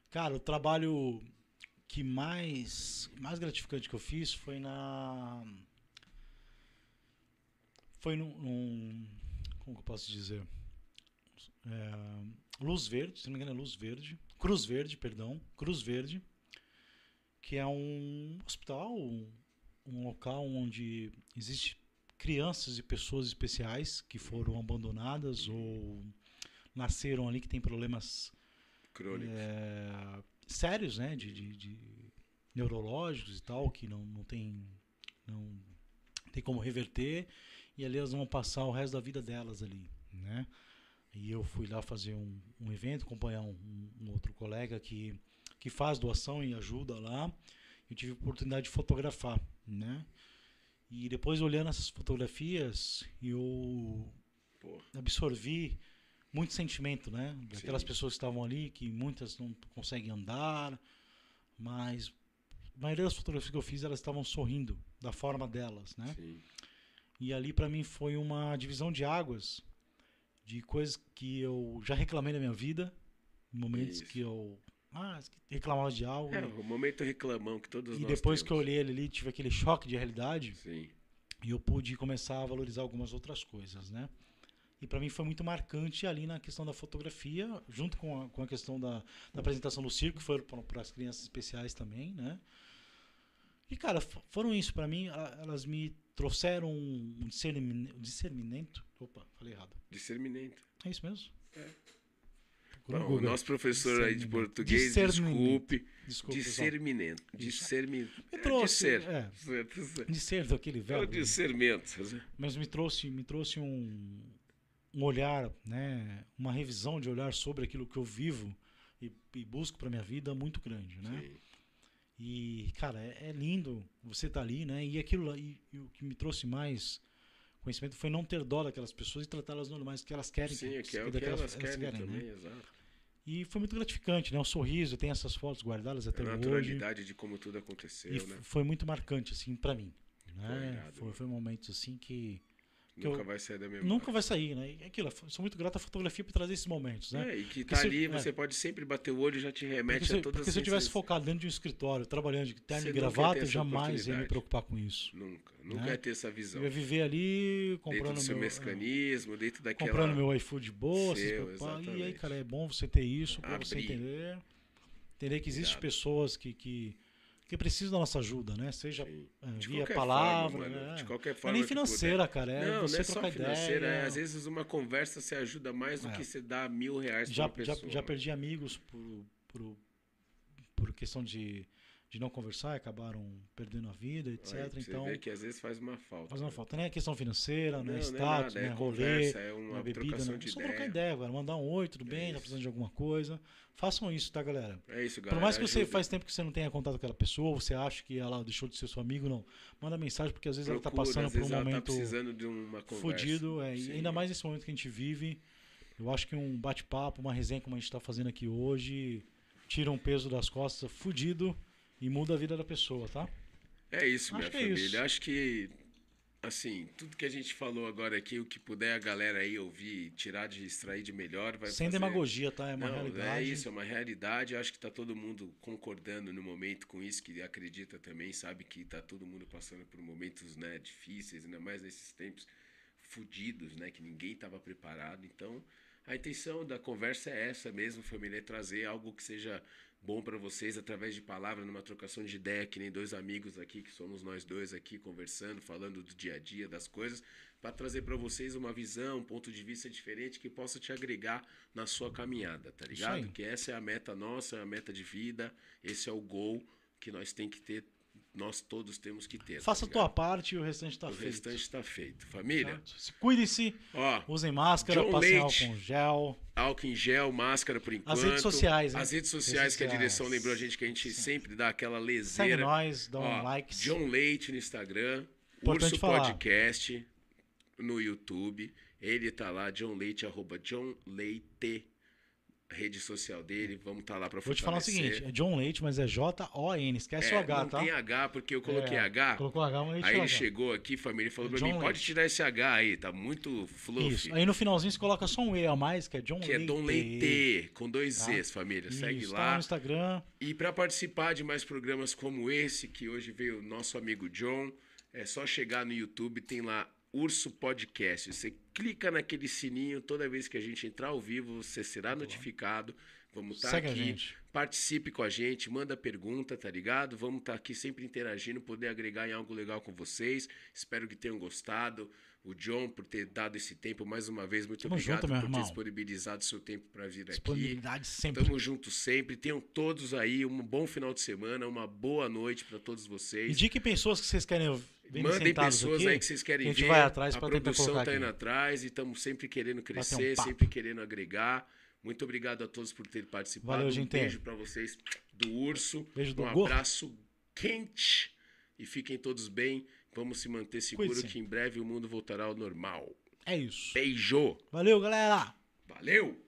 C: Cara, o trabalho que mais, mais gratificante que eu fiz foi na. Foi num. num- como que eu posso dizer? É, Luz Verde, se não me engano é Luz Verde. Cruz Verde, perdão. Cruz Verde. Que é um hospital, um- um local onde existe crianças e pessoas especiais que foram abandonadas ou nasceram ali que tem problemas
A: Crônico.
C: sérios, né? De, de- de neurológicos e tal, que não, não tem. Não tem como reverter. E ali elas vão passar o resto da vida delas ali, né? E eu fui lá fazer um, um evento, acompanhar um, um outro colega que, que faz doação e ajuda lá. Eu tive a oportunidade de fotografar, né? E depois olhando essas fotografias, eu
A: Pô,
C: absorvi muito sentimento, né? Daquelas
A: Sim.
C: pessoas que estavam ali, que muitas não conseguem andar, mas a maioria das fotografias que eu fiz, elas estavam sorrindo da forma delas, né?
A: sim.
C: E ali pra mim foi uma divisão de águas de coisas que eu já reclamei na minha vida, momentos
A: Isso.
C: que eu ah, reclamava de algo.
A: É, o momento reclamão que todos
C: e
A: nós
C: depois que eu
A: temos.
C: olhei ele ali, tive aquele choque de realidade.
A: Sim.
C: E eu pude começar a valorizar algumas outras coisas, né? E para mim foi muito marcante ali na questão da fotografia, junto com a, com a questão da, da apresentação do circo, que foram para as crianças especiais também, né? E, cara, fo- foram isso. para mim, a- elas me trouxeram um discerni- um discernimento. Opa, falei errado.
A: Discernimento.
C: É isso mesmo? Procura no
A: Bom, o
C: Google.
A: nosso professor aí de
C: Discernimento.
A: português,
C: Discernimento.
A: desculpe.
C: Desculpa, pessoal.
A: Discernimento. Discernimento.
C: Me trouxe,
A: É,
C: é.
A: discer. Discer.
C: Discerno, aquele
A: É o
C: velho.
A: discernimento. né?
C: mas me trouxe me trouxe um, um olhar né uma revisão de olhar sobre aquilo que eu vivo e, e busco para minha vida muito grande né
A: Sim.
C: e cara é, é lindo você tá ali né e aquilo lá- e, e o que me trouxe mais conhecimento foi não ter dó daquelas pessoas e tratá-las normais que elas querem
A: Sim, é que é o que
C: daquelas-
A: elas querem também,
C: né?
A: exato.
C: e foi muito gratificante né o sorriso tem essas fotos guardadas até
A: É A
C: hoje
A: naturalidade de como tudo aconteceu,
C: e
A: né?
C: f- foi muito marcante assim para mim né?
A: irado,
C: foi,
A: mano.
C: foi um momento assim que que
A: Nunca
C: eu-
A: vai sair da memória.
C: Nunca vai sair, né? E é Aquilo, eu sou muito grato à fotografia por trazer esses momentos, né?
A: É, e que
C: Porque
A: tá
C: se-
A: ali,
C: é.
A: você pode sempre bater o olho e já te
C: Porque
A: remete
C: se,
A: a todas
C: porque
A: as
C: se eu tivesse
A: sensações.
C: focado dentro de um escritório, trabalhando de terno
A: Você
C: e
A: nunca ia ter
C: gravata, eu
A: essa
C: jamais ia me
A: oportunidade.
C: preocupar com isso.
A: Nunca. Nunca
C: Né?
A: ia ter essa visão.
C: Eu ia viver ali,
A: Dentro do
C: comprando
A: seu
C: meu,
A: mescanismo, dentro
C: é,
A: daquela...
C: comprando meu iFood de boa, se
A: Seu,
C: preocupar. E aí,
A: exatamente.
C: cara, é bom você ter isso pra você
A: Abrir.
C: entender. Entender que existem
A: Irado.
C: pessoas que, que, que precisam da nossa ajuda, né? Seja
A: Sim.
C: é,
A: De
C: via
A: qualquer
C: palavra,
A: forma, mano,
C: né?
A: de qualquer
C: Não é
A: forma
C: nem
A: que puder.
C: financeira, cara. É
A: não, não
C: você
A: é
C: trocar
A: só financeira.
C: ideia.
A: é, às vezes uma conversa você ajuda mais do
C: É.
A: que você dá mil reais
C: já,
A: pra uma
C: já,
A: pessoa. né?
C: já perdi amigos por, por, por questão de, de não conversar, e acabaram perdendo a vida,
A: Aí,
C: etc.
A: pra você
C: então,
A: vê que às vezes faz uma falta.
C: faz uma
A: né?
C: falta. Nem é questão financeira,
A: Não,
C: né?
A: não é
C: Status,
A: nada, é
C: né? Rolê,
A: conversa, é
C: não é
A: uma
C: bebida.
A: trocação
C: Não.
A: de
C: Só
A: ideia.
C: trocar ideia, galera. Mandar um oi, tudo bem, tá
A: isso.
C: precisando de alguma coisa. Façam isso, tá, galera?
A: É isso,
C: Por
A: galera.
C: mais que você
A: ajuda.
C: faz tempo que você não tenha contato com aquela pessoa, ou você acha que ela deixou de ser sua amigo, não. Manda mensagem, porque às vezes ela tá
A: Procura,
C: passando
A: às
C: por um
A: vezes ela tá
C: momento
A: precisando de uma conversa.
C: fudido, é, e
A: Sim.
C: ainda mais nesse momento que a gente vive. Eu acho que um bate-papo, uma resenha como a gente está fazendo aqui hoje, tira um peso das costas fudido e muda a vida da pessoa, tá?
A: É isso,
C: Acho
A: minha
C: que é
A: família.
C: isso.
A: Acho que, assim, tudo que a gente falou agora aqui, o que puder a galera aí ouvir, tirar, de extrair de melhor, vai
C: Sem
A: fazer-
C: demagogia, tá? É uma
A: Não,
C: realidade.
A: É isso, é uma realidade. Eu Acho que tá todo mundo concordando no momento com isso, que acredita também, sabe que tá todo mundo passando por momentos, né, difíceis, ainda mais nesses tempos fudidos, né, que ninguém estava preparado. Então, a intenção da conversa é essa mesmo, família, é trazer algo que seja bom para vocês através de palavra, numa trocação de ideia, que nem dois amigos aqui, que somos nós dois aqui conversando, falando do dia a dia, das coisas, para trazer para vocês uma visão, um ponto de vista diferente que possa te agregar na sua caminhada, tá
C: Isso
A: ligado?
C: aí.
A: Que essa é a meta nossa, é a meta de vida, esse é o gol que nós tem que ter nós todos temos que ter.
C: Faça a
A: tá
C: tua
A: ligado?
C: parte e o restante tá
A: O
C: feito. Tá.
A: restante tá feito. Família,
C: Certo? Se- Cuide-se,
A: ó,
C: usem máscara,
A: John
C: passem
A: Leite.
C: álcool em gel.
A: álcool em gel, máscara por enquanto.
C: As redes sociais, hein?
A: As redes sociais,
C: Redes
A: que a
C: sociais.
A: direção lembrou a gente que a gente sempre dá aquela
C: Segue
A: leseira.
C: nós, dá um
A: Ó,
C: like.
A: John Leite no Instagram,
C: Importante
A: Urso
C: falar.
A: Podcast no YouTube. Ele tá lá, John Leite, arroba John Leite, rede social dele. Vamos tá lá pra
C: Vou te falar o
A: fortalecer.
C: seguinte, é John Leite, mas é J-O-N, esquece o
A: É,
C: H,
A: não
C: tá?
A: tem H, porque eu coloquei
C: É,
A: H.
C: Colocou H, mas Leite
A: Aí
C: é
A: ele
C: H.
A: chegou aqui, família, e falou pra
C: John
A: mim: pode
C: Leite.
A: tirar esse H aí, tá muito fluff.
C: Isso. Aí no finalzinho você coloca só um E a mais, que é John
A: Que é
C: Leite.
A: Dom Leite, com dois
C: Tá?
A: Z's, família. Segue
C: Isso, tá
A: lá.
C: no Instagram.
A: E para participar de mais programas como esse, que hoje veio o nosso amigo John, é só chegar no YouTube, tem lá Urso Podcast. Você clica naquele sininho, toda vez que a gente entrar ao vivo, você será notificado. Vamos estar
C: Segue a
A: Tá aqui,
C: gente.
A: participe com a gente, manda pergunta, tá ligado? Vamos estar aqui sempre interagindo, poder agregar em algo legal com vocês. Espero que tenham gostado. O John por ter dado esse tempo mais uma vez, muito
C: Tamo
A: obrigado
C: junto, meu
A: por ter
C: irmão.
A: disponibilizado seu tempo para vir aqui.
C: Disponibilidade sempre.
A: Tamo junto sempre. Tenham todos aí um bom final de semana, uma boa noite pra todos vocês.
C: Indique pessoas que vocês querem ver
A: Mandem
C: sentados
A: pessoas
C: aqui.
A: aí que vocês querem
C: que a gente
A: ver.
C: vai atrás
A: a
C: pra tentar
A: produção
C: colocar
A: tá indo
C: aqui. um
A: atrás e estamos sempre querendo crescer,
C: papo.
A: sempre querendo agregar. Muito obrigado a todos por terem participado.
C: Valeu,
A: um
C: gente.
A: beijo pra vocês do Urso.
C: Beijo do
A: um
C: Go.
A: abraço quente e fiquem todos bem. Vamos se manter seguro
C: Cuide-se.
A: que em breve o mundo voltará ao normal.
C: É isso.
A: Beijo.
C: Valeu, galera!
A: Valeu.